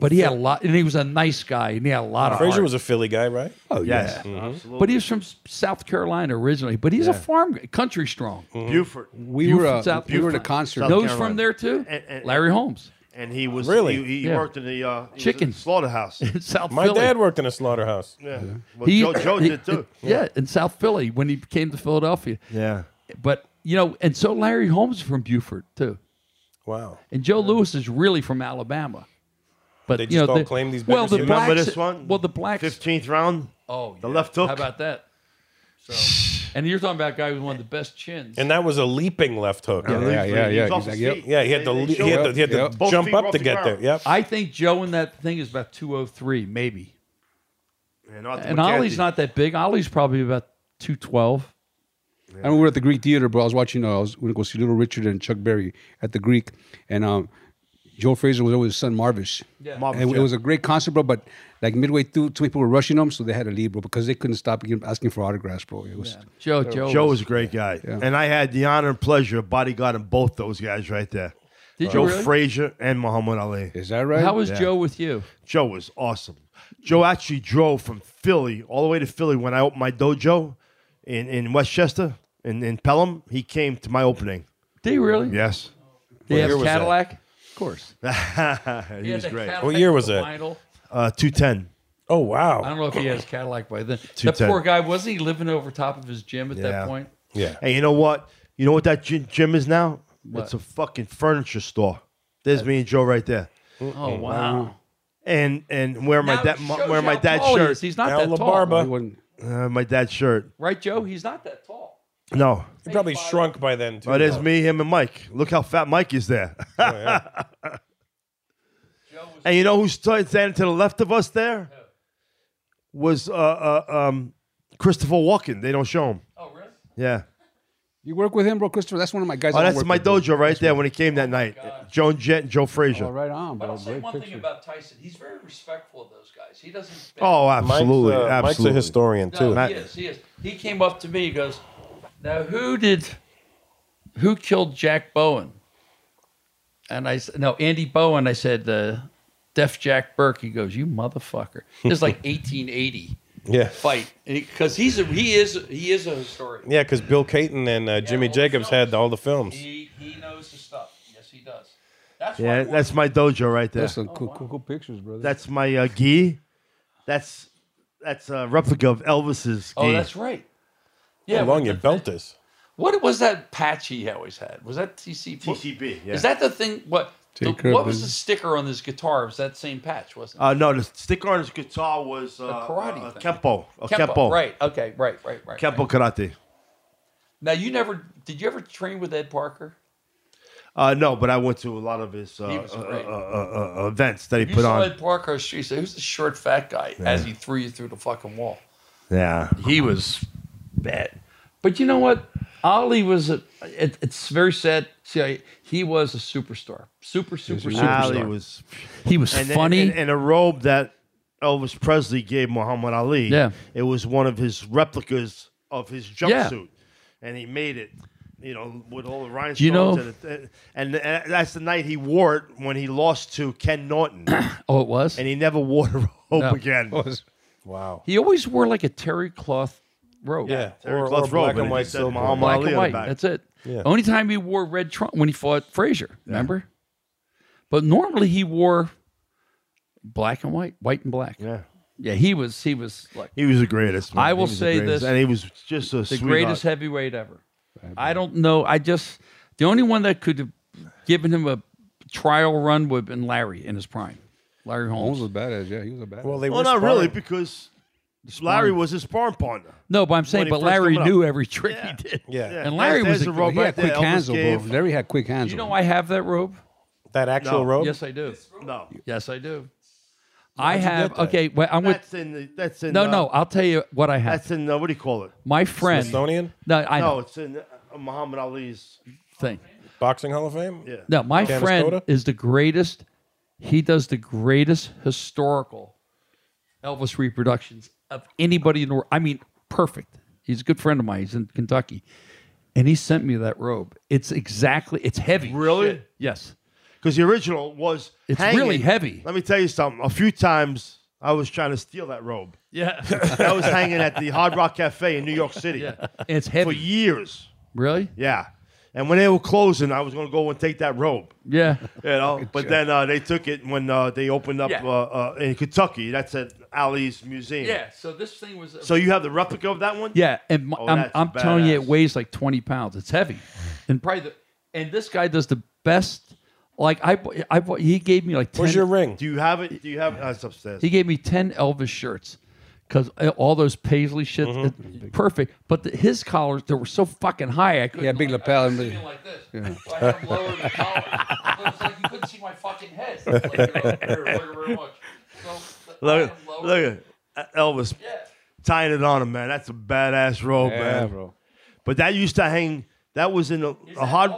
S3: But he had a lot, and he was a nice guy, and he had a lot of
S1: Frazier
S3: heart.
S1: was a Philly guy, right?
S3: Oh
S1: Yes.
S3: yeah,
S1: Mhm. Absolutely.
S3: but he was from S- South Carolina originally. But he's a
S2: Yeah.
S3: farm guy, country strong.
S1: Mm-hmm.
S4: Buford.
S2: We
S3: Buford,
S2: were, uh,
S3: South
S2: we were at a
S3: Carolina.
S2: concert.
S3: Those from there too. Larry Holmes.
S4: And he was
S3: Really?
S4: He, he
S3: Yeah.
S4: worked in the uh, he was
S3: Chicken.
S4: in the slaughterhouse
S3: in South
S1: My
S3: Philly.
S1: dad worked in a slaughterhouse.
S4: Yeah. Well,
S3: He-
S4: Joe, Joe
S3: he-
S4: did too.
S3: Yeah, in South Philly when he came to Philadelphia.
S4: Yeah.
S3: But you know, and so Larry Holmes is from Buford too.
S1: Wow.
S3: And Joe Lewis is really from Alabama. But
S1: They
S3: you
S1: just
S3: know,
S1: all
S3: the-
S1: claim these
S3: well,
S1: better
S3: the
S1: teams.
S3: blacks,
S1: Remember this one?
S3: Well, the blacks.
S4: Fifteenth round.
S3: Oh,
S4: the left hook.
S3: How about that? So, and you're talking about a guy with one of the best chins.
S1: And that was a leaping left hook.
S3: Yeah, Yeah, yeah, yeah, He's off his exactly. feet.
S1: Yeah, he had to,
S3: They-
S1: le-
S3: they
S1: he had
S3: show
S1: to, he had to
S3: up.
S1: jump
S3: Yep. Both feet
S1: up
S3: off
S1: to
S3: the
S1: get there.
S3: ground.
S1: Yep.
S3: I think Joe in that thing is about 203, maybe.
S4: And, Arthur
S3: And
S4: McKenzie.
S3: Ollie's not that big. Ollie's probably about 212.
S2: I remember we were at the Greek theater, bro. I was watching. Uh, I was going to go see Little Richard and Chuck Berry at the Greek, and um, Joe Fraser was always his son Marvis.
S4: Yeah.
S2: Marvis
S4: Marvis,
S2: it,
S4: yeah.
S2: was a great concert, bro. But like midway through, two people were rushing them, so they had to leave, bro, because they couldn't stop you know, asking for autographs, bro. It was
S3: Joe,
S2: Joe
S4: Joe
S2: was-
S4: was a great guy, and I had the honor and pleasure of bodyguarding both those guys right there.
S3: Did you
S4: Joe
S3: really?
S4: Frazier and Muhammad Ali.
S2: Is that
S3: right? How was Joe with you?
S4: Joe was awesome. Joe actually drove from Philly all the way to Philly when I opened my dojo in, in Westchester in, in Pelham. He came to my opening.
S3: Did he really?
S4: Yes.
S3: Did he
S4: What year
S3: have a
S4: was that?
S3: Cadillac? Of course.
S4: he was
S3: that
S4: great.
S3: Cadillac What year was with the it? vinyl.
S4: Uh, 210. Oh, wow.
S3: I don't know if he has Cadillac by then.
S4: Two
S3: That
S4: ten.
S3: poor guy wasn't he living over top of his gym at that point?
S4: Yeah. Hey, you know what? You know what that gy- gym is now?
S3: What?
S4: It's a fucking furniture store. There's me and Joe right there.
S3: Oh wow.
S4: And and wear my
S3: Now
S4: dad
S3: it
S4: my-
S3: shows
S4: wear my
S3: how
S4: dad's
S3: tall he
S4: shirt.
S3: is. He's not Now that La tall. Barba. He
S4: Uh, my dad's shirt.
S3: Right, Joe? He's not that tall.
S4: No.
S1: He probably shrunk by then too.
S4: But it's
S1: though.
S4: me, him, and Mike. Look how fat Mike is there. and you know who's sta- standing to the left of us there? Was uh, uh, um, Christopher Walken. They don't show him. Oh, really? Yeah.
S2: You work with him, bro, Christopher. That's one of my guys.
S4: Oh,
S2: I
S4: that's
S2: work
S4: my
S2: with, bro.
S4: dojo right there when he came
S3: Oh
S4: that night. Joan Jett and Joe Frazier.
S2: Oh, right on,
S3: But
S2: bro.
S3: I'll say
S2: Great
S3: one
S2: picture.
S3: thing about Tyson. He's very respectful of those guys. He doesn't.
S4: Oh, absolutely,
S1: Mike's, uh, Mike's
S4: absolutely.
S1: a historian too.
S3: No, he is. He is. He came up to me. He goes, "Now who did, who killed Jack Bowen?" And I said, "No, Andy Bowen." I said, uh, "Def Jack Burke." He goes, "You motherfucker!" It's like 1880
S1: yeah,
S3: fight because he's a, he is he is a historian.
S1: yeah, because Bill Caton and uh, Jimmy Jacobs had all the films.
S3: He he knows the stuff. Yes, he does. That's
S4: Yeah,
S3: why
S4: that's my dojo right there.
S2: That's some cool, cool, cool pictures, brother.
S4: That's my uh, gi. That's that's
S2: uh,
S4: a replica of Elvis's.
S3: Oh,
S4: gi.
S3: that's right.
S1: How long
S3: but
S1: your
S3: the-
S1: belt is?
S3: What was that patch he always had? Was that TCB? TCB.
S4: yeah.
S3: Is that the thing? What? The,
S4: Take care,
S3: what was
S4: baby.
S3: the sticker on this guitar? It Was that same patch? Wasn't it?
S4: Uh, no, the sticker on his guitar was uh,
S3: karate
S4: uh,
S3: thing.
S4: kempo, a
S3: Kempo,
S4: kempo,
S3: Right. Okay. Right. Right. Right.
S4: kempo
S3: right.
S4: karate.
S3: Now you never did you ever train with Ed Parker?
S4: Uh, no, but I went to a lot of his uh,
S3: He was
S4: uh,
S3: great.
S4: uh, uh, uh, events that he
S3: you
S4: put
S3: saw
S4: on.
S3: Ed Parker on the street. you said, Who's the short fat guy? As he threw you through the fucking wall.
S4: Yeah,
S3: he was bad. But you know what? Ali was a. It, it's very sad. See, I, he was a superstar. Super, super, superstar.
S4: Ali was
S3: He was
S4: and,
S3: funny.
S4: and, and a robe that Elvis Presley gave Muhammad Ali.
S3: Yeah.
S4: it was one of his replicas of his
S3: Yeah.
S4: jumpsuit, and he made it. You know, with all the rhinestones.
S3: Do you know-
S4: and, it- and, and that's the night he wore it when he lost to Ken Norton,
S3: oh, it was.
S4: and he never wore the robe
S3: No.
S4: again.
S1: Wow.
S3: He always wore like a terry cloth robe.
S1: Yeah, terry Or- cloth or robe, black and and it white said silk. Muhammad
S3: Black
S1: Ali
S3: and
S1: on the
S3: white.
S1: back.
S3: That's it. Oh,
S1: Yeah.
S3: Only time he wore red trunk when he fought Frazier. Remember? But normally he wore black and white, white and black.
S4: Yeah.
S3: Yeah, he was. He was like.
S4: He was the greatest. man.
S3: I
S4: He
S3: will
S4: was the
S3: say
S4: greatest.
S3: this,
S4: and he was just a
S3: the
S4: sweetheart.
S3: greatest heavyweight ever. I don't know. I just the only one that could have given him a trial run would have been Larry in his prime. Larry Holmes
S2: was a badass. Yeah, he was a badass.
S1: Well,
S4: Well, not really, because Larry was his sparring partner.
S3: No, but I'm saying,
S4: he
S3: but
S4: first
S3: Larry
S4: came up.
S3: knew every trick he did. and Larry
S4: There's-
S3: was
S4: there's
S3: a,
S4: a robe
S3: he had
S4: right
S3: quick
S4: there Elvis
S3: hands.
S2: Hands, though, bro.
S4: gave-
S2: Larry had quick hands.
S3: You
S2: though.
S3: know, I have that robe.
S1: That actual
S3: No.
S1: robe?
S3: Yes, I do.
S4: No.
S3: Yes, I do.
S4: How'd
S3: I
S4: you
S3: have.
S4: get that?
S3: Okay, well, I'm with.
S4: That's in the- that's in,
S3: no,
S4: uh,
S3: no. I'll tell you what I have.
S4: That's in uh, what do you call it?
S3: My friend.
S1: Smithsonian?
S3: No, I
S4: no,
S3: know.
S4: it's in uh, Muhammad Ali's.
S3: Thing.
S1: Boxing Hall of Fame?
S4: Yeah.
S3: No, my friend
S1: Canastota?
S3: is the greatest. He does the greatest historical Elvis reproductions of anybody in the world. I mean, perfect. He's a good friend of mine. He's in Kentucky, and he sent me that robe. It's exactly. It's heavy.
S4: Really?
S3: shit. Yes.
S4: Because the original was.
S3: It's
S4: hanging.
S3: really heavy.
S4: Let me tell you something. A few times I was trying to steal that robe.
S3: Yeah.
S4: that was hanging at the Hard Rock Cafe in New York City.
S3: It's heavy.
S4: For years.
S3: Really?
S4: Yeah. And when they were closing, I was going to go and take that robe.
S3: Yeah.
S4: You know, but then uh, they took it when uh, they opened up
S3: Yeah.
S4: uh, uh, in Kentucky. That's at Ali's museum.
S3: Yeah. So this thing was.
S4: So you have the replica of that one?
S3: Yeah, and my,
S4: Oh,
S3: I'm,
S4: that's
S3: I'm telling you,
S4: badass.
S3: it weighs like 20 pounds. It's heavy, and probably the, and this guy does the best. Like I, bought- I bought- he gave me like 10,
S4: Where's your ring? Do you have it? Do you have it? Uh, it's upstairs.
S3: He gave me 10 Elvis shirts because all those paisley shit,
S4: Mm-hmm.
S3: it- perfect. But the, his collars, they were so fucking high. I couldn't,
S2: Yeah, big lapel. and big-
S3: Yeah.
S2: Yeah.
S3: I had to lower the collar. It was like you couldn't see my fucking head. Like, you know, very, very, very much. So,
S4: Look, uh, look at Elvis tying it on him, man. That's a badass robe,
S2: Yeah,
S4: man.
S2: bro.
S4: But that used to hang. That was in a, a hard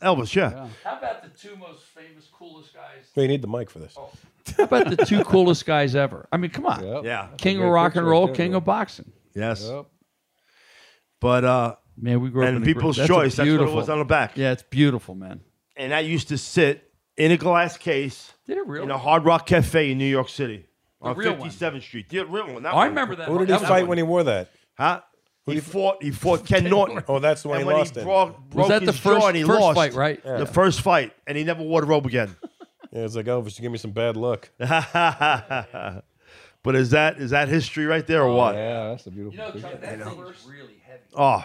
S4: Elvis. yeah.
S3: How about the two most famous, coolest guys?
S1: Well, you need the mic for this.
S3: How about the two coolest guys ever? I mean, come on.
S4: Yeah.
S3: King of rock and roll, king of boxing.
S4: Yes. But uh,
S3: man, we grew up
S4: and
S3: in a gr-
S4: People's
S3: that's a
S4: Choice. That's what it
S3: beautiful-
S4: was on the back.
S3: Yeah, it's beautiful, man.
S4: And that used to sit in a glass case in a Hard Rock Cafe in New York City
S1: The
S4: on
S1: real one.
S4: 57th Street. The real one. that
S1: Oh, I
S4: one.
S1: remember that Who one. did he That was fight that one. when he wore that?
S4: Huh? He, fought. He fought Ken Norton.
S1: Oh, that's the one
S4: and
S1: he
S4: when
S1: lost
S4: He
S1: in.
S4: broke,
S1: Was
S4: broke
S1: that the
S4: his jaw
S1: first-
S4: and he
S1: first
S4: lost.
S1: fight, right? Yeah.
S4: The first fight, and he never wore the robe again.
S1: Yeah, it's like Elvis. You give me some bad luck.
S4: but is that is that history right there or what?
S1: Oh, Yeah, that's a beautiful.
S3: You know, Chuck, that thing is really heavy.
S4: Oh,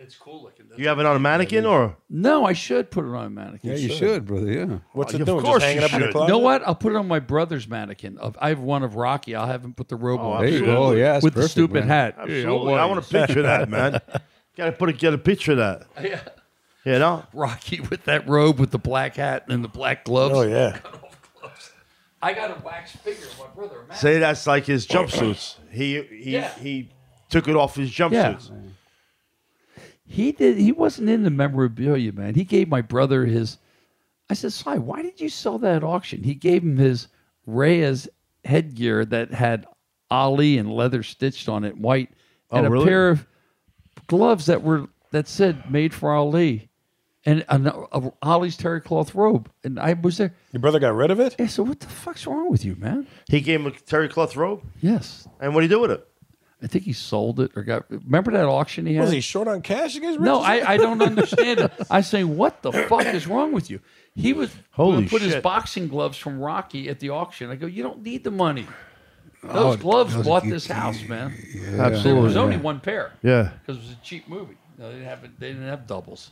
S3: It's cool looking.
S4: you have it on a mannequin or?
S3: No, I should put it on a mannequin.
S2: Yeah, you should, brother. Yeah.
S1: What's
S4: it doing, just Uh, course hanging Oh, you up in the should. closet?
S3: You know what? I'll put it on my brother's mannequin. Of- I have one of Rocky. I'll have him put the robe on.
S2: There you go. Yeah, it's
S3: with the
S2: perfect,
S3: stupid
S2: man.
S3: hat.
S4: Absolutely. Oh, I want a picture of that, man. Got to put a, get a picture of that.
S3: Yeah.
S4: You know,
S3: Rocky with that robe with the black hat and the black gloves.
S4: Oh, yeah.
S3: Cut-off gloves. I got a wax figure of my brother. Matt.
S4: say that's like his jumpsuits. He he he took it off his jumpsuits.
S3: He did. He wasn't into memorabilia, man. He gave my brother his. I said, "Sly, why did you sell that at auction?" He gave him his Reyes headgear that had Ali and leather stitched on it, white,
S4: Oh,
S3: and a
S4: really?
S3: pair of gloves that were that said "Made for Ali," and an, a Ali's terry cloth robe. And I was there.
S1: Your brother got rid of it.
S3: Yeah. So what the fuck's wrong with you, man?
S4: He gave him a terry cloth robe.
S3: Yes.
S4: And what did he do with it?
S3: I think he sold it or got. Remember that auction he had?
S1: Was he short on cash against?
S3: No,
S1: Richardson?
S3: I, I don't understand it. I say, what the fuck is wrong with you? He was
S1: Holy
S3: put his
S1: shit.
S3: boxing gloves from Rocky at the auction. I go, you don't need the money.
S2: Oh,
S3: Those
S2: it
S3: gloves
S2: doesn't
S3: bought
S2: get-
S3: this house, man.
S2: e- Yeah.
S3: There was
S2: Absolutely,
S3: only
S2: yeah.
S3: one pair.
S2: Yeah.
S3: because it was a cheap movie. No, they didn't have they didn't have doubles.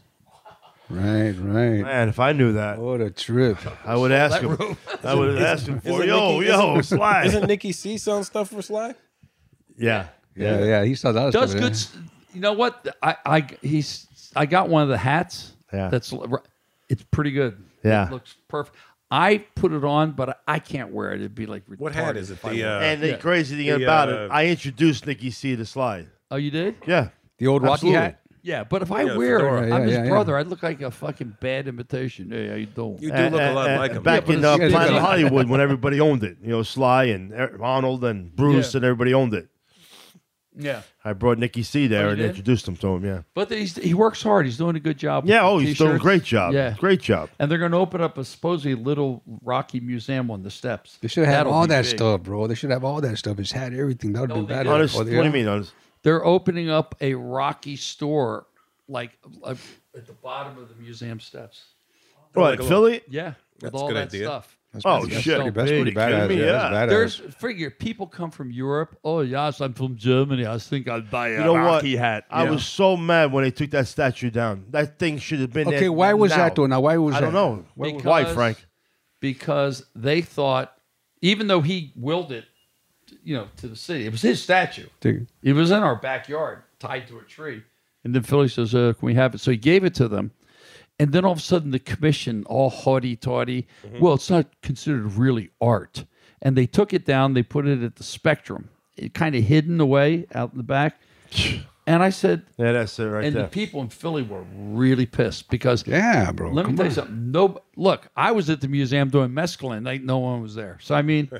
S2: Right, right.
S4: Man, if I knew that,
S2: what a trip!
S4: I would ask him. I would ask him for
S1: Isn't
S4: yo
S1: Nikki-
S4: yo
S1: isn't-
S4: Sly.
S1: Isn't Nikki C selling stuff for Sly?
S4: Yeah,
S2: yeah, yeah. He saw that.
S3: Does good. s- You know what? I I he's I got one of the hats.
S2: Yeah.
S3: that's it's pretty good.
S2: Yeah.
S3: it looks perfect. I put it on, but I can't wear it. It'd be like
S1: What hat
S3: retarded
S1: is it?
S3: if I
S1: The,
S3: wore it.
S1: uh,
S4: and the
S3: Yeah.
S4: crazy thing about it, I introduced Nikki C to Sly.
S3: Oh, you did?
S4: Yeah,
S2: the old
S3: Absolutely. Yeah, but if I
S4: Yeah,
S3: wear
S4: fedora.
S3: it,
S4: Yeah,
S3: I'm his
S4: yeah, yeah.
S3: brother. I'd look like a fucking bad imitation. Hey, how you doing?
S1: You do look a lot like him.
S4: Back
S3: Yeah,
S4: in
S3: but
S4: uh,
S3: it's-
S4: Planet Hollywood, when everybody owned it, you know, Sly and Er- Arnold and Bruce
S3: Yeah.
S4: and everybody owned it.
S3: Yeah,
S4: I brought Nikki C there
S3: Oh, you
S4: and
S3: did?
S4: introduced him to him. Yeah,
S3: but he's, he works hard. He's doing a good job.
S4: yeah.
S3: with
S4: Oh,
S3: the
S4: he's doing a
S3: t-shirts.
S4: great job.
S3: Yeah,
S4: great job.
S3: and they're going to open up a supposedly little Rocky museum on the steps.
S2: They should have
S3: That'll
S2: all
S3: be
S2: that
S3: big.
S2: stuff, bro. They should have all that stuff. It's had everything. That would be bad.
S4: Honest- what do you mean, honest?
S3: They're opening up a Rocky store, like, like at the bottom of the museum steps.
S4: Right, Philly?
S3: Yeah, with
S4: That's
S3: all
S4: a good
S3: that
S4: idea.
S3: stuff.
S4: That's Oh, pretty- that's shit.
S3: So
S4: pretty- that's pretty
S3: big.
S4: badass, yeah, that's Yeah. badass.
S3: There's figure people come from Europe. Oh yes, I'm from Germany. I think I'd buy a
S4: You know what?
S3: Rocky hat.
S4: I
S3: Yeah.
S4: was so mad when they took that statue down. That thing should have been
S2: Okay,
S4: there
S2: why was
S4: now.
S2: that though? Now, why was
S4: I don't
S2: that?
S4: know. Why- why, Frank?
S3: Because they thought, even though he willed it, you know, to the city, it was his statue.
S2: Dude.
S3: It was in our backyard, tied to a tree. And then Philly says, uh, "Can we have it?" So he gave it to them, and then all of a sudden, the commission, all haughty toddy, well, it's not considered really art. And they took it down. They put it at the Spectrum, it kind of hidden away out in the back. And I said,
S4: "Yeah, that's it right
S3: and
S4: there."
S3: the people in Philly were really pissed because
S2: yeah, bro.
S3: Let me
S2: come
S3: tell you
S2: on.
S3: something. No, look, I was at the museum doing mescaline. Like no one was there. So I mean,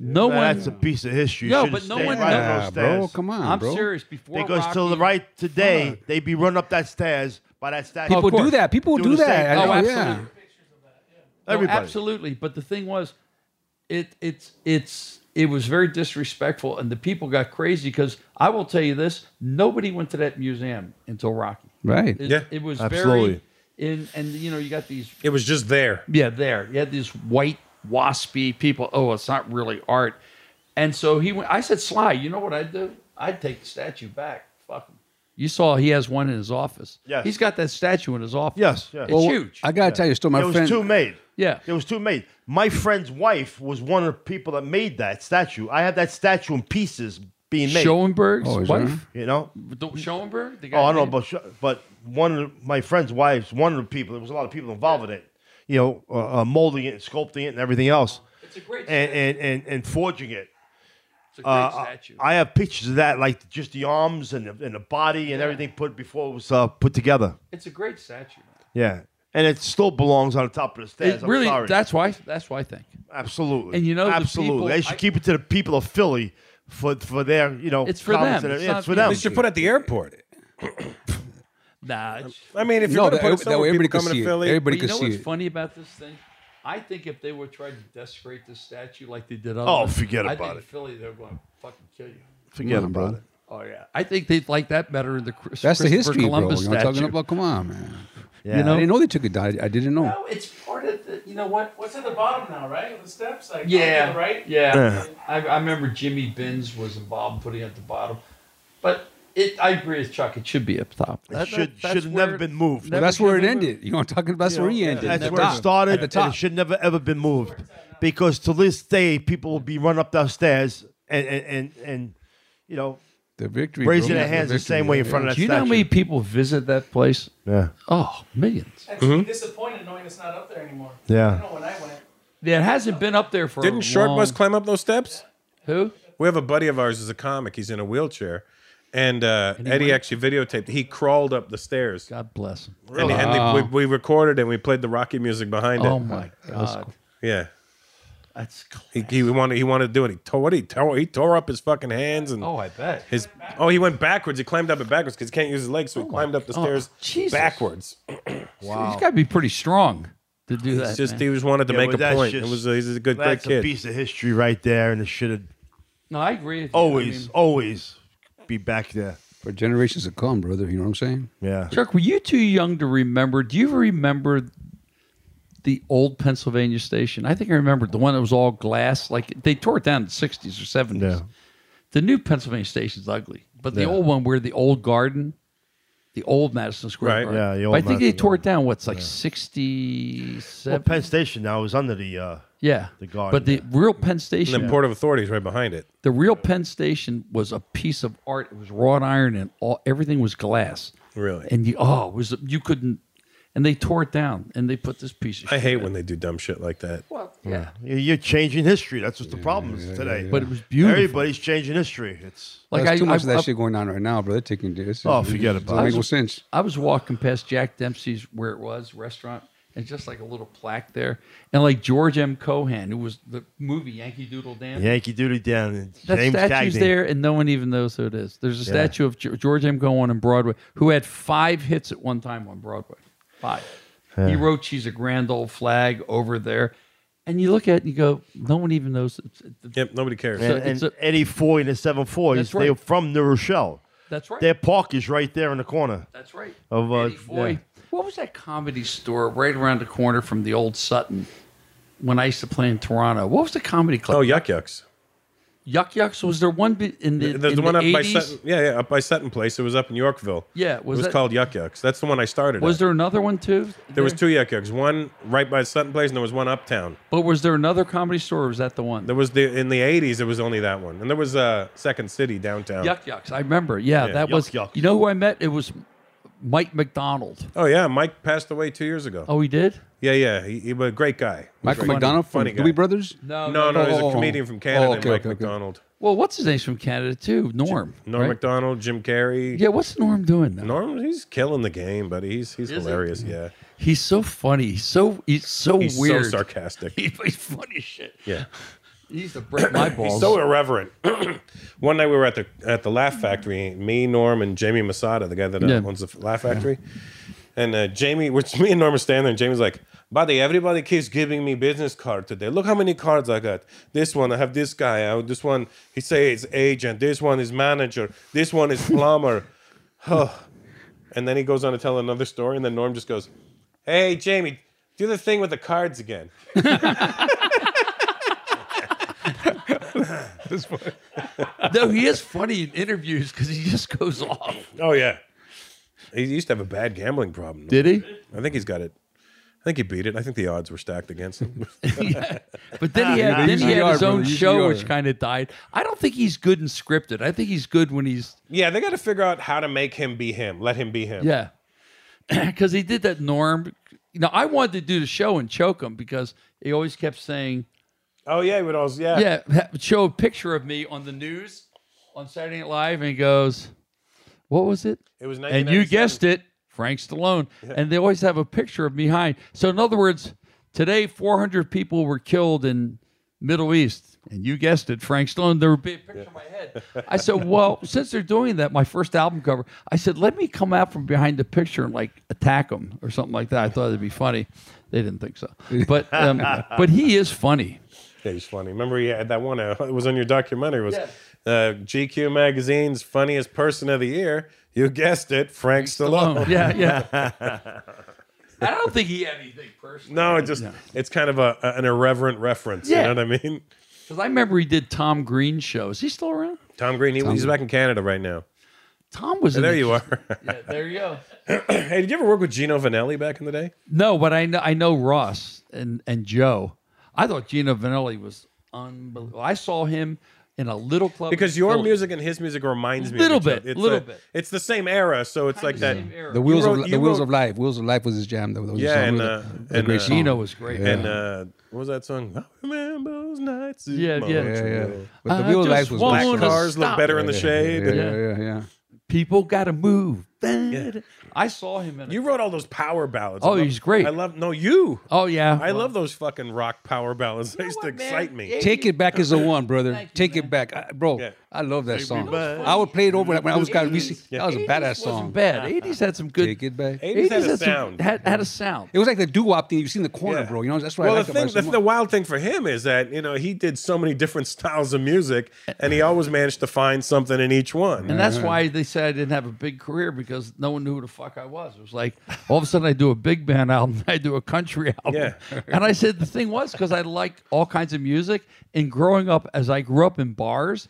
S3: no one.
S4: That's a piece of history. You
S3: No,
S4: should've
S3: but no
S4: stayed
S3: one.
S4: right
S3: no-
S4: on those stairs.
S3: I'm serious. Before
S4: because
S3: Rocky,
S4: till the right today, they'd be running up that stairs by that statue.
S2: People do that. People
S4: Doing
S2: do
S4: the same
S2: that.
S4: thing.
S2: I know,
S3: Oh,
S2: yeah.
S3: absolutely. No,
S4: Everybody.
S3: absolutely. But the thing was, it it's it's it was very disrespectful, and the people got crazy because I will tell you this: nobody went to that museum until Rocky.
S2: Right.
S3: It,
S2: Yeah.
S3: It was
S2: Absolutely.
S3: very. In, and you know you got these
S1: It was just there.
S3: Yeah, there. You had these white waspy people. Oh, it's not really art. And so he went. I said, Sly, you know what I'd do? I'd take the statue back. Fuck him. You saw he has one in his office.
S4: Yes.
S3: He's got that statue in his office.
S4: Yes, yes.
S3: It's huge.
S2: I gotta tell you, still my
S4: there was
S2: friend-
S4: two made.
S3: Yeah,
S4: there was two made. My friend's wife was one of the people that made that statue. I had that statue in pieces being made.
S3: Schoenberg's Oh, is that wife? right?
S4: you know.
S3: The- Schoenberg? The guy
S4: Oh, I know,
S3: named-
S4: but sh- but one of the- my friend's wives, one of the people. There was a lot of people involved in it. You know, uh, uh, molding it, and sculpting it, and everything else. It's a great and and and, and forging it.
S3: It's a great
S4: Uh,
S3: statue.
S4: I have pictures of that, like just the arms and the, and the body and everything put before it was uh, put together.
S3: It's a great statue.
S4: Yeah, and it still belongs on the top of the stairs.
S3: It really,
S4: I'm sorry.
S3: that's why. That's why I think.
S4: absolutely.
S3: And you know, the
S4: absolutely,
S3: people-
S4: they should
S3: I-
S4: keep it to the people of Philly for for their you know.
S3: It's for
S4: comments
S3: them.
S4: and-
S3: It's
S4: yeah,
S3: not-
S4: it's for them.
S3: They should put it
S1: at the airport.
S3: Nah.
S1: I mean, if you're going
S2: No,
S1: to
S2: that-
S1: put it
S2: that
S1: somewhere,
S2: way everybody
S1: people
S2: can
S1: coming
S2: see
S1: to
S2: it.
S1: Philly,
S2: Everybody
S3: But
S2: can
S3: you know
S2: see
S3: what's
S2: it.
S3: funny about this thing? I think if they were trying to desecrate the statue like they did, other
S4: Oh,
S3: ones,
S4: forget
S3: I
S4: about
S3: think
S4: it.
S3: Philly, they're going to fucking kill you.
S4: Forget
S2: Nah,
S4: about
S2: bro.
S4: it.
S3: Oh yeah, I think they'd like that better than the Chris-
S2: That's the
S3: Christopher
S2: history, bro. You
S3: Columbus
S2: know what I'm
S3: statue.
S2: talking about? Come on, man.
S3: Yeah.
S2: You know, I didn't know they took it down. I, I didn't know.
S3: No, it's part of the. You know what?
S15: What's at the bottom now, right? Of The steps, like
S3: Yeah,
S15: okay, right.
S3: Yeah, I, I remember Jimmy Benz was involved in putting it at the bottom, but it. I agree with Chuck. It should be up top.
S4: It should should have never been moved.
S2: Well, that's where it ended. You know what I'm talking about? That's
S4: You
S2: where
S4: know,
S2: he ended.
S4: That's
S2: at the
S4: where
S2: top.
S4: it started.
S2: At the
S4: And
S2: top.
S4: it should never ever been moved because to this day people will be run up those stairs and and and, and you know
S2: the victory
S4: raising
S2: bro.
S4: their
S2: Yeah, the
S4: hands the
S2: victory,
S4: same way in
S2: yeah.
S4: front of that
S3: Do you know how
S4: statue.
S3: many people visit that place?
S4: Yeah. Mm-hmm.
S3: Oh, millions.
S15: Actually, disappointed knowing it's not up there anymore.
S4: Yeah.
S15: I know when I went.
S3: Yeah, it hasn't been up there for.
S1: Didn't
S3: a
S1: Short
S3: long...
S1: Bus climb up those steps?
S3: Who?
S1: We have a buddy of ours who's a comic. He's in a wheelchair. And uh, Eddie actually videotaped. He crawled up the stairs.
S3: God bless him.
S1: And, and
S3: Wow.
S1: they- we, we recorded and we played the Rocky music behind it.
S3: Oh, my That was God. cool.
S1: Yeah.
S3: That's
S1: he, he wanted he wanted to do it. He tore what he tore he tore up his fucking hands and
S3: Oh, I bet.
S1: his oh he went backwards. He climbed up it backwards because he can't use his legs, so he climbed up the
S3: Oh, God.
S1: stairs
S3: Jesus.
S1: backwards.
S3: He's got to be pretty strong to do
S1: He's
S3: that.
S1: just-
S3: man.
S1: he was wanted to
S4: Yeah,
S1: make
S4: well,
S1: a
S4: that's
S1: point.
S4: just-
S1: it was a, he's a good great
S4: that's
S1: kid.
S4: a piece of history right there, and it should have
S3: No, I agree. With you.
S4: always
S3: I mean,
S4: always be back there.
S2: For generations to come, brother. You know what I'm saying?
S4: Yeah.
S3: Chuck, were you too young to remember? Do you remember the old Pennsylvania station? I think I remember the one that was all glass. Like they tore it down in the 60s or 70s. The new Pennsylvania station's ugly, but the
S2: Yeah.
S3: old one where the old garden, the old Madison Square
S4: Right.
S3: Garden.
S4: Yeah, the
S3: But
S4: old
S3: I think they
S4: Madison
S3: tore it down, what's like 67?
S4: Well, Penn Station now is under the uh,
S3: yeah.
S4: the guard.
S3: But the real Penn Station.
S1: and then Port of Authorities right behind it.
S3: The real Penn Station was a piece of art. It was wrought iron and all everything was glass.
S1: Really?
S3: And you oh, it was you couldn't and they tore it down and they put this piece of
S1: I
S3: shit
S1: hate
S3: in.
S1: when they do dumb shit like that.
S3: Well,
S4: yeah. You're you're changing history. That's what the problem is today.
S2: yeah. But it was beautiful.
S4: Everybody's changing history. It's
S2: There's too much of that shit going on right now, brother. Taking this.
S4: Oh, forget
S2: it
S4: about
S2: doesn't
S4: it.
S2: make no sense.
S3: I was walking past Jack Dempsey's where it was restaurant, and just like a little plaque there, and like George M. Cohan, who was the movie Yankee Doodle Dan.
S4: Yankee Doodle Down and
S3: That
S4: James
S3: statue's
S4: Cagney.
S3: there, and no one even knows who it is. There's a
S4: Yeah.
S3: statue of Ge- George M. Cohan on Broadway, who had five hits at one time on Broadway. Five. He
S4: Yeah.
S3: wrote "She's a Grand Old Flag" over there, and you look at it and you go, no one even knows.
S1: Yep, nobody cares.
S4: And, and Eddie Foy and the seven
S3: That's
S4: Foys,
S3: right.
S4: they're from New Rochelle.
S3: That's right.
S4: Their park is right there in the corner.
S3: That's right.
S4: Of uh,
S3: Boy, what was that comedy store right around the corner from the old Sutton when I used to play in Toronto? What was the comedy club?
S1: Oh, Yuck Yucks.
S3: Yuck Yucks was there one bit in the,
S1: The, the
S3: in
S1: one
S3: the
S1: up
S3: 80s?
S1: by Sutton, yeah, yeah, up by Sutton Place. It was up in Yorkville.
S3: Yeah, was
S1: it was
S3: that-
S1: called Yuck Yucks. That's the one I started.
S3: Was
S1: at.
S3: there another one too?
S1: there, was two Yuck Yucks. One right by Sutton Place, and there was one uptown.
S3: But was there another comedy store? or Was that the one?
S1: There was the in the '80s. There was only that one, and there was uh, Second City downtown.
S3: Yuck Yucks. I remember. Yeah,
S1: Oh. Yeah.
S3: that
S1: Yuck
S3: was.
S1: Yucks.
S3: You know who I met? It was Mike McDonald.
S1: Oh yeah, Mike passed away two years ago.
S3: Oh, he did.
S1: Yeah, yeah, he, he was a great guy.
S2: Michael
S1: Great.
S2: McDonald from
S1: funny guy.
S2: Doobie Brothers?
S1: No, no,
S3: No, no,
S1: no. He's
S3: no.
S1: a comedian from Canada.
S2: Oh, okay,
S1: Mike
S2: okay, okay.
S1: McDonald,
S3: Well, what's his name's from Canada too? Norm.
S1: Norm
S3: right?
S1: McDonald, Jim Carrey.
S3: Yeah, what's Norm doing now?
S1: Norm, he's killing the game, buddy. He's he's hilarious. Yeah,
S3: He's so funny. He's so he's so
S1: he's
S3: weird.
S1: so sarcastic.
S3: He plays funny as shit.
S1: Yeah.
S3: He used to break my balls.
S1: He's so irreverent. One night we were at the at the Laugh Factory. Me, Norm, and Jamie Masada, the guy that uh,
S3: Yeah.
S1: owns the Laugh Factory, and uh, Jamie, which me and Norm are standing there, and Jamie's like, "Buddy, everybody keeps giving me business card today. Look how many cards I got. This one, I have this guy. I have this one, he says agent. This one is manager. This one is plumber." Oh. And then he goes on to tell another story, and then Norm just goes, "Hey, Jamie, do the thing with the cards again."
S3: no, he is funny in interviews because he just goes off.
S1: Oh yeah, he used to have a bad gambling problem.
S3: Did he?
S1: I think he's got it. I think he beat it. I think the odds were stacked against him.
S3: But then he
S1: They
S3: had, then he
S1: usually
S3: had
S1: are,
S3: his
S1: brother.
S3: own
S1: They usually
S3: show,
S1: are.
S3: which kind of died. I don't think he's good in scripted. I think he's good when he's
S1: yeah, they got to figure out how to make him be him. Let him be him.
S3: yeah, because he did that Norm. You know, I wanted to do the show and choke him because he always kept saying,
S1: Oh yeah, he would always yeah.
S3: Yeah, ha- show a picture of me on the news on Saturday Night Live, and he goes, "What was it?"
S1: It was
S3: and you guessed it, Frank Stallone. And they always have a picture of me behind. So in other words, today 400 people were killed in Middle East, and you guessed it, Frank Stallone. There would be a picture of my head. I said, "Well, since they're doing that, my first album cover." I said, "Let me come out from behind the picture and like attack them or something like that." I thought it'd be funny. They didn't think so, but um, but he is funny.
S1: Yeah, he's funny. Remember, he had that one. Uh, it was on your documentary. Was uh, GQ magazine's funniest person of the year? You guessed it, Frank, Stallone.
S3: Stallone. Yeah, yeah. I don't think he had anything personal.
S1: no, it just it's kind of a, a- an irreverent reference.
S3: Yeah.
S1: You know what I mean?
S3: Because I remember he did Tom Green show. Is he still around?
S1: Tom Green. He,
S3: Tom-
S1: he's back in Canada right now.
S3: Tom was
S1: Hey,
S3: an
S1: there. You are.
S3: Yeah, there you go.
S1: hey, did you ever work with Gino Vanelli back in the day?
S3: No, but I know I know Ross and and Joe. I thought Gino Vanelli was unbelievable. I saw him in a little club in
S1: Because your
S3: Philly.
S1: music and his music reminds me
S3: Little
S1: of each other.
S3: bit,
S1: It's
S3: little
S1: a-
S3: bit.
S1: It's the same era, so it's like that.
S2: The wheels
S1: You wrote-
S2: of
S1: you
S2: the wheels
S1: wrote-
S2: of life. Wheels of life was his jam. That was his
S1: yeah, and
S2: song. It
S1: uh,
S2: was a- a
S1: and uh,
S2: great song.
S1: and uh, what was that song? Remember those nights?
S3: Yeah, yeah.
S1: But the
S3: I
S1: wheel of life
S3: just
S1: was
S3: wanna
S1: black cars look
S3: stop.
S1: better in the shade.
S3: Yeah, yeah, yeah. People got to move. I saw him. In
S1: you wrote all those power ballads.
S3: Oh,
S1: I love-
S3: he's great.
S1: I love. No, you.
S3: Oh yeah.
S1: I love those fucking rock power ballads. they used to excite me.
S2: Take it back is the one, brother. Take it back, I, bro. I love that song. I would play it over when I was got. We see, that was a badass song.
S3: Bad. 80s had some good.
S2: Take it back.
S3: 80s had a sound. had, had a sound.
S2: It was like the doo wop thing you've seen in the corner, bro. You know that's why
S1: well,
S2: I like
S1: the thing, the,
S2: so
S1: the
S2: much.
S1: wild thing for him is that you know he did so many different styles of music, and he always managed to find something in each one.
S3: And that's why they said I didn't have a big career because no one knew who the fuck I was. It was like all of a sudden I do a big band album, I do a country album.
S1: Yeah.
S3: And I said the thing was because I liked all kinds of music and growing up as I grew up in bars,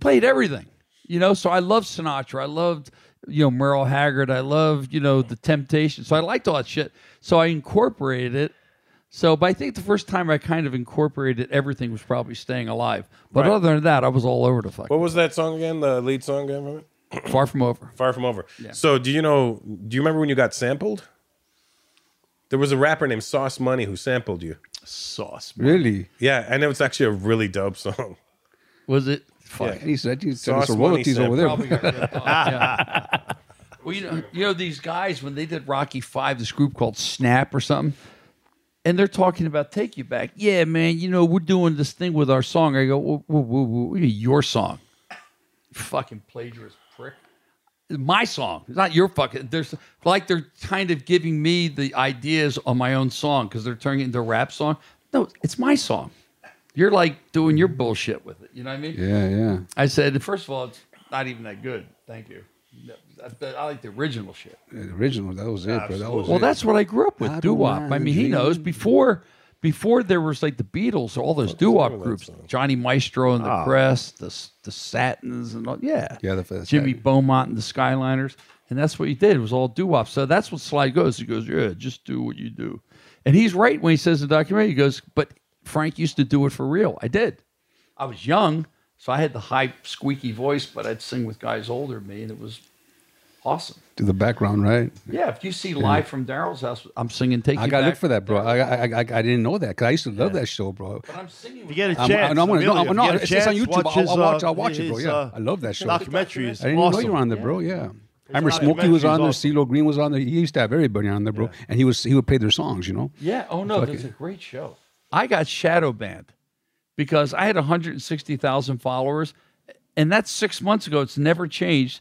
S3: played everything. You know, so I loved Sinatra. I loved, you know, Merle Haggard. I loved, you know, the Temptations. So I liked all that shit. So I incorporated it. So, but I think the first time I kind of incorporated everything was probably Staying Alive. But
S1: Right.
S3: other than that, I was all over the fuck.
S1: What was that song again? The lead song again from it?
S3: Far from over.
S1: Far from over. So do you know? Do you remember when you got sampled? There was a rapper named Sauce Money who sampled you.
S3: Sauce.
S2: Really?
S1: Yeah, and it was actually a really dope song.
S3: Was it?
S1: Fuck.
S2: He said you sent
S1: Sauce
S2: us some
S1: Money
S2: royalties over there.
S1: sample.
S3: Well, you know, you know these guys when they did Rocky Five, this group called Snap or something, and they're talking about Take You Back. Yeah, man, you know we're doing this thing with our song. I go, "Whoa, whoa, whoa, whoa, your song, fucking plagiarist prick. My song, it's not your fucking. There's like they're kind of giving me the ideas on my own song because they're turning it into a rap song. No, it's my song. You're like doing your bullshit with it. You know what I mean?
S2: Yeah, yeah.
S3: I said, first of all, it's not even that good. Thank you. I, I like the original shit.
S2: The original. That was it, bro. That was
S3: well,
S2: it.
S3: that's what I grew up
S2: I
S3: with,
S2: don't
S3: doo wop. I
S2: mind
S3: mean, he
S2: dreaming.
S3: knows before before there was like the Beatles, all those doo wop groups, Johnny Maestro and the
S2: Ah.
S3: Crest, the S- the Satins, and all, yeah,
S2: Yeah, the- the
S3: Jimmy Beaumont and the Skyliners, and that's what he did. It was all doo wop. So that's what Sly goes. He goes, yeah, just do what you do, and he's right when he says in the documentary. He goes, but Frank used to do it for real. I did. I was young, so I had the high squeaky voice, but I'd sing with guys older than me, and it was awesome.
S2: to the background, right?
S3: Yeah, if you see live from Daryl's house, uh, I'm singing "Take
S2: I
S3: You
S2: gotta
S3: Back."
S2: look for that, bro. I, I, I, I I didn't know that because I used to love that show, bro.
S3: But I'm singing.
S4: You get a
S2: I'm-
S4: chance.
S2: I- no, I'm gonna- no,
S4: Amelia,
S2: I'm- no,
S4: you get a
S2: it's- it's on
S4: chance,
S2: YouTube. I'll- I'll
S4: his,
S2: watch-
S4: uh,
S2: I'll watch it, bro.
S4: his,
S2: Yeah,
S4: uh,
S2: I love that show.
S4: Documentary is
S2: I didn't
S4: awesome.
S2: know you were on there, bro. Yeah. I remember
S4: not-
S2: Smokey was
S4: documentary's
S2: on there,
S4: awesome.
S2: CeeLo Green was on there. He used to have everybody on there, bro. And he was he would play their songs, you know.
S3: Yeah. Oh no,
S2: Fuck
S3: that's a
S2: it.
S3: great show. I got shadow banned because I had 160,000 followers, and that's six months ago. It's never changed,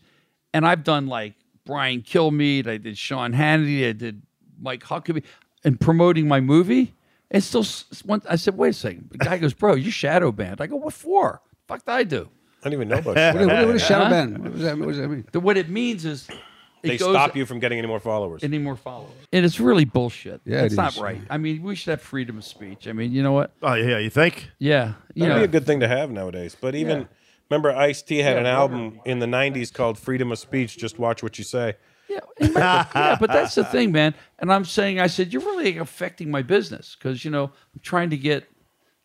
S3: and I've done like Brian Kilmeade, I did Sean Hannity, I did Mike Huckabee, and promoting my movie. And still, s- s- one, I said, "Wait a second. The guy goes, "Bro, you're shadow banned." I go, "What for? Fuck, did I do?"
S1: I don't even know about
S2: What- what- what is shadow
S3: Huh?
S2: band? What does that, what does that mean?
S3: The- What it means is it
S1: They
S3: goes-
S1: stop you from getting any more followers.
S3: Any more followers. And it's really bullshit.
S1: Yeah, it
S3: it's not
S1: is.
S3: right. I mean, we should have freedom of speech. I mean, you know what?
S4: Oh yeah, you think?
S3: Yeah,
S1: That'd
S3: you know,
S1: be a good thing to have nowadays. But even
S3: Yeah.
S1: remember, Ice T had
S3: Yeah,
S1: an album in the '90s called "Freedom of Speech." Just watch what you say.
S3: yeah. But that's the thing, man. And I'm saying, I said, you're really affecting my business because you know I'm trying to get,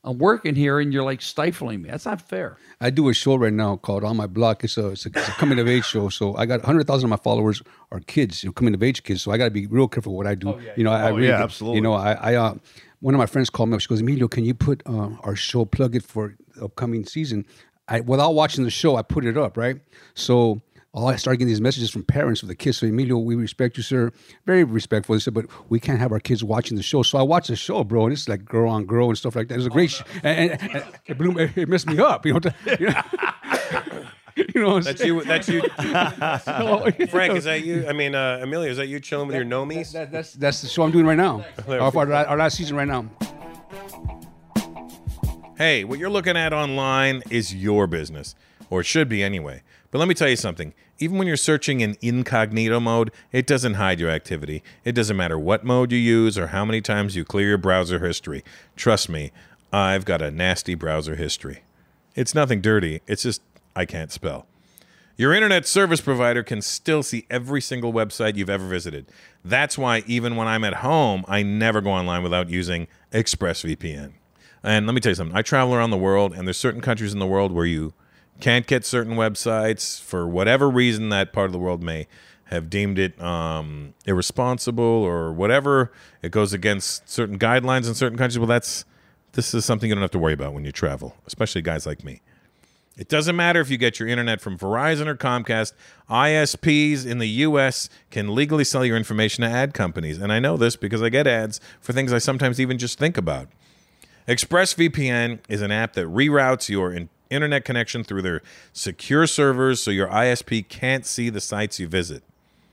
S3: I'm working here, and you're like stifling me. That's not fair.
S2: I do a show right now called On My Block. It's a, it's a, it's a coming of age show. So I got 100,000 of my followers are kids, you know, coming of age kids. So I got to be real careful what I do. you know, I, I
S4: Oh,
S2: really
S4: yeah,
S2: get-
S4: absolutely.
S2: You know, I, I uh, one of my friends called me up. She goes, Emilio, can you put uh, our show, plug it for the upcoming season? I, without watching the show, I put it up, right? So all I started getting these messages from parents of the kids. So, Emilio, we respect you, sir. Very respectful. They said, but we can't have our kids watching the show. So I watched the show, bro, and it's like girl on girl and stuff like that. It's a great
S4: Oh,
S2: show. And, and- and it, blew, me- it messed me up, you know? You know? You know what I'm
S1: that's
S2: saying?
S1: you. That's you.
S2: No, you
S1: Frank,
S2: know.
S1: is that you? I mean, uh, Amelia, is that you chilling with your nomies?
S2: that's That's the show I'm doing right now.
S1: There
S2: Our,
S1: we
S2: our, our last season right now.
S1: Hey, what you're looking at online is your business, or it should be anyway. But let me tell you something. Even when you're searching in incognito mode, it doesn't hide your activity. It doesn't matter what mode you use or how many times you clear your browser history. Trust me, I've got a nasty browser history. It's nothing dirty, it's just I can't spell. Your internet service provider can still see every single website you've ever visited. That's why, even when I'm at home, I never go online without using ExpressVPN. And let me tell you something I travel around the world, and there's certain countries in the world where you can't get certain websites for whatever reason that part of the world may have deemed it um, irresponsible or whatever. It goes against certain guidelines in certain countries. Well, that's this is something you don't have to worry about when you travel, especially guys like me. It doesn't matter if you get your internet from Verizon or Comcast, ISPs in the US can legally sell your information to ad companies. And I know this because I get ads for things I sometimes even just think about. ExpressVPN is an app that reroutes your in- internet connection through their secure servers so your ISP can't see the sites you visit.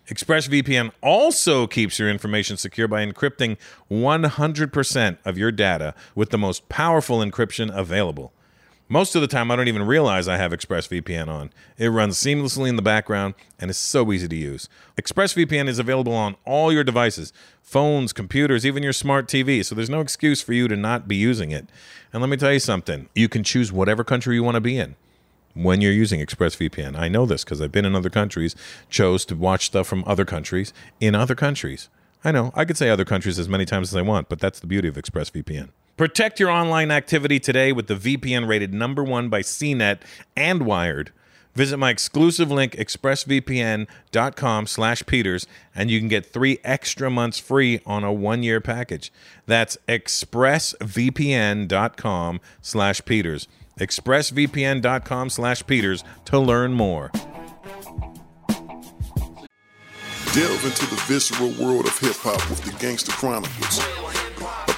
S1: ExpressVPN also keeps your information secure by encrypting 100% of your data with the most powerful encryption available. Most of the time, I don't even realize I have ExpressVPN on. It runs seamlessly in the background and is so easy to use. ExpressVPN is available on all your devices phones, computers, even your smart TV, so there's no excuse for you to not be using it. And let me tell you something you can choose whatever country you want to be in when you're using ExpressVPN. I know this because I've been in other countries, chose to watch stuff from other countries in other countries. I know, I could say other countries as many times as I want, but that's the beauty of ExpressVPN. Protect your online activity today with the VPN rated number one by CNET and Wired. Visit my exclusive link, expressvpn.com slash Peters, and you can get three extra months free on a one-year package. That's expressvpn.com slash Peters. expressvpn.com slash Peters to learn more.
S7: Delve into the visceral world of hip hop with the Gangster Chronicles, a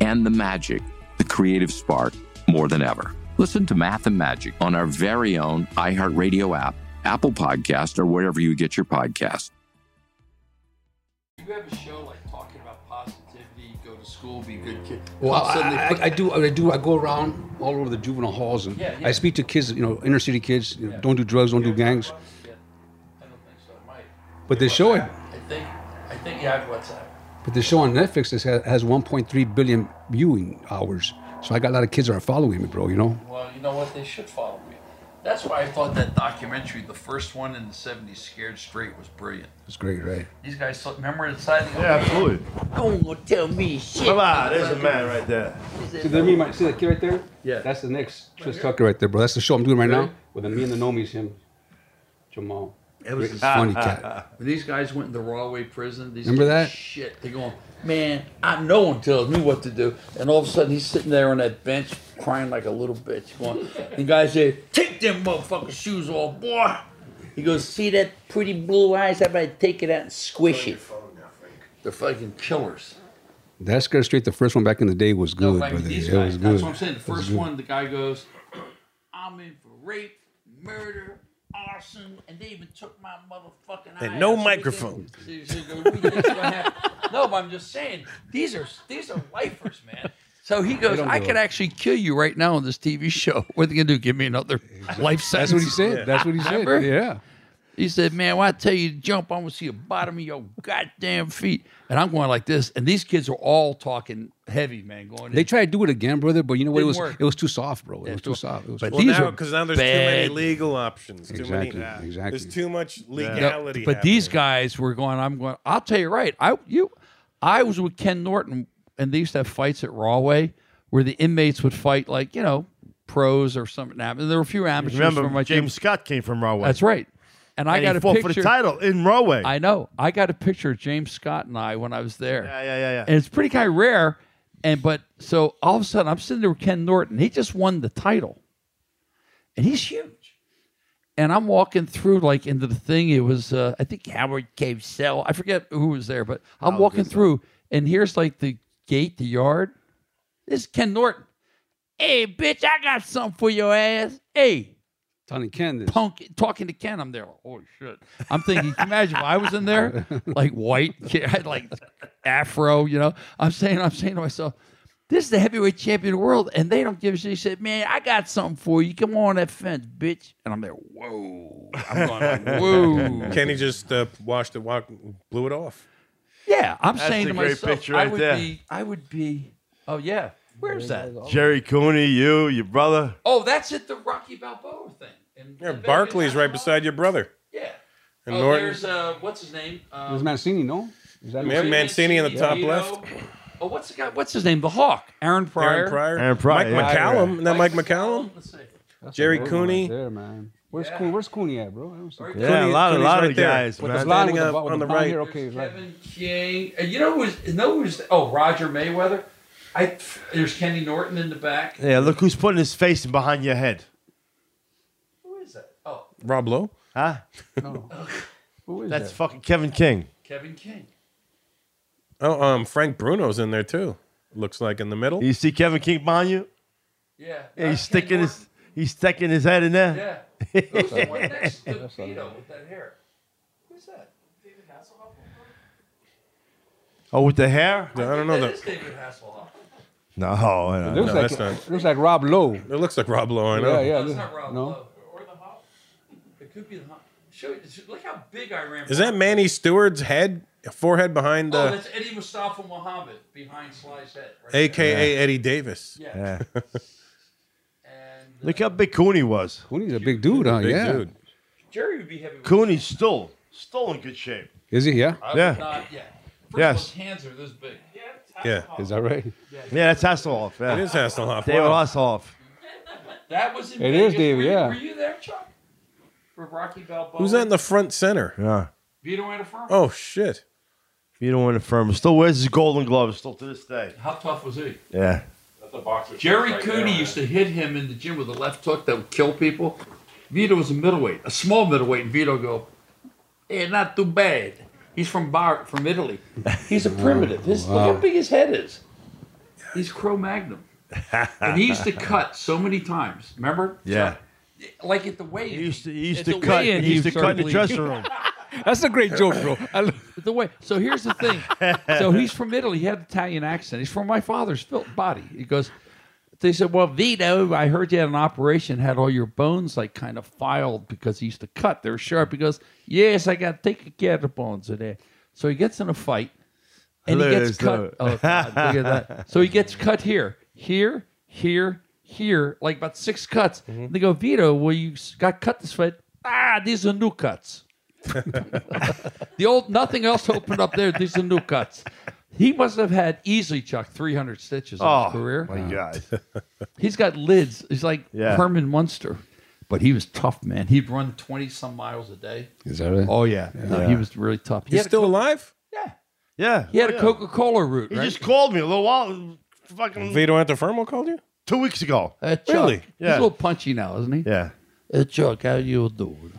S6: and the magic, the creative spark, more than ever. Listen to Math and Magic on our very own iHeartRadio app, Apple Podcast, or wherever you get your podcast.
S3: You have a show like talking about positivity, go to school, be a good kid.
S2: Well,
S3: All of a sudden they
S2: I,
S3: put-
S2: I, I do. I do. I go around all over the juvenile halls and
S3: Yeah, yeah.
S2: I speak to kids. You know, inner city kids. You know, Don't do drugs. Don't do gangs. But they show it.
S3: I think I think you have WhatsApp.
S2: But the show on Netflix has, has 1.3 billion viewing hours. So I got a lot of kids that are following me, bro. You know.
S3: Well, you know what? They should follow me. That's why I thought that documentary, the first one in the '70s, Scared Straight, was brilliant.
S2: It's great, right?
S3: These guys, saw- remember the side?
S2: Yeah, absolutely.
S3: Don't tell me shit.
S4: Come on, there's a man right there.
S2: See, that me, my, see that kid right there? Yeah. That's the next Chris Tucker right there, bro. That's the show I'm doing right now with me and the Nomies, him, Jamal. It was a funny cat.
S3: When these guys went into Rahway prison, these
S2: Remember
S3: guys-
S2: that?
S3: shit? They going, man, I no one tells me what to do, and all of a sudden he's sitting there on that bench crying like a little bitch. Going, the guy said, "Take them motherfucking shoes off, boy." He goes, "See that pretty blue eyes? How about I take it out and squish it?" They're fucking killers.
S2: That scared straight. The first one back in the day was good,
S3: No, like
S2: brother.
S3: these
S2: It
S3: guys.
S2: was good.
S3: That's what I'm saying. The
S2: It was
S3: first
S2: good.
S3: one, the guy goes, I'm in for rape, murder, arson, and they even took my motherfucking
S1: And
S3: eye
S1: no
S3: out." So we
S1: microphone.
S3: think- so you go, "We think it's gonna happen." no, but I'm just saying, these are these are lifers, man. So he goes,
S2: don't
S3: I
S2: do
S3: could
S2: it."
S3: actually kill you right now on this TV show. What are they gonna do? Give me another life
S2: That's
S3: sentence?
S2: what he said. That's what he said.
S3: Remember?
S2: Yeah.
S3: He said, "Man, when I tell you to jump, I'm gonna see the bottom of your goddamn feet." And I'm going like this, and these kids are all talking heavy, man. Going,
S2: They tried to do it again, brother, but you know what? It
S3: Didn't
S2: was
S3: work.
S2: it was too soft, bro. It
S3: Yeah,
S2: was
S3: too-
S2: too soft. It was
S3: But
S2: too-
S3: these
S1: now,
S3: are
S1: because now there's too many
S3: bad-
S1: legal options. Too
S2: Exactly,
S1: many. ah,
S2: exactly.
S1: There's too much
S3: No,
S1: legality.
S3: but these guys were going. I'm going. I'll tell you right. I you, I was with Ken Norton, and they used to have fights at Rawway where the inmates would fight like you know pros or something. And there were a few amateurs.
S4: Remember,
S3: from my
S4: James
S3: team.
S4: Scott came from Rahway.
S3: That's right. And I
S4: And he
S3: got a
S4: fought for
S3: picture
S4: the title in Rahway.
S3: I know. I got a picture of James Scott and I when I was there.
S4: Yeah, yeah, yeah, yeah.
S3: And it's pretty kind of rare. And but so all of a sudden I'm sitting there with Ken Norton. He just won the title, and he's huge. And I'm walking through like into the thing. It was uh, I think Howard Cavell. I forget who was there, but I'm walking through, and here's like the gate, the yard. This is Ken Norton. Hey, bitch, I got something for your ass. Hey.
S2: Tony Ken, this.
S3: Punk, talking to Ken, I'm there. Like, "Oh, Holy shit. I'm thinking, can you imagine if I was in there, like white, kid, I had like afro, you know. I'm saying, I'm saying to myself, this is the heavyweight champion of the world, and they don't give a shit. He said, man, I got something for you. Come on that fence, bitch. And I'm there, whoa. I'm going like, whoa.
S1: Kenny just uh, washed it, walk, blew it off.
S3: Yeah, I'm
S1: That's
S3: saying
S1: a
S3: to
S1: great
S3: myself,
S1: picture
S3: I
S1: right
S3: would
S1: there.
S3: be, I would be. Oh yeah, where's that?
S4: Jerry Cooney, you, your brother.
S3: Oh, that's at the Rocky Balboa thing. And
S1: Yeah, Barkley's right beside your brother.
S3: Yeah.
S1: And
S3: oh,
S1: Norton.
S3: there's uh, what's his name? Um,
S2: There's Mancini, no? Is that
S1: We have Mancini in the top
S3: Vito.
S1: left.
S3: Oh, what's the guy? What's his name? The Hawk. Aaron Pryor.
S1: Aaron Pryor. Aaron Pryor, Mike yeah. McCallum. Isn't that Mike McCallum?
S3: Let's see.
S1: Jerry
S2: a good one
S1: Cooney.
S2: Right there, man. Where's Cooney? Where's Cooney at, bro? I don't see Cooney.
S1: Yeah, a lot- a Cooney's lot of right there. guys,
S2: With
S1: man.
S2: the line with
S1: Standing
S2: the,
S1: up
S2: with
S1: on
S2: the
S1: the
S2: right.
S1: right.
S2: Here, okay, right.
S3: Kevin King. And you know who's? You know who's? Oh, Roger Mayweather. I. There's Kenny Norton in the back.
S4: Yeah, look who's putting his face behind your head.
S3: Who is that? Oh,
S1: Rob Lowe?
S4: Huh?
S3: who is
S4: That's
S3: that?
S4: fucking Kevin King.
S3: Kevin King.
S1: Oh, um, Frank Bruno's in there too. Looks like in the middle. You
S4: see Kevin King behind you?
S3: Yeah.
S4: Yeah, he's sticking his he's sticking his head in there.
S3: Yeah. Who's the one next to Vito with that hair? Who's that? David Hasselhoff.
S4: oh, with the hair?
S1: I don't know.
S3: That
S1: The,
S3: is David Hasselhoff.
S4: No, I don't
S1: it
S4: know.
S1: looks like, that's
S2: Looks like Rob Lowe.
S1: not. It looks like Rob Oh. Lowe. I know.
S2: Yeah, yeah.
S3: No, it's
S2: this-
S3: not Rob
S2: no?
S3: Lowe. Or the Hawk. It could be the Hawk. Show, look how big I ran.
S1: Is that Manny Stewart's head, forehead behind,
S3: Oh,
S1: uh,
S3: that's Eddie Mustafa Muhammad behind Sly's head. Right
S1: aka Eddie Davis?
S4: Yeah. Look how big Cooney was.
S2: Cooney's a big dude, huh?
S4: Big
S2: yeah.
S4: dude.
S3: Jerry would be heavy.
S4: Cooney's still still in good shape.
S2: Is he? Yeah.
S3: I
S4: yeah.
S3: would not, yeah. First of all,
S4: Yes.
S3: his hands are this big. Yeah.
S4: Yeah.
S2: Is that right?
S4: Yeah, that's Hasselhoff. Yeah.
S1: It is Hasselhoff.
S4: David
S1: Wow.
S4: Hasselhoff.
S3: That was in
S1: It
S3: Vegas.
S1: is David,
S3: Were you-
S1: yeah.
S3: Were you there, Chuck? For Rocky Balboa.
S1: Who's that in the front center?
S4: Yeah.
S3: Vito Anafron.
S1: Oh shit.
S4: You don't want to firm. Still wears his golden gloves still to this day.
S3: How tough was he?
S4: Yeah.
S1: That's a boxer.
S3: Jerry Cooney used to hit him in the gym with a left hook that would kill people. Vito was a middleweight, a small middleweight, and Vito go, "Hey, not too bad." He's from Bar, from Italy. He's a primitive. His, Look how big his head is. He's Cro-Magnum, and he used to cut so many times. Remember?
S4: Yeah.
S3: Like at the weigh-in. He used
S4: to, he used to cut- he used to cut in the dressing room.
S3: That's a
S2: great joke, bro.
S3: the way. So here's the thing. So he's from Italy. He had an Italian accent. He's from my father's fil- body. He goes. They said, "Well, Vito, I heard you had an operation, had all your bones like kind of filed because he used to cut. They were sharp." He goes, "Yes, I got taken care of the bones in there." So he gets in a fight, and he
S4: Hilarious,
S3: gets cut.
S4: though.
S3: Oh, God, look at that. So he gets cut here, here, here, here, like about six cuts. They go, Vito, well, you s- got cut this way. Ah, these are new cuts. the old, nothing else opened up there. These are new cuts. He must have had easily, Chuck, 300 stitches in
S4: Oh,
S3: his career.
S4: my God.
S3: He's got lids. He's like
S4: Yeah.
S3: Herman Munster. But he was tough, man. He'd run 20 some miles a day.
S2: Is that it?
S3: Oh, yeah. No, he
S2: Yeah.
S3: was really tough. He
S1: He's
S3: had a
S1: still alive?
S4: Yeah.
S3: He had
S4: Oh,
S3: a
S4: yeah.
S3: Coca Cola route,
S4: He
S3: right?
S4: just called me a little while. Fucking
S1: Vito Antifermo called you?
S4: two weeks ago.
S3: Uh, Chuck,
S4: Really?
S3: He's a little punchy now, isn't he?
S4: Yeah.
S3: Uh, Chuck, how you doing?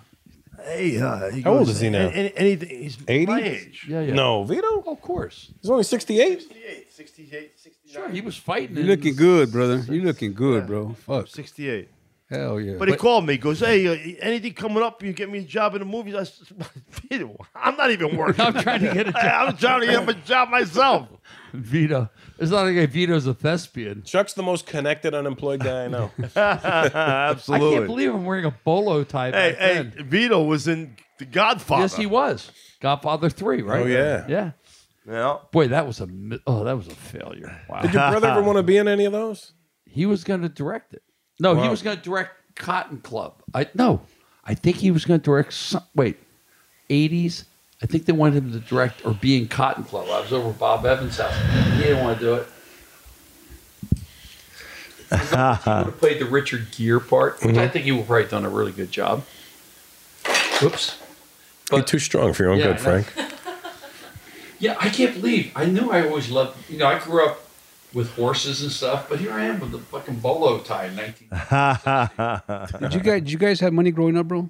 S4: Hey, uh, he
S1: How old
S4: goes,
S1: is he now?
S4: "An- an- anything- he's my age.
S3: Yeah, yeah.
S1: No, Vito?
S3: Of course.
S1: He's only 68?
S4: 68, 68, 69.
S3: Sure, he was fighting.
S2: You're looking good, brother. You're looking good, bro. Fuck.
S4: 68.
S2: Hell yeah.
S4: But he called me. He goes, "Hey, uh, anything coming up? You get me a job in the movies?" I said, "Peter, I'm not even working.
S3: I'm trying to get a job.
S4: I'm trying to get him a job myself.
S3: Vito. It's not like Vito's a thespian.
S1: Chuck's the most connected unemployed guy I know.
S3: I can't believe I'm wearing a bolo
S4: Hey,
S3: tie. back
S4: hey,
S3: then.
S4: Vito was in The Godfather.
S3: Yes, he was. Godfather 3, right?
S1: Oh, yeah.
S3: Yeah.
S4: Yeah.
S3: Boy, that was a mi- oh, that was a failure. Wow.
S1: Did your brother ever want to be in any of those?
S3: He was going to direct it. No, he
S1: Wow.
S3: was going to direct Cotton Club. I no, I think he was going to direct. Some, wait, eighties. I think they wanted him to direct or be in Cotton Club. I was over at Bob Evans' house. He didn't want to do it. He would have played the Richard Gere part, which I
S2: Mm-hmm.
S3: think he would have probably done a really good job. Whoops.
S1: You're too strong for your own
S3: Yeah,
S1: good,
S3: I know.
S1: Frank.
S3: Yeah, I can't believe. I knew I always loved. You know, I grew up with horses and stuff, but here I am with the fucking bolo tie in nineteen.
S2: did you guys? Did you guys have money growing up, bro?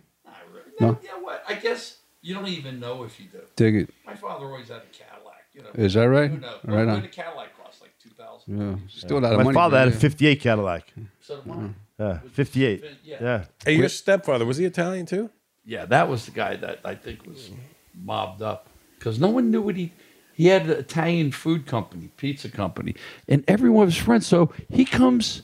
S2: No.
S3: Yeah, what? I guess you don't even know if you do.
S2: Dig it.
S3: My father always had a Cadillac. You know.
S2: Is that right?
S3: Who knows?
S2: Right
S3: What
S2: on.
S3: did a Cadillac cost? Like two thousand.
S2: Yeah. Still a lot of
S4: My
S2: money.
S4: father
S2: bro.
S4: had a
S2: Yeah.
S4: '58 Cadillac.
S3: So did mine.
S4: Yeah, '58.
S3: Yeah.
S4: Yeah.
S1: Hey, your stepfather, was he Italian too?
S3: Yeah, that was the guy that I think was mobbed up because no one knew what he. He had an Italian food company, pizza company, and everyone was friends. So he comes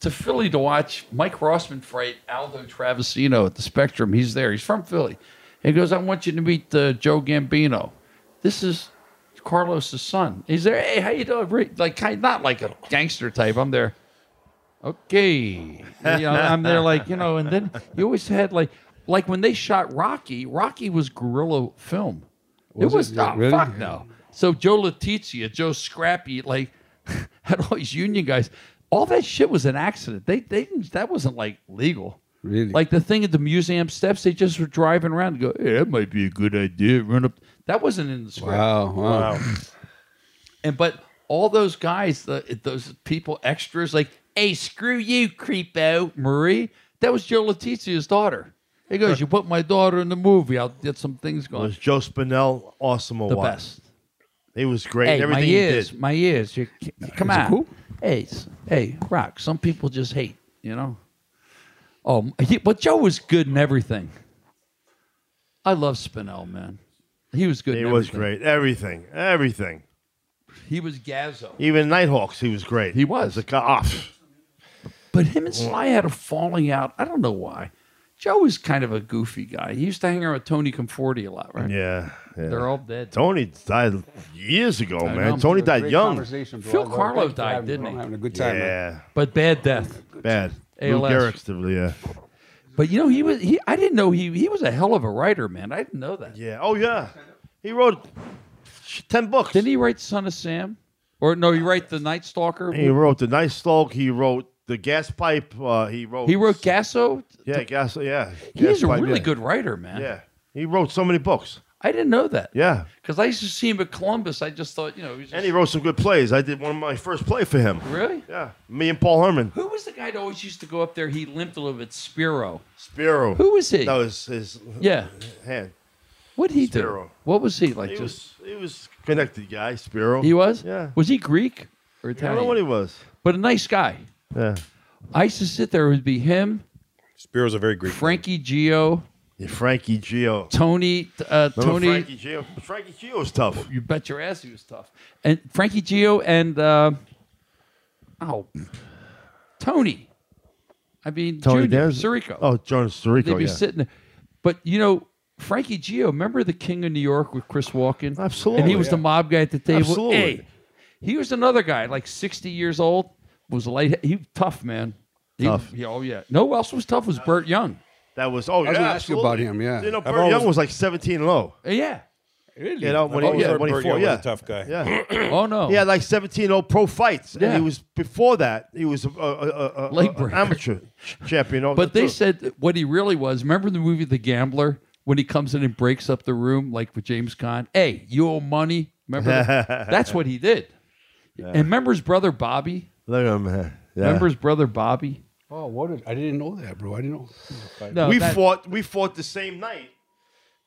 S3: to Philly to watch Mike Rossman fight Aldo Travisino at the Spectrum. He's there. He's from Philly. He goes, "I want you to meet uh, Joe Gambino. This is Carlos's son." He's there. Hey, how you doing? Rick?" Like, kind- not like a gangster type. I'm there. Okay, you know, I'm there like you know, and then you always had like like when they shot Rocky, Rocky was guerrilla film.
S2: Was
S3: it
S2: it?
S3: was
S2: Yeah,
S3: not
S2: really?
S3: fuck no. So Joe Letizia, Joe Scrappy, like had all these union guys. All that shit was an accident. They they didn't, that wasn't like legal.
S2: Really?
S3: Like the thing at the museum steps, they just were driving around and go, hey, that might be a good idea. Run up. That wasn't in the script.
S2: Wow. Wow.
S3: And but all those guys, the, those people, extras, like, hey, screw you, creepo, Marie. That was Joe Letizia's daughter. He goes, you put my daughter in the movie. I'll get some things going.
S4: Was Joe Spinell awesome or
S3: The
S4: what?
S3: best.
S4: He was great. in
S3: Hey,
S4: everything
S3: my
S4: he
S3: ears,
S4: did.
S3: my ears. You, come
S4: is it
S3: on.
S4: cool?
S3: Hey, s- hey, Rock. Some people just hate, you know. Oh, he, but Joe was good in everything. I love Spinell, man. He was good.
S4: He
S3: in
S4: was
S3: everything.
S4: great. Everything. Everything.
S3: He was Gazzo.
S4: Even Nighthawks, he was great. He
S3: was.
S4: a ah. co- off.
S3: But him and Sly had a falling out. I don't know why. Joe is kind of a goofy guy. He used to hang around with Tony Conforti a lot, right?
S4: Yeah, yeah.
S3: They're all dead.
S4: Tony died years ago,
S3: I
S4: Oh, man.
S3: know.
S4: Tony died
S3: Great
S4: young.
S2: conversation, bro.
S3: Phil
S2: Thank
S3: Carlo
S2: you for
S3: died,
S2: having me,
S3: didn't
S2: bro.
S3: he?
S2: I'm having a good time. man.
S4: Yeah,
S3: But bad death.
S4: bad. Lou
S3: ALS.
S4: Gehrig's still- yeah.
S3: But you know, he was he I didn't know he he was a hell of a writer, man. I didn't know that.
S4: Yeah. Oh yeah. He wrote ten books.
S3: Didn't he write Son of Sam? Or no, he wrote The Night Stalker.
S4: He wrote the Night Stalk. He wrote the Gas Pipe. Uh, he wrote.
S3: He wrote Gasso.
S4: Yeah, Gas. Yeah.
S3: He's
S4: Gas
S3: a
S4: Pipe,
S3: really
S4: yeah.
S3: good writer, man.
S4: Yeah. He wrote so many books.
S3: I didn't know that.
S4: Yeah.
S3: Because I used to see him at Columbus. I just thought, you know, he's
S4: And he wrote some good plays. I did one of my first play for him.
S3: Really?
S4: Yeah. Me and Paul Herman.
S3: Who was the guy that always used to go up there? He limped a little bit. Spiro.
S4: Spiro.
S3: Who was he?
S4: That was his
S3: Yeah.
S4: hand.
S3: What'd he do?
S4: Spiro.
S3: What was he like?
S4: He
S3: just
S4: was, he was connected guy, Spiro.
S3: He was?
S4: Yeah.
S3: Was he Greek or
S4: I don't
S3: Italian?
S4: know what he was.
S3: But a nice guy.
S4: Yeah.
S3: I used to sit there. It would be him.
S1: Spiro's a very Greek.
S3: Frankie Gio.
S4: Yeah, Frankie Gio.
S3: Tony. Uh,
S4: Remember
S3: Tony.
S4: Frankie Gio? Frankie Gio was tough.
S3: You bet your ass he was tough. And Frankie Gio and uh, oh, Tony. I mean,
S4: Tony
S3: Junior,
S4: Dares-
S3: Sirico.
S4: Oh, John Sirico.
S3: They'd be
S4: yeah.
S3: sitting there. But you know, Frankie Gio, remember the King of New York with Chris Walken?
S4: Absolutely.
S3: And he was the
S4: Yeah.
S3: mob guy at the table.
S4: Absolutely.
S3: Hey, he was another guy, like sixty years old, was a light he tough man. He-
S4: Tough.
S3: yeah, oh yeah. No else was tough was Burt Young.
S4: That was oh
S3: I was
S4: yeah,
S3: gonna ask you
S4: absolutely.
S3: about him, yeah.
S4: you know
S3: I've
S4: Burt
S3: always-
S4: Young was like seventeen and low.
S3: Yeah. Really?
S4: You know
S1: I've
S4: when he,
S1: always
S4: yeah,
S1: heard
S4: when he
S1: Burt
S4: fought,
S1: Young was
S4: yeah,
S1: a tough guy.
S4: Yeah.
S3: oh no.
S4: He had like 17-0 pro fights,
S3: Yeah.
S4: and he was before that. He was a, a, a, a,
S3: Leg
S4: a- an
S3: breaker.
S4: amateur champion. all
S3: But
S4: the
S3: they
S4: time.
S3: said that what he really was. Remember the movie The Gambler when he comes in and breaks up the room, like with James Caan. Hey, you owe money. Remember that? that's what he did. And remember his brother Bobby.
S4: Look at him. Yeah.
S3: Remember his brother Bobby.
S2: Oh, what? A, I didn't know that, bro. I didn't know.
S3: No,
S4: we
S3: that-
S4: fought. We fought the same night.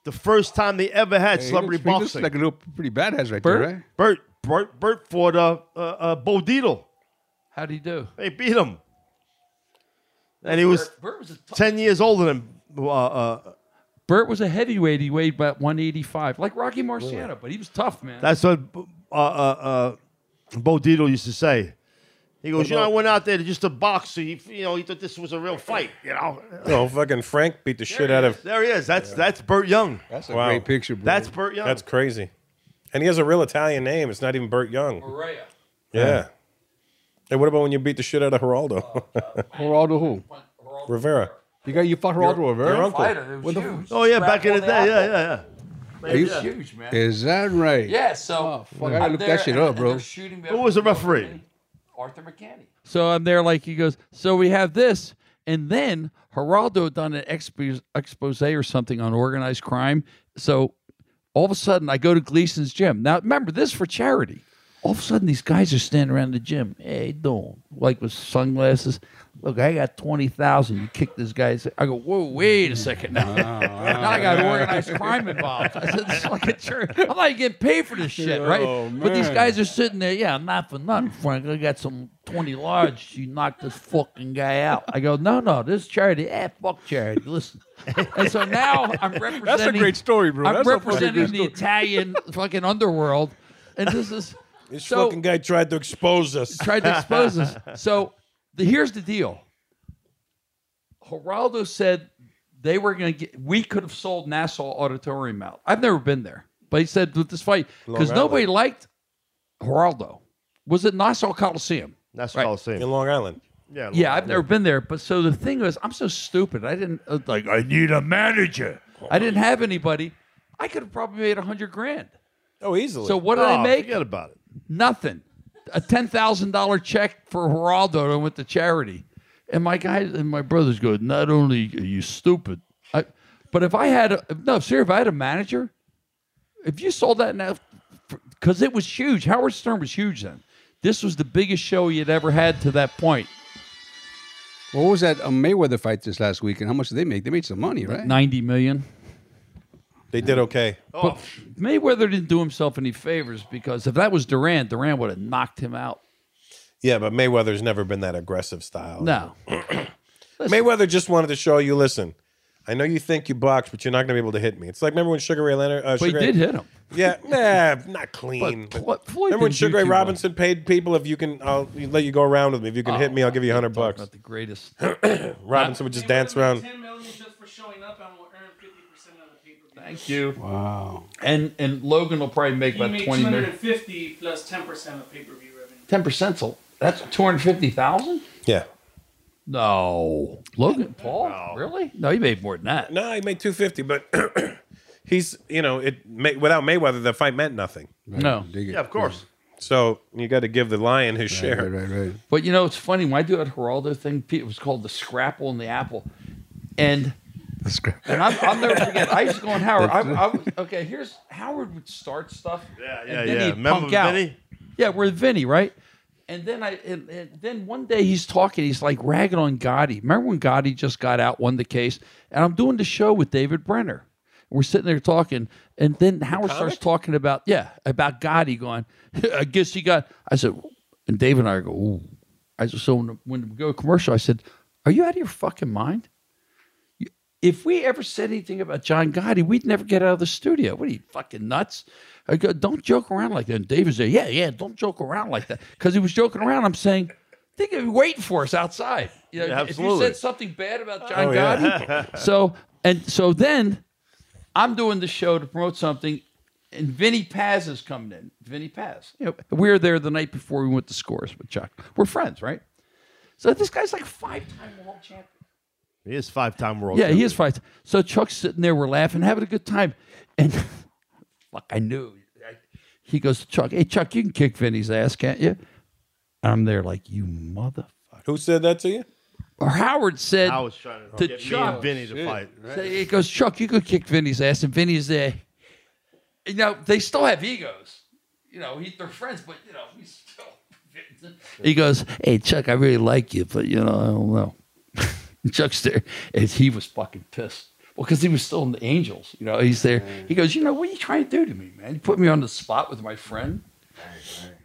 S4: The first time they ever had
S2: Hey, he
S4: celebrity
S2: looks- he looks
S4: boxing.
S2: like a little pretty badass right
S4: Bert,
S2: there, right?
S4: Bert, Bert, Bert fought uh, uh, uh, Bo Dietl.
S3: How'd he do?
S4: They beat him, and he was,
S3: Bert was a
S4: ten years older than. Uh, uh,
S3: Bert was a heavyweight. He weighed about 185, like Rocky Marciano, but he was tough, man.
S4: that's what uh, uh, uh, Bo Dietl used to say. He goes,
S1: What
S4: you know, I
S1: about-
S4: went out there to just to box. So he, you know, he thought this was a real fight. You know,
S1: No, fucking Frank beat the shit out of.
S4: there he is. That's that's Burt Young.
S2: That's
S1: a Wow. great
S2: picture, bro.
S4: That's Burt Young.
S1: That's crazy. And he has a real Italian name. It's not even Burt Young.
S3: Maria.
S1: Yeah. Hey, what about when you beat the shit out of Geraldo?
S2: Geraldo who?
S1: Rivera.
S2: You got you fought Geraldo
S1: Your-
S2: Rivera.
S1: your uncle. Fighter,
S3: What the f-
S4: Oh yeah, back in the day. Yeah, yeah, yeah.
S2: Are you-
S4: Yeah.
S2: Is that right? Oh,
S3: Yeah, so
S2: fuck, I gotta look that shit up, bro.
S4: Who was the referee?
S3: Arthur McCanny. So I'm there, like he goes. So we have this, and then Geraldo done an expos- expose or something on organized crime. So all of a sudden, I go to Gleason's gym. Now remember this for charity. All of a sudden, these guys are standing around the gym. Hey, don't like with sunglasses. Look, I got twenty thousand. You kick this guy's. I go, whoa, wait a second now.
S4: Oh,
S3: now I got organized crime involved. I said, this is like a church. I'm not even getting paid for this shit, right?
S2: Oh,
S3: But these
S2: man.
S3: guys are sitting there. Yeah, not for nothing, Frank. I got some twenty large. You knocked this fucking guy out. I go, no, no, this is charity. Eh, fuck charity. Listen. And so now I'm representing.
S2: great story, bro.
S3: I'm
S2: That's a fucking great
S3: representing the
S2: story.
S3: Italian fucking underworld, and this is
S1: This
S3: so
S1: fucking guy tried to expose us.
S3: tried to expose us. So the, here's the deal. Geraldo said they were going to get. We could have sold Nassau Auditorium out. I've never been there, but he said with this fight because
S1: Long
S3: nobody liked Geraldo. Was it Nassau Coliseum?
S4: That's
S3: Right.
S4: Coliseum.
S1: in Long Island.
S4: Yeah, Long
S3: Yeah, I've never been there. But so the thing was, I'm so stupid. I didn't uh, like. I need a manager. I didn't have anybody. I could have probably made a hundred grand.
S1: Oh, easily.
S3: So what did
S4: Oh,
S3: I make?
S4: Forget about it.
S3: Nothing. A ten thousand dollar check for Geraldo that went to charity. And my guys and my brothers go, not only are you stupid, I, but if I had a no, seriously, if I had a manager, if you sold that now, because it was huge. Howard Stern was huge then. This was the biggest show he had ever had to that point.
S2: What was that a Mayweather fight this last week, and how much did they make? They made some money, right?
S3: Ninety million.
S1: They did okay.
S4: Oh.
S3: But Mayweather didn't do himself any favors because if that was Durant, Durant would have knocked him out.
S1: Yeah, but Mayweather's never been that aggressive
S2: Oh,
S1: style.
S3: No.
S1: Mayweather just wanted to show you, listen, I know you think you box, but you're not going to be able to hit me. It's like, remember when Sugar Ray Leonard? Uh,
S3: But he
S1: Sugar Ray-
S3: did hit him.
S1: Yeah, nah, not clean.
S3: But
S1: But
S3: Floyd
S1: remember when
S3: didn't do
S1: Sugar Ray
S3: too well.
S1: Robinson paid people, if you can, I'll let you go around with me. If you can hit me, I'll give you a 100
S3: Oh, Talk
S1: bucks.
S3: about the greatest.
S1: Robinson would just dance around.
S3: Thank you. Wow. And and Logan will probably make
S15: You
S3: about
S15: made
S3: twenty million.
S15: 250 plus 10 percent of pay-per-view revenue.
S3: Ten percent. That's two hundred fifty thousand.
S1: Yeah.
S3: No, Logan Paul. Really? No, he made more than that.
S1: No, he made 250, but he's, you know, it May, without Mayweather, the fight meant nothing.
S3: No.
S4: Yeah, of course.
S1: So you got to give the lion his share.
S2: Right, right, right.
S3: But you know, it's funny when I do that Geraldo thing. Pete, It was called the Scrapple and the Apple, and And I'm, I'll never forget. I used to go on Howard. I, I was, okay, here's Howard would start stuff. Yeah,
S4: yeah, yeah. Remember Vinny?
S3: Yeah, we're Vinny, right? And then I, and, and then one day he's talking. He's like ragging on Gotti. Remember when Gotti just got out, won the case, and I'm doing the show with David Brenner. We're sitting there talking, and then Howard starts talking about yeah about Gotti going. I guess he got. I said, and Dave and I go. Ooh. I said, so when, when we go commercial, I said, "Are you out of your fucking mind? if we ever said anything about John Gotti, we'd never get out of the studio. What are you fucking nuts? I go, don't joke around like that. And David said, yeah, yeah, don't joke around like that. Because he was joking around. I'm saying, they could be waiting for us outside. You know,
S16: Yeah,
S3: if you
S16: absolutely.
S3: said something bad about John
S16: Oh,
S3: Gotti.
S16: yeah.
S3: so and so then I'm doing the show to promote something, and Vinny Paz is coming in. Vinny Paz. You know, we were there the night before we went to scores with Chuck. We're friends, right? So this guy's like five time world champion.
S4: He is five time world.
S3: Yeah, he is five. So Chuck's sitting there, we're laughing, having a good time, and fuck, I knew. He goes to Chuck, "Hey Chuck, you can kick Vinny's ass, can't you?" I'm there like you motherfucker.
S1: Who said that to you?
S3: Or Howard said
S1: I was trying
S3: to
S4: get me
S3: Chuck.
S4: and Vinny to Shit, fight. right.
S3: So he goes, Chuck, you could kick Vinny's ass, and Vinny's there. You know, they still have egos. You know, he, they're friends, but you know, he's still. He goes, "Hey Chuck, I really like you, but you know, I don't know." Chuck's there, and he was fucking pissed. Well, because he was still in the Angels, you know. He's there. He goes, "You know, what are you trying to do to me, man? You put me on the spot with my friend."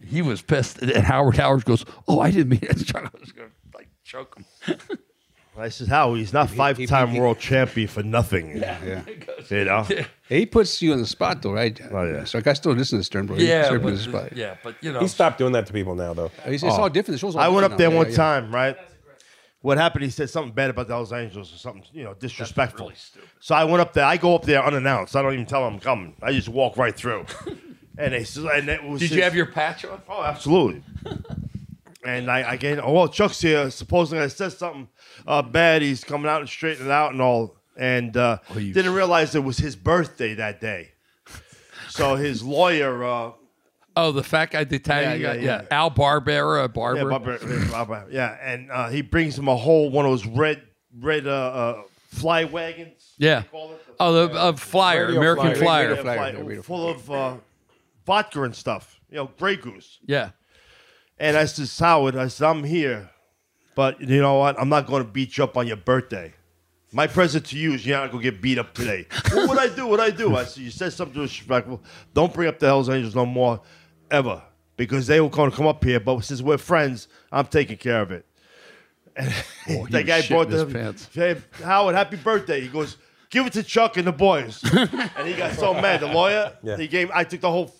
S3: He was pissed, and Howard Howard goes, "Oh, I didn't mean it." Chuck was gonna like choke him.
S4: I said, how he's not five time world champion for nothing.
S3: Yeah.
S4: You know?
S2: He puts you on the spot, though, right? Oh, yeah. So like, I still listen to Sternberg.
S4: Yeah,
S2: Sternberg
S4: but
S2: puts
S4: the-
S2: you on the spot.
S3: yeah, but you
S1: He stopped doing that to people now, though.
S2: It's, it's all different. The show's all
S4: Oh. I went
S2: different
S4: up there
S2: now.
S4: one
S2: Yeah, yeah.
S4: time, right? What happened? He said something bad about the Hells Angels or something, you know, disrespectful. so I went up there. I go up there unannounced. I don't even tell them I'm coming. I just walk right through. and they, s- and it was
S3: Did you
S4: just-
S3: have your patch on?
S4: Oh, absolutely. and I, I get, oh, well, Chuck's here. Supposedly I said something uh, bad. He's coming out and straightening it out and all. And uh, didn't realize it was his birthday that day. So his lawyer, uh,
S3: Oh, the fat guy, the Italian
S4: Yeah, yeah,
S3: guy, yeah, Al Barbera, Barber.
S4: yeah, Barbara, Barbara, yeah, and uh, he brings him a whole one of those red, red uh, uh, fly wagons.
S3: Yeah. Oh, the uh, flyer,
S4: Radio
S3: American flyer.
S4: Radio full of uh, vodka and stuff. You know, Grey Goose.
S3: Yeah.
S4: And I said, Howard, I said, I'm here, but you know what? I'm not going to beat you up on your birthday. My present to you is you're not going to get beat up today. what would I do? What would I do? I said, you said something disrespectful. Don't bring up the Hells Angels no more, ever, because they were going to come up here. But since we're friends, I'm taking care of it. And
S3: he
S4: that
S3: was
S4: guy
S3: Oh, shitting
S4: brought
S3: his
S4: the
S3: pants.
S4: Hey, Howard, happy birthday. He goes, give it to Chuck and the boys. and he got so mad. The lawyer,
S3: Yeah.
S4: he gave. I took the whole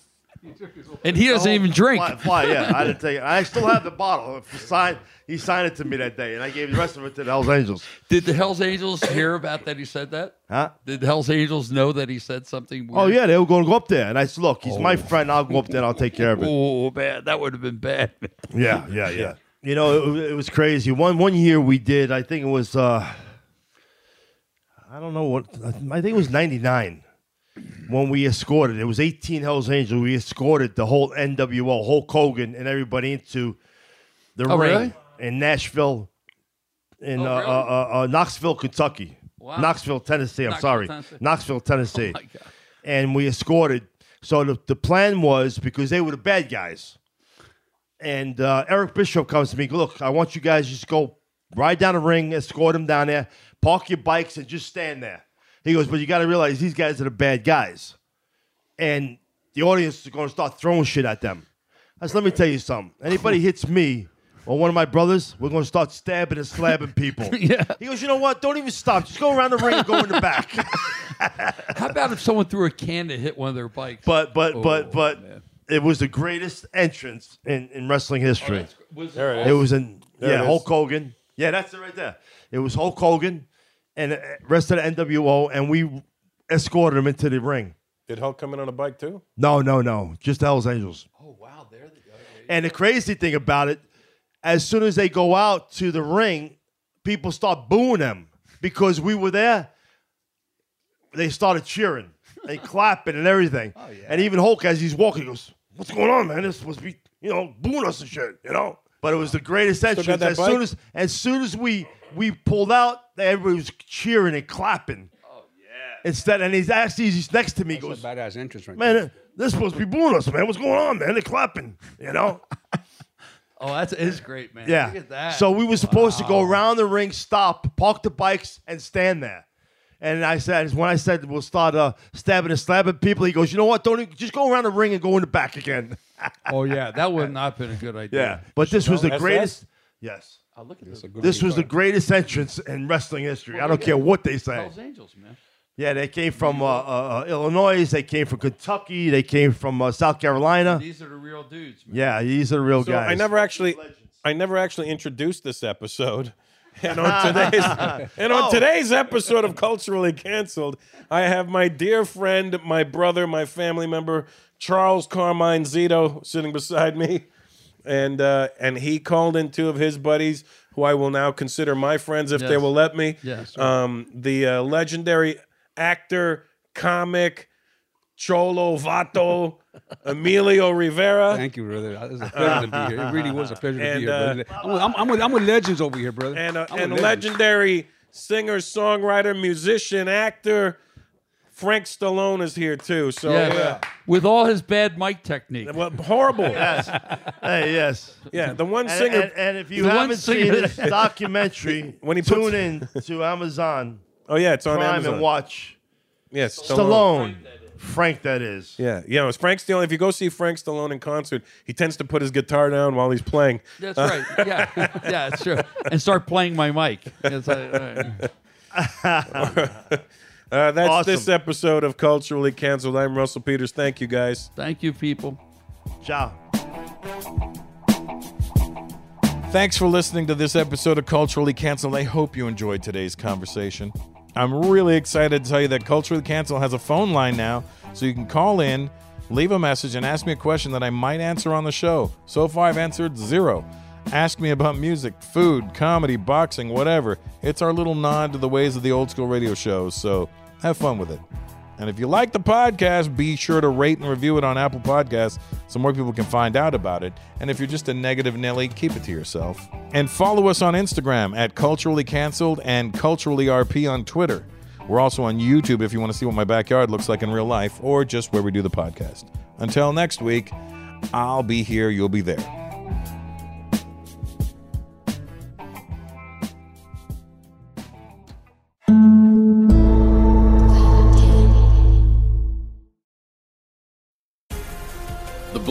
S3: And he doesn't even drink.
S4: Fly, fly, yeah. I didn't take it. I still have the bottle. If he signed- he signed it to me that day, and I gave the rest of it to the Hells Angels.
S3: Did the Hells Angels hear about that he said that?
S4: Huh?
S3: Did the Hells Angels know that he said something weird?
S4: Oh yeah, they were going to go up there, and I said, "Look, he's my friend. I'll go up there. and I'll take care of it."
S3: Oh, man, that would have been bad.
S4: Yeah, yeah, yeah. You know, it, it was crazy. One one year we did. I think it was. uh I don't know what. I think it was '99 when we escorted. It was 18 Hell's Angels. We escorted the whole NWO, Hulk Hogan, and everybody into the
S3: Oh,
S4: ring
S3: really? Oh,
S4: in Nashville, in uh, uh, uh, uh, Knoxville, Kentucky.
S3: Wow.
S4: Knoxville, Tennessee. I'm
S3: Knoxville,
S4: sorry,
S3: Tennessee. Oh,
S4: Knoxville, Tennessee. And we escorted. So the, the plan was because they were the bad guys and uh, Eric Bishop comes to me. Look, I want you guys just go ride down the ring, escort them down there, park your bikes, and just stand there. He goes, but you got to realize these guys are the bad guys, and the audience is going to start throwing shit at them. I said, let me tell you something. Anybody hits me or one of my brothers, we're going to start stabbing and slapping people. yeah. He goes, you know what? Don't even stop. Just go around the ring and go in the back.
S3: How about if someone threw a can to hit one of their bikes?
S4: But but
S3: Oh,
S4: but but it was the greatest entrance in, in wrestling history.
S3: Oh, was
S4: it,
S3: it- There it
S4: was
S3: is.
S4: in
S3: There
S4: yeah
S3: it is.
S4: Hulk Hogan. Yeah, that's it right there. It was Hulk Hogan and uh, rest of the NWO, and we escorted him into the ring.
S1: Did Hulk come in on a bike too?
S4: No, no, no, just the Hell's Angels. Oh wow, there they go. And the crazy thing about it, as soon as they go out to the ring, people start booing them because we were there. They started cheering and clapping and everything. Oh, yeah. And even Hulk, as he's walking, he goes, "What's going on, man? This supposed to be, you know, booing us and shit, you know." But But it was the greatest entrance.
S1: that
S4: As soon
S1: bike?
S4: as as soon as we we pulled out, everybody was cheering and clapping. Oh yeah. Instead, and he's actually he's next to me. He goes,
S2: badass entrance right
S4: man, they're supposed to be booing us, man. What's going on, man? They're clapping. You know.
S3: Oh, that is great, man.
S4: Yeah.
S3: Look at that.
S4: So we were supposed to go
S3: Wow.
S4: around the ring, stop, park the bikes, and stand there. And I said, when I said we'll start uh, stabbing and slapping people, he goes, you know what? Don't even, just go around the ring and go in the back again.
S3: Oh yeah, that would not have been a good idea.
S4: yeah. But this was the greatest. Yes.
S3: Oh, look at this.
S4: This was the greatest entrance in wrestling history. I don't care what they say.
S3: Hell's Angels, man.
S4: Yeah, they came from uh, uh, uh, Illinois. They came from Kentucky. They came from uh, South Carolina.
S3: These are the real dudes.
S4: Yeah, these are the real
S1: So
S4: guys.
S1: I never actually, I never actually introduced this episode. And on today's and on
S4: Oh.
S1: today's episode of Culturally Cancelled, I have my dear friend, my brother, my family member, Charles Carmine Zito, sitting beside me, and uh, and he called in two of his buddies, who I will now consider my friends if they
S3: Yes.
S1: will let me.
S3: Yes, sir.
S1: Um, the uh, legendary actor, comic, Cholo Vato, Emilio Rivera.
S2: Thank you, brother. It was a pleasure to be here. It really was a pleasure to
S1: And,
S2: be here,
S1: uh,
S2: brother. I'm, with- I'm, I'm with, I'm with legends over here, brother.
S1: and a,
S2: I'm
S1: and
S2: with legends.
S1: legendary singer, songwriter, musician, actor. Frank Stallone is here too. So
S3: Yes.
S1: yeah.
S3: With all his bad mic technique.
S1: Well, horrible.
S4: Yes. Hey, yes.
S1: Yeah, the one
S4: And-
S1: singer.
S4: And, and if you haven't seen this documentary,
S1: When he puts-
S4: tune in to Amazon.
S1: Oh yeah, it's on
S4: Prime
S1: Amazon.
S4: and watch
S1: Yes,
S4: Stallone. Frank, that is.
S1: Yeah, you know, it's Frank Stallone. If you go see Frank Stallone in concert, he tends to put his guitar down while he's playing.
S3: That's
S1: Uh,
S3: right. Yeah, yeah, it's true. And start playing my mic. It's like, all right.
S1: Uh, that's this episode of Culturally Cancelled. I'm Russell Peters. Thank you, guys.
S3: Thank you, people.
S4: Ciao.
S1: Thanks for listening to this episode of Culturally Cancelled. I hope you enjoyed today's conversation. I'm really excited to tell you that Culturally Cancelled has a phone line now, so you can call in, leave a message, and ask me a question that I might answer on the show. So far, I've answered zero. Ask me about music, food, comedy, boxing, whatever. It's our little nod to the ways of the old school radio shows, so have fun with it. And if you like the podcast, be sure to rate and review it on Apple Podcasts so more people can find out about it. And if you're just a negative Nelly, keep it to yourself. And follow us on Instagram at Culturally Cancelled and Culturally RP on Twitter. We're also on YouTube if you want to see what my backyard looks like in real life or just where we do the podcast. Until next week, I'll be here, you'll be there.
S17: The